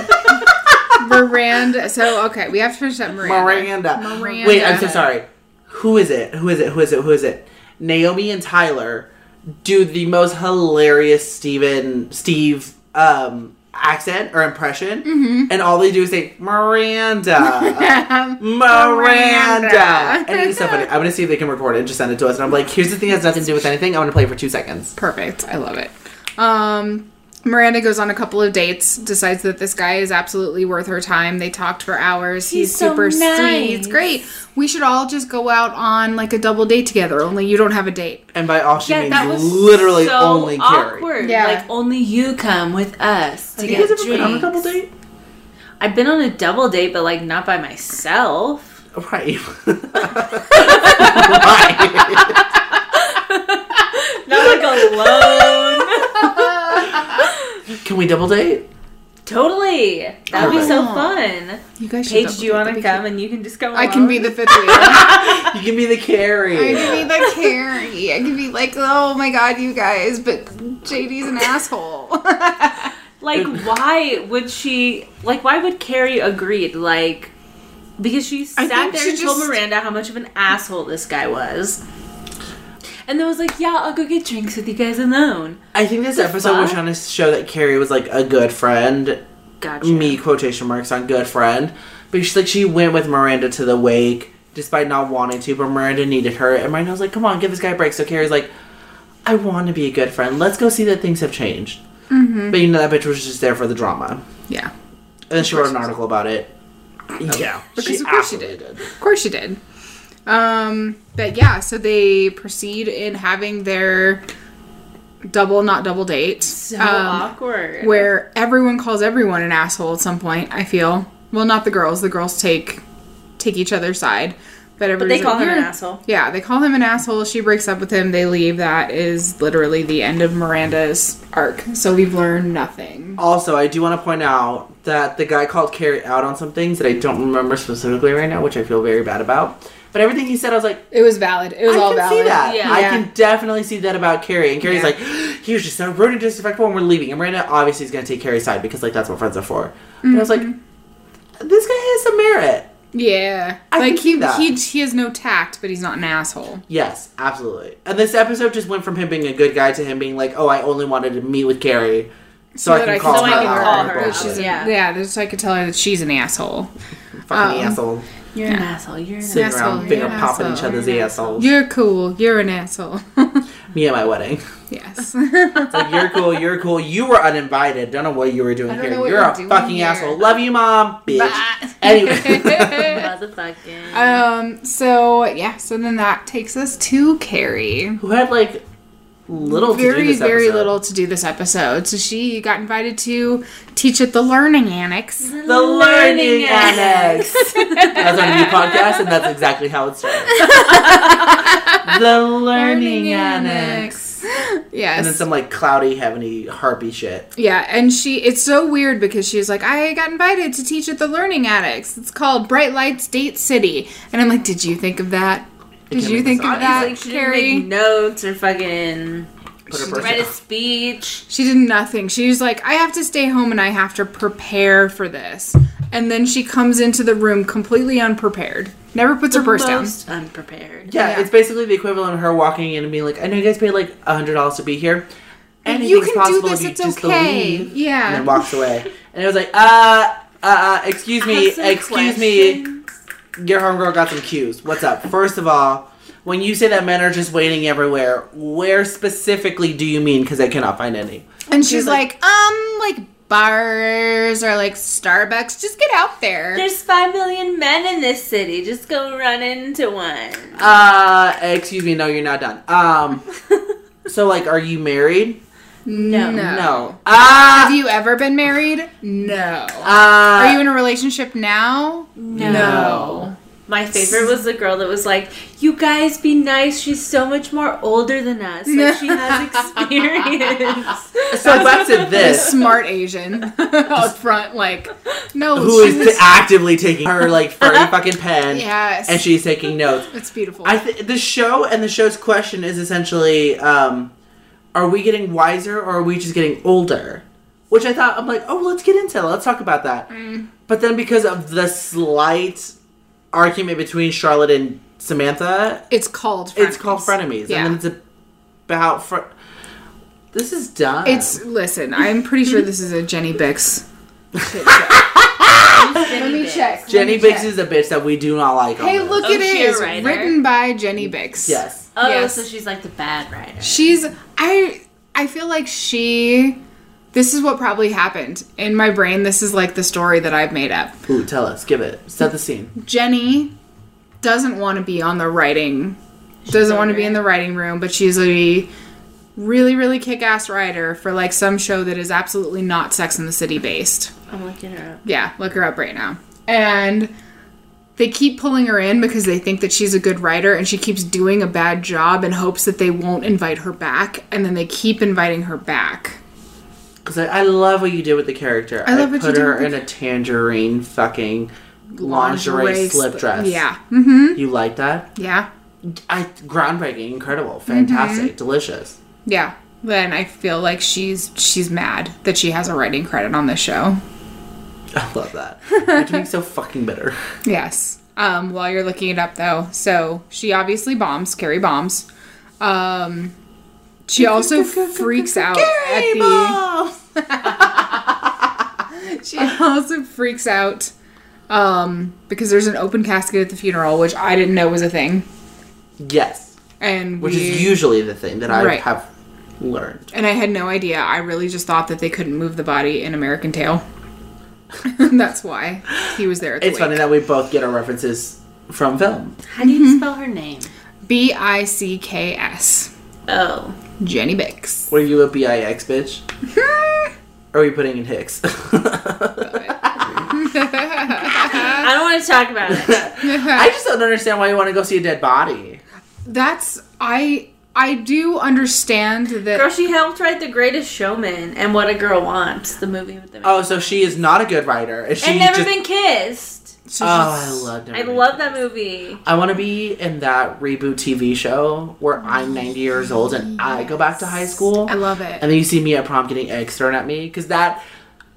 Speaker 1: Miranda. So okay, we have to finish up Miranda.
Speaker 5: Miranda.
Speaker 1: Miranda.
Speaker 5: Wait, I'm so sorry. Who is it? Who is it? Who is it? Who is it? Naomi and Tyler do the most hilarious Steven Steve um accent or impression
Speaker 4: Mm-hmm.
Speaker 5: and all they do is say Miranda
Speaker 1: Um,
Speaker 5: Miranda
Speaker 1: Miranda.
Speaker 5: and it's so funny I'm gonna see if they can record it and just send it to us and I'm like here's the thing that has nothing to do with anything I'm gonna play it for two seconds
Speaker 1: Perfect. I love it. Um, Miranda goes on a couple of dates, decides that this guy is absolutely worth her time. They talked for hours. He's,
Speaker 4: He's so
Speaker 1: super sweet.
Speaker 4: nice.
Speaker 1: It's great. We should all just go out on like a double date together, only you don't have a date.
Speaker 5: and by all she
Speaker 4: Yeah, that
Speaker 5: means
Speaker 4: was
Speaker 5: literally
Speaker 4: so
Speaker 5: only Carrie
Speaker 4: awkward.
Speaker 1: Yeah.
Speaker 4: Like only you come with us to
Speaker 5: you
Speaker 4: get
Speaker 5: guys ever been on a
Speaker 4: drinks.
Speaker 5: double date
Speaker 4: I've been on a double date, but like not by myself.
Speaker 5: right right
Speaker 4: Not like alone. Uh,
Speaker 5: Can we double date?
Speaker 4: totally. That would be so
Speaker 1: Aw.
Speaker 4: fun.
Speaker 1: You guys should
Speaker 4: Paige,
Speaker 1: double
Speaker 4: do you
Speaker 1: date.
Speaker 4: want
Speaker 1: That'd
Speaker 4: to
Speaker 1: be
Speaker 4: come
Speaker 1: cute.
Speaker 4: and you can just come alone?
Speaker 1: I can be the fifth wheel.
Speaker 5: You can be the Carrie.
Speaker 1: I could be the Carrie. I could be like, oh my god, you guys, but JD's an asshole.
Speaker 4: Like, why would she? Like, why would Carrie agreed? Like, because she
Speaker 5: I
Speaker 4: sat there
Speaker 5: think
Speaker 4: and
Speaker 5: she
Speaker 4: told
Speaker 5: just-
Speaker 4: Miranda how much of an asshole this guy was, and then was like, "Yeah, I'll go get drinks with you guys alone."
Speaker 5: I think this episode was
Speaker 4: fuck?
Speaker 5: trying to show that Carrie was like a good friend.
Speaker 4: Gotcha.
Speaker 5: Me quotation marks on good friend. But she's like she went with Miranda to the wake despite not wanting to, but Miranda needed her and Miranda was like, Come on, give this guy a break. So Carrie's like, I wanna be a good friend. Let's go see that things have changed.
Speaker 4: Mm-hmm.
Speaker 5: But you know that bitch was just there for the drama.
Speaker 1: yeah.
Speaker 5: And then she wrote an article about it. Yeah.
Speaker 1: Because of course she
Speaker 5: absolutely
Speaker 1: Of course you did. Um, but yeah, so they proceed in having their double, not double date.
Speaker 4: so
Speaker 1: um,
Speaker 4: awkward.
Speaker 1: where everyone calls everyone an asshole at some point, I feel. Well, not the girls. The girls take take each other's side. But, everybody's
Speaker 4: they call
Speaker 1: like,
Speaker 4: him an
Speaker 1: "You're-"
Speaker 4: asshole.
Speaker 1: Yeah, they call him an asshole. She breaks up with him. They leave. That is literally the end of Miranda's arc. So we've learned nothing.
Speaker 5: Also, I do want to point out that the guy called Carrie out on some things that I don't remember specifically right now, which I feel very bad about. But everything he said, I was like,
Speaker 1: It was valid. It was
Speaker 5: I
Speaker 1: all
Speaker 5: can
Speaker 1: valid.
Speaker 5: see that.
Speaker 4: Yeah.
Speaker 5: I
Speaker 1: Yeah.
Speaker 5: can definitely see that about Carrie. And Carrie's
Speaker 1: Yeah.
Speaker 5: like, he was just so rude and disrespectful, and we're leaving. And Miranda obviously is going to take Carrie's side because, like, that's what friends are for. But I was like,
Speaker 1: Mm-hmm.
Speaker 5: this guy has some merit.
Speaker 1: Yeah.
Speaker 5: I
Speaker 1: like
Speaker 5: can see
Speaker 1: he,
Speaker 5: that.
Speaker 1: he he has no tact, but he's not an asshole.
Speaker 5: Yes, absolutely. And this episode just went from him being a good guy to him being like, oh, I only wanted to meet with Carrie so, I
Speaker 1: that
Speaker 5: can
Speaker 1: I can
Speaker 5: call
Speaker 1: so I
Speaker 5: her
Speaker 1: can
Speaker 5: out.
Speaker 1: call
Speaker 5: on
Speaker 1: her
Speaker 5: her
Speaker 4: out.
Speaker 5: bullshit."
Speaker 1: She's
Speaker 4: Yeah.
Speaker 1: yeah. yeah, just so I could tell her that she's an asshole.
Speaker 5: Fucking
Speaker 1: Um,
Speaker 5: asshole.
Speaker 4: You're an asshole. You're an
Speaker 5: Sitting
Speaker 1: asshole,
Speaker 5: around finger
Speaker 1: you're an
Speaker 5: popping each
Speaker 1: asshole,
Speaker 5: other's assholes.
Speaker 1: You're cool. You're an asshole.
Speaker 5: Me at my wedding.
Speaker 1: yes.
Speaker 5: Like, you're cool, you're cool. You were uninvited. Don't know what you were doing
Speaker 1: I don't
Speaker 5: here.
Speaker 1: know what
Speaker 5: you're
Speaker 1: you're
Speaker 5: a
Speaker 1: doing
Speaker 5: fucking
Speaker 1: here.
Speaker 5: asshole. Love you, mom. Bitch. Anyway.
Speaker 4: motherfucking.
Speaker 1: um. So yeah. So then that takes us to Carrie.
Speaker 5: Who had like little to do
Speaker 1: Very
Speaker 5: this
Speaker 1: very
Speaker 5: episode.
Speaker 1: little to do this episode. So she got invited to teach at the Learning Annex.
Speaker 5: The learning annex. that's our new podcast, and that's exactly how it starts. the learning annex.
Speaker 1: Yes.
Speaker 5: And then some like cloudy, heavy, harpy shit.
Speaker 1: Yeah, and she it's so weird because she was like, I got invited to teach at the Learning Addicts. It's called Bright Lights Date City. And I'm like, Did you think of that? Did
Speaker 5: can't
Speaker 1: you
Speaker 5: make
Speaker 1: think
Speaker 5: this
Speaker 1: of
Speaker 5: up.
Speaker 1: that,
Speaker 4: she didn't
Speaker 1: Carrie?
Speaker 4: make notes or fucking
Speaker 5: Put a
Speaker 4: write a
Speaker 5: person.
Speaker 4: speech.
Speaker 1: she did nothing. She was like, I have to stay home and I have to prepare for this. And then she comes into the room completely unprepared. Never puts her purse down.
Speaker 4: Most unprepared.
Speaker 5: Yeah,
Speaker 1: Yeah.
Speaker 5: it's basically the equivalent of her walking in and being like, "I know you guys paid like hundred dollars to be here. Anything's
Speaker 1: you can do
Speaker 5: possible
Speaker 1: this,
Speaker 5: if you
Speaker 1: it's
Speaker 5: just
Speaker 1: okay."
Speaker 5: believe."
Speaker 1: Yeah.
Speaker 5: and then walks away. And it was like, "Uh, uh, uh excuse me,
Speaker 4: Have some
Speaker 5: excuse me." your homegirl got some cues. What's up? First of all, when you say that men are just waiting everywhere, where specifically do you mean? Because I cannot find any.
Speaker 1: And she's
Speaker 5: like-
Speaker 1: like, Um, like bars or like Starbucks. Just get out there.
Speaker 4: There's five million men in this city. Just go run into one.
Speaker 5: Uh, excuse me. No, you're not done. Um, so like, are you married?
Speaker 4: No.
Speaker 5: No. Ah.
Speaker 1: Have you ever been married? No.
Speaker 5: ah.
Speaker 1: Are you in a relationship now?
Speaker 4: No. My favorite was the girl that was like, "You guys be nice. She's so much more older than us. Like she has experience."
Speaker 5: uh, So back to
Speaker 1: The
Speaker 5: this.
Speaker 1: smart Asian out front, like no,
Speaker 5: Who
Speaker 1: she
Speaker 5: is
Speaker 1: was-
Speaker 5: actively taking her like furry fucking
Speaker 1: Uh-huh.
Speaker 5: pen?
Speaker 1: Yes.
Speaker 5: And she's taking notes.
Speaker 1: It's beautiful.
Speaker 5: I th- the show and the show's question is essentially, um, are we getting wiser or are we just getting older? Which I thought I'm like, oh, let's get into it. Let's talk about that.
Speaker 1: Mm.
Speaker 5: But then because of the slight argument between Charlotte and Samantha,
Speaker 1: it's called.
Speaker 5: it's called frenemies,
Speaker 1: Yeah.
Speaker 5: and then it's about fr- this is dumb.
Speaker 1: It's listen. I'm pretty sure this is a Jenny Bix. Let me check.
Speaker 5: Jenny Biggs is a bitch that we do not like. on
Speaker 1: Hey,
Speaker 5: this.
Speaker 1: look,
Speaker 4: Oh,
Speaker 1: it
Speaker 4: she
Speaker 1: is
Speaker 4: a writer?
Speaker 1: written by Jenny Bix.
Speaker 5: Yes.
Speaker 4: Oh,
Speaker 1: Yes.
Speaker 4: so she's like the bad writer.
Speaker 1: She's I I feel like she this is what probably happened. In my brain, this is like the story that I've made up.
Speaker 5: Ooh, tell us. Give it. Set the scene.
Speaker 1: Jenny doesn't want to be on the writing doesn't want to be in the writing room, but she's a really, really kick ass writer for like some show that is absolutely not Sex in the City based.
Speaker 4: I'm looking her up.
Speaker 1: Yeah, look her up right now. And they keep pulling her in because they think that she's a good writer and she keeps doing a bad job in hopes that they won't invite her back. And then they keep inviting her back.
Speaker 5: Because I, I love what you did with the character.
Speaker 1: I love what you
Speaker 5: put
Speaker 1: did
Speaker 5: her
Speaker 1: with the-
Speaker 5: in a tangerine fucking lingerie, slip
Speaker 1: sli-
Speaker 5: dress.
Speaker 1: Yeah. Mm-hmm.
Speaker 5: You like that?
Speaker 1: Yeah.
Speaker 5: I groundbreaking, incredible, fantastic, delicious.
Speaker 1: Yeah. Then I feel like she's she's mad that she has a writing credit on this show.
Speaker 5: I love that. Which makes so fucking bitter.
Speaker 1: Yes. Um, while you're looking it up, though, so she obviously bombs. Carrie bombs. Um, she also freaks out at the. she also freaks out um, because there's an open casket at the funeral, which I didn't know was a thing,
Speaker 5: Yes,
Speaker 1: and
Speaker 5: which
Speaker 1: we,
Speaker 5: is usually the thing that I
Speaker 1: Right.
Speaker 5: have learned.
Speaker 1: and I had no idea. I really just thought that they couldn't move the body in American Tail. That's why he was there. At the
Speaker 5: It's funny that we both get our references from film.
Speaker 4: How do
Speaker 5: Mm-hmm.
Speaker 4: you spell her name?
Speaker 1: B I C K S
Speaker 4: Oh,
Speaker 1: Jenny Bix.
Speaker 5: Were you a BIX bitch? Or are you putting in Hicks? Uh,
Speaker 4: I don't want to talk about it.
Speaker 5: I just don't understand why you want to go see a dead body.
Speaker 1: That's I. I do understand that.
Speaker 4: Girl, she helped write The Greatest Showman and What a Girl Wants, the movie with the
Speaker 5: Oh, so she is not a good writer. And, she
Speaker 4: and Never
Speaker 5: just-
Speaker 4: Been Kissed.
Speaker 1: so
Speaker 5: Oh, I
Speaker 1: she's-
Speaker 5: love Never
Speaker 4: I
Speaker 5: Been
Speaker 4: love that movie.
Speaker 5: I want to be in that reboot TV show where I'm 90 years old and I go back to high school.
Speaker 1: I love it.
Speaker 5: And then you see me at prom getting eggs thrown at me because that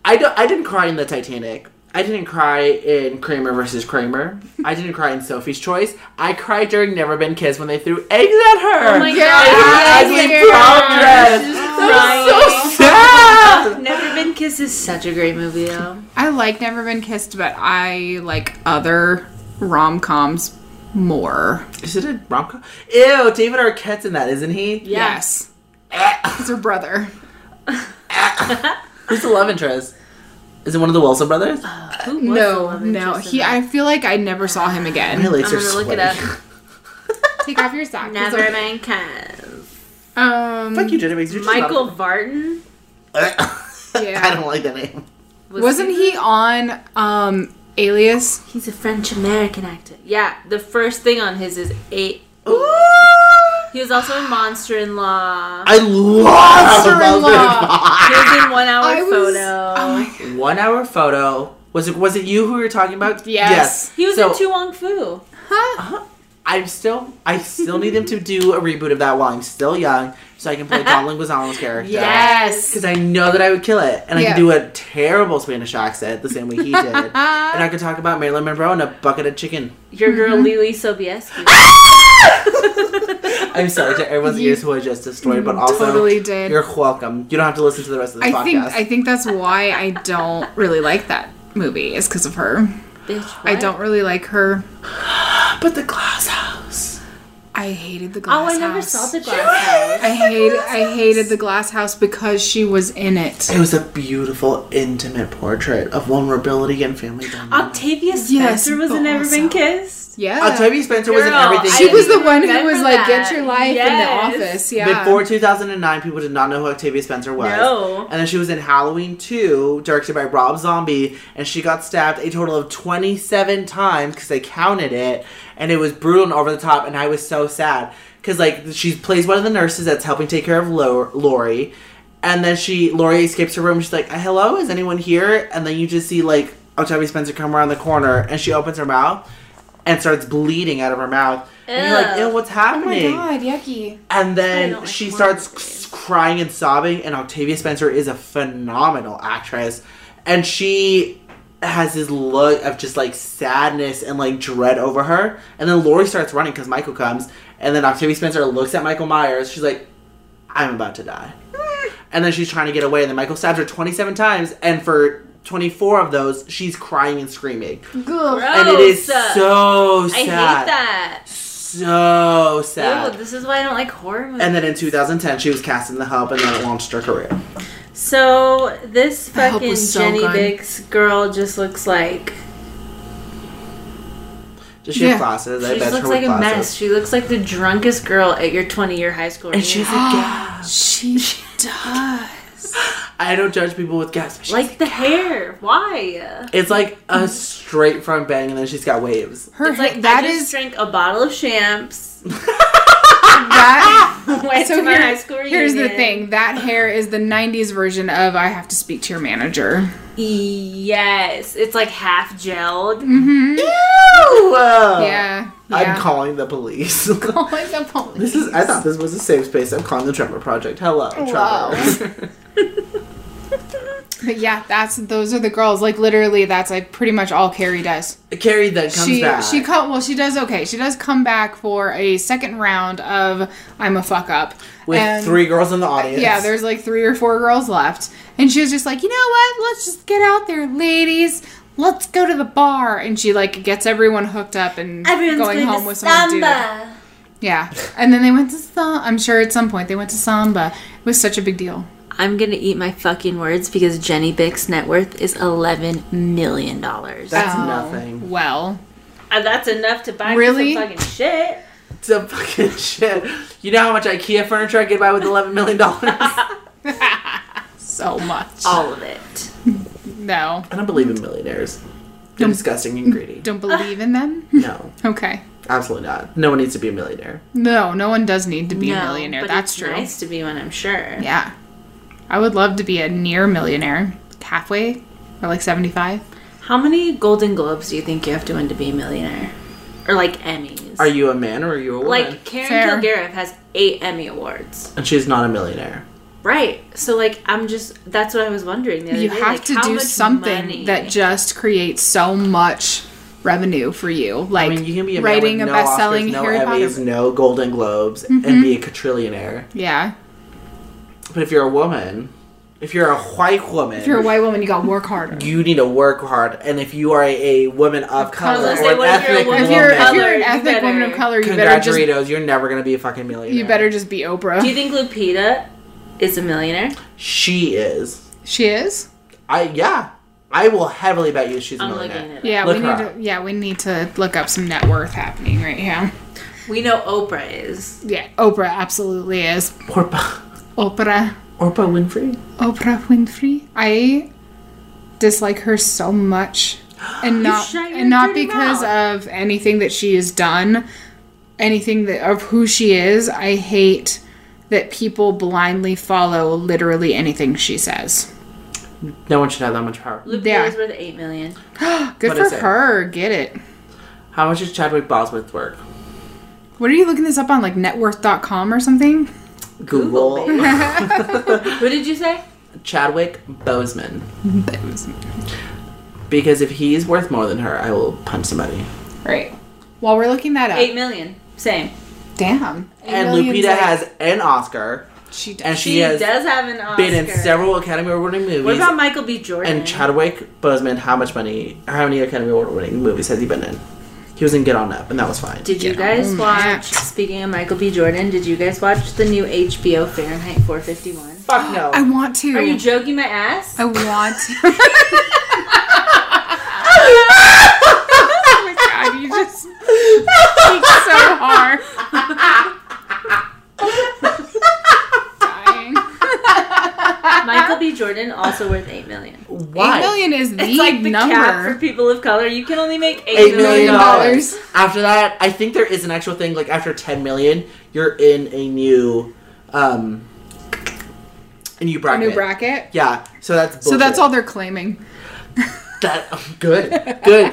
Speaker 5: I don't. I didn't cry in the Titanic. I didn't cry in Kramer versus Kramer. I didn't cry in Sophie's Choice. I cried during Never Been Kissed when they threw eggs at her.
Speaker 4: Oh my
Speaker 5: In
Speaker 1: God.
Speaker 5: her ugly
Speaker 1: Yes.
Speaker 5: prom dress.
Speaker 4: She's
Speaker 5: That was so
Speaker 4: crying.
Speaker 5: sad.
Speaker 4: Never Been Kissed is such a great movie, though.
Speaker 1: I like Never Been Kissed, but I like other rom coms more.
Speaker 5: Is it a rom com? Ew, David Arquette's in that, isn't he?
Speaker 1: Yes. It's her brother.
Speaker 5: Who's the love interest? Is it one of the Wilson brothers?
Speaker 4: Who was the
Speaker 1: No,
Speaker 4: love
Speaker 1: no.
Speaker 4: interest in
Speaker 1: He.
Speaker 4: that?
Speaker 1: I feel like I never saw him
Speaker 5: My
Speaker 1: again.
Speaker 5: legs
Speaker 4: I'm
Speaker 5: are
Speaker 4: gonna look it
Speaker 5: sweaty.
Speaker 4: up.
Speaker 1: Take off your socks. It's
Speaker 4: Never
Speaker 1: okay.
Speaker 4: Been Kissed.
Speaker 1: Um.
Speaker 5: Fuck you, Jenny Biggs. You're just
Speaker 4: Michael
Speaker 5: not-
Speaker 4: Vartan.
Speaker 1: Yeah.
Speaker 5: I don't like that name.
Speaker 4: Was
Speaker 1: Wasn't he on um Alias?
Speaker 4: He's a French American actor. Yeah, the first thing on his is eight. He was also in Monster in Law.
Speaker 5: I love
Speaker 1: Monster-in-law.
Speaker 4: He was in One Hour
Speaker 1: I was-
Speaker 4: Photo.
Speaker 1: Oh my god.
Speaker 5: One hour photo. Was it was it you who we were talking about?
Speaker 1: Yes.
Speaker 4: He was
Speaker 5: so,
Speaker 4: in Tu Wong Fu.
Speaker 1: Huh?
Speaker 5: Uh-huh. I'm still I still need them to do a reboot of that while I'm still young so I can play Don Leguizamo's character.
Speaker 1: Yes.
Speaker 5: Because I know that I would kill it, and I
Speaker 1: Yeah.
Speaker 5: could do a terrible Spanish accent the same way he did, and I could talk about Marilyn Monroe and a bucket of chicken.
Speaker 4: Your
Speaker 1: Mm-hmm.
Speaker 4: girl Lily Sobieski.
Speaker 5: I'm sorry to everyone's
Speaker 1: You
Speaker 5: ears who I just destroyed, but also
Speaker 1: totally did.
Speaker 5: You're welcome. You don't have to listen to the rest of this
Speaker 1: I
Speaker 5: podcast.
Speaker 1: think I think that's why I don't really like that movie is because of her.
Speaker 4: Bitch,
Speaker 1: I
Speaker 4: what?
Speaker 1: don't really like her.
Speaker 5: But the glass house.
Speaker 1: I hated the
Speaker 4: Oh,
Speaker 1: glass.
Speaker 4: I never
Speaker 1: House.
Speaker 4: saw the glass house.
Speaker 1: I hate I hated the glass house because she was in it.
Speaker 5: It was a beautiful, intimate portrait of vulnerability and family dynamics.
Speaker 4: Octavia Spencer
Speaker 1: Yes,
Speaker 4: was
Speaker 1: but
Speaker 4: in Never Been
Speaker 1: also-
Speaker 4: Kissed.
Speaker 1: Yeah.
Speaker 5: Octavia Spencer was in
Speaker 4: Girl,
Speaker 5: everything.
Speaker 4: I
Speaker 1: she was the
Speaker 4: didn't
Speaker 1: one who
Speaker 4: remember
Speaker 1: was like,
Speaker 4: that.
Speaker 1: "Get your life
Speaker 4: Yes.
Speaker 1: in the office." Yeah.
Speaker 5: Before 2009, people did not know who Octavia Spencer was.
Speaker 4: No.
Speaker 5: And then she was in Halloween 2, directed by Rob Zombie, and she got stabbed a total of 27 times because they counted it, and it was brutal and over the top, and I was so sad. Because, like, she plays one of the nurses that's helping take care of Lo- Lori, and then she, Lori escapes her room, she's like, "Uh, hello, is anyone here? And then you just see, like, Octavia Spencer come around the corner, and she opens her mouth and starts bleeding out of her mouth. And you're like,
Speaker 4: Ew.
Speaker 5: ew, what's
Speaker 1: oh my
Speaker 5: happening?
Speaker 1: god, yucky.
Speaker 5: And
Speaker 4: I don't
Speaker 5: then
Speaker 4: like
Speaker 5: she
Speaker 4: horror
Speaker 5: starts c- crying and sobbing, and Octavia Spencer is a phenomenal actress. And she has this look of just like sadness and like dread over her. And then Lori starts running because Michael comes. And then Octavia Spencer looks at Michael Myers. She's like, I'm about to die. and then she's trying to get away. And then Michael stabs her 27 times. And for 24 of those, she's crying and screaming.
Speaker 1: Good.
Speaker 5: and it is
Speaker 4: Gross.
Speaker 5: so sad.
Speaker 4: I hate that.
Speaker 5: So sad.
Speaker 4: Ew, this is why I don't like horror movies.
Speaker 5: And then in 2010, she was cast in The Help, and then it launched her career.
Speaker 4: so this
Speaker 1: The Help
Speaker 4: fucking
Speaker 1: was so
Speaker 4: Jenny
Speaker 1: good.
Speaker 4: Bix girl just looks like
Speaker 5: Does she have
Speaker 1: Yeah.
Speaker 5: classes? I bet
Speaker 4: she just
Speaker 5: her
Speaker 4: looks
Speaker 5: with
Speaker 4: like a
Speaker 5: classes.
Speaker 4: mess. She looks like the drunkest girl at your twenty-year high school.
Speaker 5: And
Speaker 4: reunion.
Speaker 5: she's a gasp.
Speaker 1: She does.
Speaker 5: I don't judge people with gas. But she's
Speaker 4: like the hair. Why?
Speaker 5: it's like a straight front bang, and then she's got waves.
Speaker 1: Her
Speaker 4: It's like
Speaker 1: that
Speaker 4: I just
Speaker 1: is
Speaker 4: drank a bottle of champs.
Speaker 1: that.
Speaker 4: Went
Speaker 1: so
Speaker 4: to my
Speaker 1: here-
Speaker 4: high school reunion.
Speaker 1: here's the thing: that hair is the '90s version of "I have to speak to your manager."
Speaker 4: Yes, it's like half gelled.
Speaker 1: Mm-hmm.
Speaker 5: Ew!
Speaker 1: Yeah.
Speaker 5: I'm
Speaker 1: yeah.
Speaker 5: calling the police. this
Speaker 1: Calling the police.
Speaker 5: is. I thought this was a safe space. I'm calling the Trevor Project. Hello, Trevor.
Speaker 1: But yeah, that's those are the girls. Like literally, that's like pretty much all Carrie does.
Speaker 5: Carrie then comes
Speaker 1: she
Speaker 5: back.
Speaker 1: she come well. She does okay. She does come back for a second round of I'm a fuck up
Speaker 5: with
Speaker 1: And-
Speaker 5: three girls in the audience.
Speaker 1: Yeah, there's like three or four girls left, and she was just like, you know what? Let's just get out there, ladies. Let's go to the bar, and she like gets everyone hooked up and going home with some dude. Yeah, and then they went to samba. I'm sure at some point they went to samba. It was such a big deal.
Speaker 4: I'm gonna eat my fucking words because Jenny Bick's net worth is eleven million dollars. Uh,
Speaker 5: That's
Speaker 1: Oh,
Speaker 5: nothing.
Speaker 1: Well,
Speaker 4: that's enough to buy
Speaker 1: me Really? some
Speaker 4: some fucking shit.
Speaker 5: It's a fucking shit. You know how much IKEA furniture I could buy with eleven million dollars?
Speaker 1: so
Speaker 5: Oh,
Speaker 1: much.
Speaker 4: All of it.
Speaker 1: No,
Speaker 5: I don't believe in millionaires. They're disgusting and greedy.
Speaker 1: don't believe in them.
Speaker 5: No,
Speaker 1: Okay.
Speaker 5: absolutely not. No one needs to be a millionaire.
Speaker 1: No, no one does need to be a
Speaker 4: No,
Speaker 1: millionaire.
Speaker 4: but
Speaker 1: That's
Speaker 4: it's
Speaker 1: true.
Speaker 4: Nice to be one, I'm sure.
Speaker 1: Yeah. I would love to be a near millionaire, halfway or like 75.
Speaker 4: How many Golden Globes do you think you have to win to be a millionaire, or like Emmys?
Speaker 5: Are you a man or are you a woman?
Speaker 4: like Karen
Speaker 1: Fair.
Speaker 4: Kilgariff has eight Emmy awards.
Speaker 5: and she's not a millionaire.
Speaker 4: Right. So like I'm just that's what I was wondering the other
Speaker 1: You
Speaker 4: day.
Speaker 1: have
Speaker 4: like,
Speaker 1: to
Speaker 4: how
Speaker 1: do
Speaker 4: much
Speaker 1: something
Speaker 4: money-
Speaker 1: that just creates so much revenue for you. Like
Speaker 5: I mean, you can be a
Speaker 1: writing
Speaker 5: man with
Speaker 1: a
Speaker 5: no
Speaker 1: best selling
Speaker 5: Oscars, no
Speaker 1: Harry
Speaker 5: Emmys,
Speaker 1: Potter. Mm-hmm.
Speaker 5: no Golden Globes, and be a quadrillionaire.
Speaker 1: Yeah.
Speaker 5: But if you're a woman, if you're a white woman,
Speaker 1: If you're a white woman, you got to work harder.
Speaker 5: you need to work hard. And if you are a, a woman of color
Speaker 4: Unless
Speaker 5: or
Speaker 4: they
Speaker 5: an
Speaker 4: want to hear
Speaker 5: ethnic
Speaker 4: a woman
Speaker 1: If
Speaker 5: woman,
Speaker 4: of
Speaker 1: you're, if
Speaker 4: color,
Speaker 1: you're an
Speaker 4: you
Speaker 1: ethnic woman of
Speaker 4: better-
Speaker 1: color, you better just
Speaker 5: congratulations, you're never gonna be a fucking millionaire.
Speaker 1: you better just be Oprah.
Speaker 4: Do you think Lupita is a millionaire?
Speaker 5: She is.
Speaker 1: she is.
Speaker 5: I yeah. I will heavily bet you she's a
Speaker 4: I'm
Speaker 5: millionaire.
Speaker 4: looking at it.
Speaker 1: Yeah,
Speaker 5: Look
Speaker 1: we
Speaker 5: her
Speaker 1: need
Speaker 5: up.
Speaker 1: to. Yeah, we need to look up some net worth happening right here.
Speaker 4: We know Oprah is.
Speaker 1: Yeah, Oprah absolutely is.
Speaker 5: Orpa,
Speaker 1: Oprah.
Speaker 5: Orpa Winfrey.
Speaker 1: Oprah Winfrey. I dislike her so much, and not
Speaker 4: shut your
Speaker 1: and not
Speaker 4: dirty
Speaker 1: because of anything that she has done, anything that of who she is. I hate that people blindly follow literally anything she says.
Speaker 5: No one should have that much power.
Speaker 4: Lupita
Speaker 1: Yeah.
Speaker 4: is worth eight million.
Speaker 1: Good
Speaker 5: What
Speaker 1: for
Speaker 5: is it?
Speaker 1: her. Get it.
Speaker 5: How much does Chadwick Bosworth work?
Speaker 1: What are you looking this up on like networth.com or something?
Speaker 5: Google,
Speaker 4: What did you say?
Speaker 5: Chadwick Boseman. Because if he's worth more than her, I will punch somebody.
Speaker 1: Right. While we're looking that up,
Speaker 4: Eight million. Same.
Speaker 1: damn.
Speaker 5: And
Speaker 1: Millions,
Speaker 5: Lupita
Speaker 1: like,
Speaker 5: has an Oscar,
Speaker 1: she does.
Speaker 5: and she,
Speaker 4: She
Speaker 5: has
Speaker 4: does have an Oscar.
Speaker 5: been in several Academy Award-winning movies.
Speaker 4: what about Michael B. Jordan?
Speaker 5: and Chadwick Boseman, how much money, how many Academy Award-winning movies has he been in? He was in Get On Up, and that was fine.
Speaker 4: Did you guys watch? Speaking of Michael B. Jordan, did you guys watch the new HBO Fahrenheit 451?
Speaker 5: Fuck no.
Speaker 1: I want to.
Speaker 4: Are you joking my ass?
Speaker 1: I want to. oh my god, you just speak so hard. Dying.
Speaker 4: Michael B. Jordan also worth eight million.
Speaker 5: Why?
Speaker 1: Eight million is the,
Speaker 4: It's like the cap for
Speaker 1: number.
Speaker 4: people of color. You can only make
Speaker 5: Eight
Speaker 4: eight
Speaker 5: million
Speaker 4: million
Speaker 5: dollars.
Speaker 1: dollars.
Speaker 5: After that, I think there is an actual thing. Like after ten million, you're in a new, um, a new
Speaker 1: A
Speaker 5: bracket.
Speaker 1: new bracket.
Speaker 5: Yeah. So that's bullshit.
Speaker 1: So that's all they're claiming.
Speaker 5: That good, good.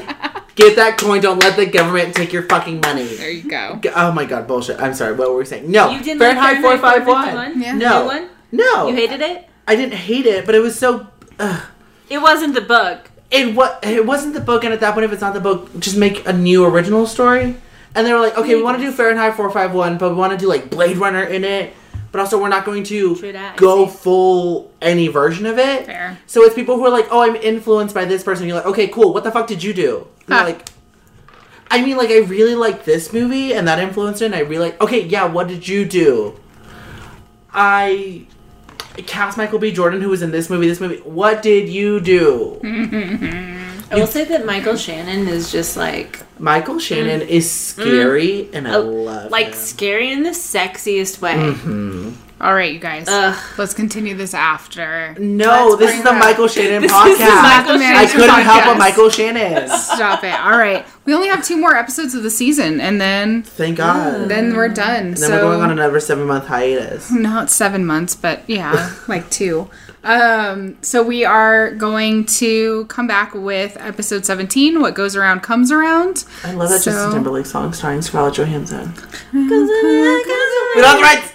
Speaker 5: Get that coin. Don't let the government take your fucking
Speaker 1: There
Speaker 5: money.
Speaker 1: you go.
Speaker 5: G- Oh my god, bullshit. I'm sorry. What were we saying? No.
Speaker 4: You didn't like
Speaker 5: Fahrenheit four
Speaker 4: Fahrenheit
Speaker 5: five
Speaker 4: 451?
Speaker 5: one.
Speaker 1: Yeah.
Speaker 5: No.
Speaker 4: New one?
Speaker 5: No.
Speaker 4: You hated it?
Speaker 5: I didn't hate it, but it was so. Ugh.
Speaker 4: It wasn't the book.
Speaker 5: it what it wasn't the book, and at that point, if it's not the book, just make a new original story. And they were like, okay, we want to do Fahrenheit four five one, but we want to do like Blade Runner in it, but also we're not going
Speaker 4: True
Speaker 5: to
Speaker 4: that, I
Speaker 5: go
Speaker 4: see.
Speaker 5: full any version of it.
Speaker 1: Fair.
Speaker 5: So it's people who are like, oh, I'm influenced by this person. You're like, okay, cool. What the fuck did you do? And
Speaker 1: Huh.
Speaker 5: they're like, I mean, like I really like this movie, and that influenced it. And I really like, okay, yeah, what did you do? I cast Michael B. Jordan, who was in this movie. This movie. What did you do?
Speaker 4: I will say that Michael Shannon is just like
Speaker 5: Michael Shannon is scary, and I
Speaker 4: Oh,
Speaker 5: love
Speaker 4: like
Speaker 5: him.
Speaker 4: scary in the sexiest way.
Speaker 1: All right, you guys.
Speaker 4: Ugh.
Speaker 1: Let's continue this after.
Speaker 5: No,
Speaker 1: Let's
Speaker 5: this
Speaker 1: bring
Speaker 5: is the
Speaker 1: her.
Speaker 5: Michael Shannon
Speaker 4: This is
Speaker 5: podcast.
Speaker 4: the Michael
Speaker 1: Not the
Speaker 5: I
Speaker 1: manager
Speaker 5: couldn't help
Speaker 1: podcast.
Speaker 5: but Michael Shannon.
Speaker 1: Stop it. All right. We only have two more episodes of the season and then
Speaker 5: Thank God. Then,
Speaker 1: then we're done. so Hmm.
Speaker 5: we're going on another seven month hiatus.
Speaker 1: not seven months, but yeah, like two. Um, so we are going to come back with episode 17 What Goes Around Comes Around.
Speaker 5: I love that Justin
Speaker 1: So-
Speaker 5: Timberlake song starring Scarlett Johansson.
Speaker 4: That's
Speaker 5: We don't have the rights.
Speaker 4: it.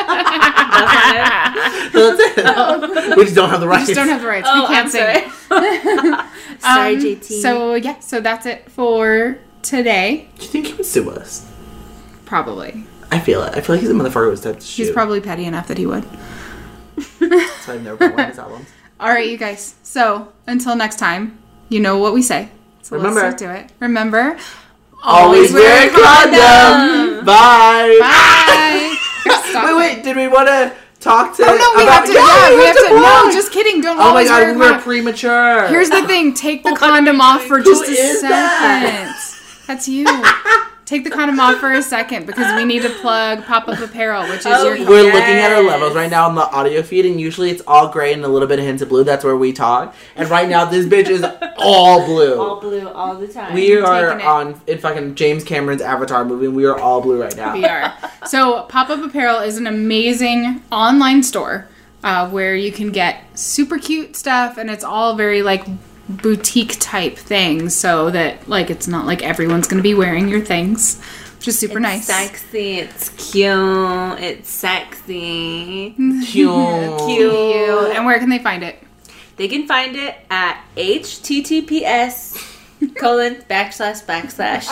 Speaker 5: That's it. we just don't have the rights.
Speaker 1: Just don't have the rights.
Speaker 4: Oh,
Speaker 1: we can't
Speaker 4: I'm
Speaker 1: sing.
Speaker 4: sorry.
Speaker 1: it.
Speaker 4: Sorry,
Speaker 1: Um,
Speaker 4: JT.
Speaker 1: So yeah, so that's it for today.
Speaker 5: Do you think he would sue us?
Speaker 1: Probably.
Speaker 5: I feel it. I feel like he's a motherfucker who's dead.
Speaker 1: He's probably petty enough that he would.
Speaker 5: So I've never bought one of his albums.
Speaker 1: All right, you guys. So until next time, you know what we say. So
Speaker 5: Remember.
Speaker 1: let's stick to it. Remember.
Speaker 5: Always wear a condom. Bye.
Speaker 1: Bye. Stop
Speaker 5: Wait,
Speaker 1: it.
Speaker 5: wait. Did we want to talk to?
Speaker 1: Oh no, we have
Speaker 5: about-
Speaker 1: to.
Speaker 5: Yeah,
Speaker 1: yeah, we have to.
Speaker 5: blog.
Speaker 1: No, just kidding. Don't.
Speaker 5: Oh my
Speaker 1: always
Speaker 5: god,
Speaker 1: wear
Speaker 5: we
Speaker 1: a
Speaker 5: were
Speaker 1: condom.
Speaker 5: premature.
Speaker 1: Here's the thing: take the condom off for just a
Speaker 5: is
Speaker 1: second.
Speaker 5: that?
Speaker 1: That's you. Take the condom off for a second because we need to plug pop up apparel, which is
Speaker 4: Oh,
Speaker 1: your.
Speaker 5: We're looking at our
Speaker 4: Yes.
Speaker 5: levels right now on the audio feed, and usually it's all gray and a little bit of hints of blue. That's where we talk. And right now, this bitch is all blue.
Speaker 4: all blue all the time.
Speaker 5: We are
Speaker 1: taking it.
Speaker 5: on in fucking James Cameron's Avatar movie, and we are all blue right now.
Speaker 1: we are. So, Pop Up Apparel is an amazing online store uh, where you can get super cute stuff, and it's all very like boutique type things, so that like it's not like everyone's going to be wearing your things, which is super nice.
Speaker 4: Sexy, it's cute, it's sexy.
Speaker 5: Cute.
Speaker 4: Cute.
Speaker 1: You- And where can they find it?
Speaker 4: They can find it at https colon backslash backslash.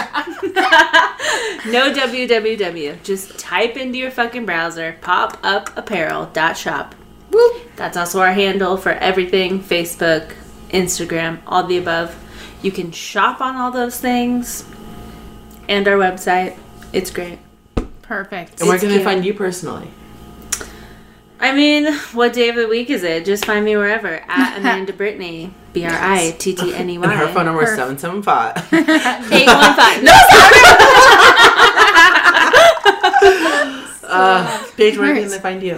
Speaker 4: no www. Just type into your fucking browser pop up apparel dot shop.
Speaker 1: Whoop.
Speaker 4: That's also our handle for everything Facebook, Instagram, all the above. You can shop on all those things and our website. It's great.
Speaker 1: Perfect.
Speaker 5: And where can they
Speaker 4: cute.
Speaker 5: find you personally?
Speaker 4: I mean, what day of the week is it? Just find me wherever at Amanda Brittany, B R I T T N E
Speaker 5: And her phone
Speaker 4: Y.
Speaker 5: number is
Speaker 1: Her-
Speaker 5: 775.
Speaker 4: 815. No,
Speaker 5: uh, Paige, where can
Speaker 1: Nice.
Speaker 5: they find you?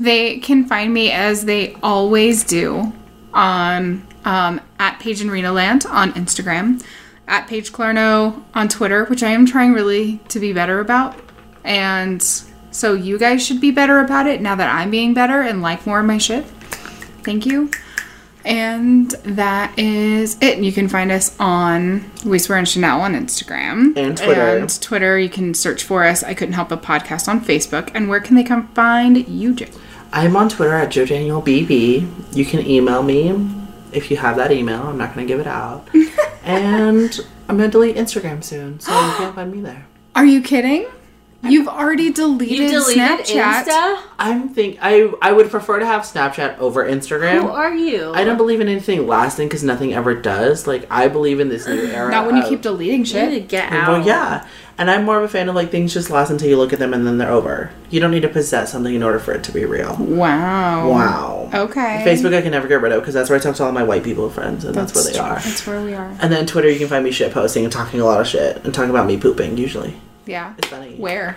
Speaker 1: They can find me as they always do on um, at Paige and Rena Land on Instagram, at Paige Clarno on Twitter, which I am trying really to be better about. And so you guys should be better about it now that I'm being better and like more of my shit. Thank you. And that is it. You can find us on We Swear and Chanel on Instagram.
Speaker 5: And Twitter.
Speaker 1: And Twitter, you can search for us. I couldn't help a podcast on Facebook. And where can they come find you, Joe?
Speaker 5: I'm on Twitter at JoDanielBB. You can email me if you have that email. I'm not going to give it out. and I'm going to delete Instagram soon, so you can't find me there.
Speaker 1: Are you kidding? You've already deleted,
Speaker 4: You deleted
Speaker 1: Snapchat.
Speaker 4: Insta?
Speaker 5: I'm think I I would prefer to have Snapchat over Instagram.
Speaker 4: Who are you?
Speaker 5: I don't believe in anything lasting because nothing ever does. Like I believe in this new era.
Speaker 1: Not when you
Speaker 5: of-
Speaker 1: keep deleting
Speaker 4: You need to
Speaker 1: shit.
Speaker 4: get out.
Speaker 5: Well, yeah, and I'm more of a fan of like things just last until you look at them and then they're over. You don't need to possess something in order for it to be real.
Speaker 1: Wow.
Speaker 5: Wow.
Speaker 1: Okay.
Speaker 5: Facebook I can never get rid of because that's where I talk to all my white people friends and that's, where they
Speaker 1: true.
Speaker 5: are.
Speaker 1: That's where we are.
Speaker 5: And then Twitter you can find me shit posting and talking a lot of shit and talking about me pooping usually.
Speaker 1: Yeah.
Speaker 5: It's funny.
Speaker 1: Where?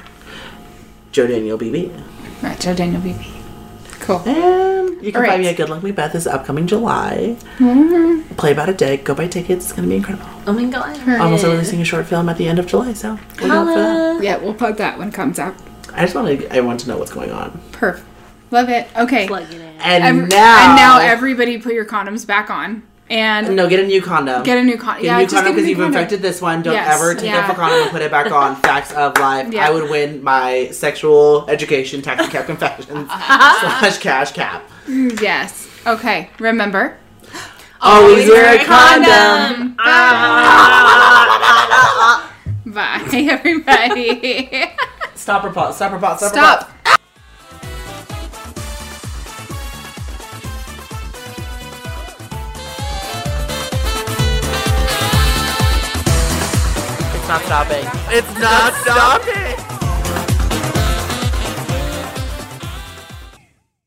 Speaker 5: Joe Daniel BB.
Speaker 1: Right, Joe Daniel BB. Cool.
Speaker 5: And you
Speaker 1: All
Speaker 5: can
Speaker 1: right.
Speaker 5: find me at Good Luck Me Beth this upcoming July.
Speaker 1: Mm-hmm.
Speaker 5: Play about a day. Go buy tickets. It's gonna be incredible.
Speaker 4: Oh my god.
Speaker 5: I'm also releasing a short film at the end of July, so look out for that.
Speaker 4: Holla.
Speaker 1: Yeah, we'll plug that when it comes out.
Speaker 5: I just want to. I want to know what's going on.
Speaker 1: Perf. Love it. Okay.
Speaker 4: Plug it in.
Speaker 5: And
Speaker 1: Every-
Speaker 5: now,
Speaker 1: and now everybody put your condoms back on. And
Speaker 5: no, get a new condom.
Speaker 1: get a new condom.
Speaker 5: Get
Speaker 1: Yeah,
Speaker 5: a new
Speaker 1: just get
Speaker 5: condom
Speaker 1: a
Speaker 5: because
Speaker 1: new
Speaker 5: you've
Speaker 1: condom.
Speaker 5: infected this one. Don't
Speaker 1: Yes,
Speaker 5: ever take
Speaker 1: yeah.
Speaker 5: off a condom and put it back on. Facts of life.
Speaker 1: Yeah.
Speaker 5: I would win my sexual education tax cap confessions slash cash cap.
Speaker 1: Yes. Okay. Remember.
Speaker 5: Always wear a condom.
Speaker 1: Bye, everybody.
Speaker 5: Stop or pause. Stop or pause. Stop. Or pause.
Speaker 1: Stop.
Speaker 2: It's not stopping.
Speaker 5: It's not stopping.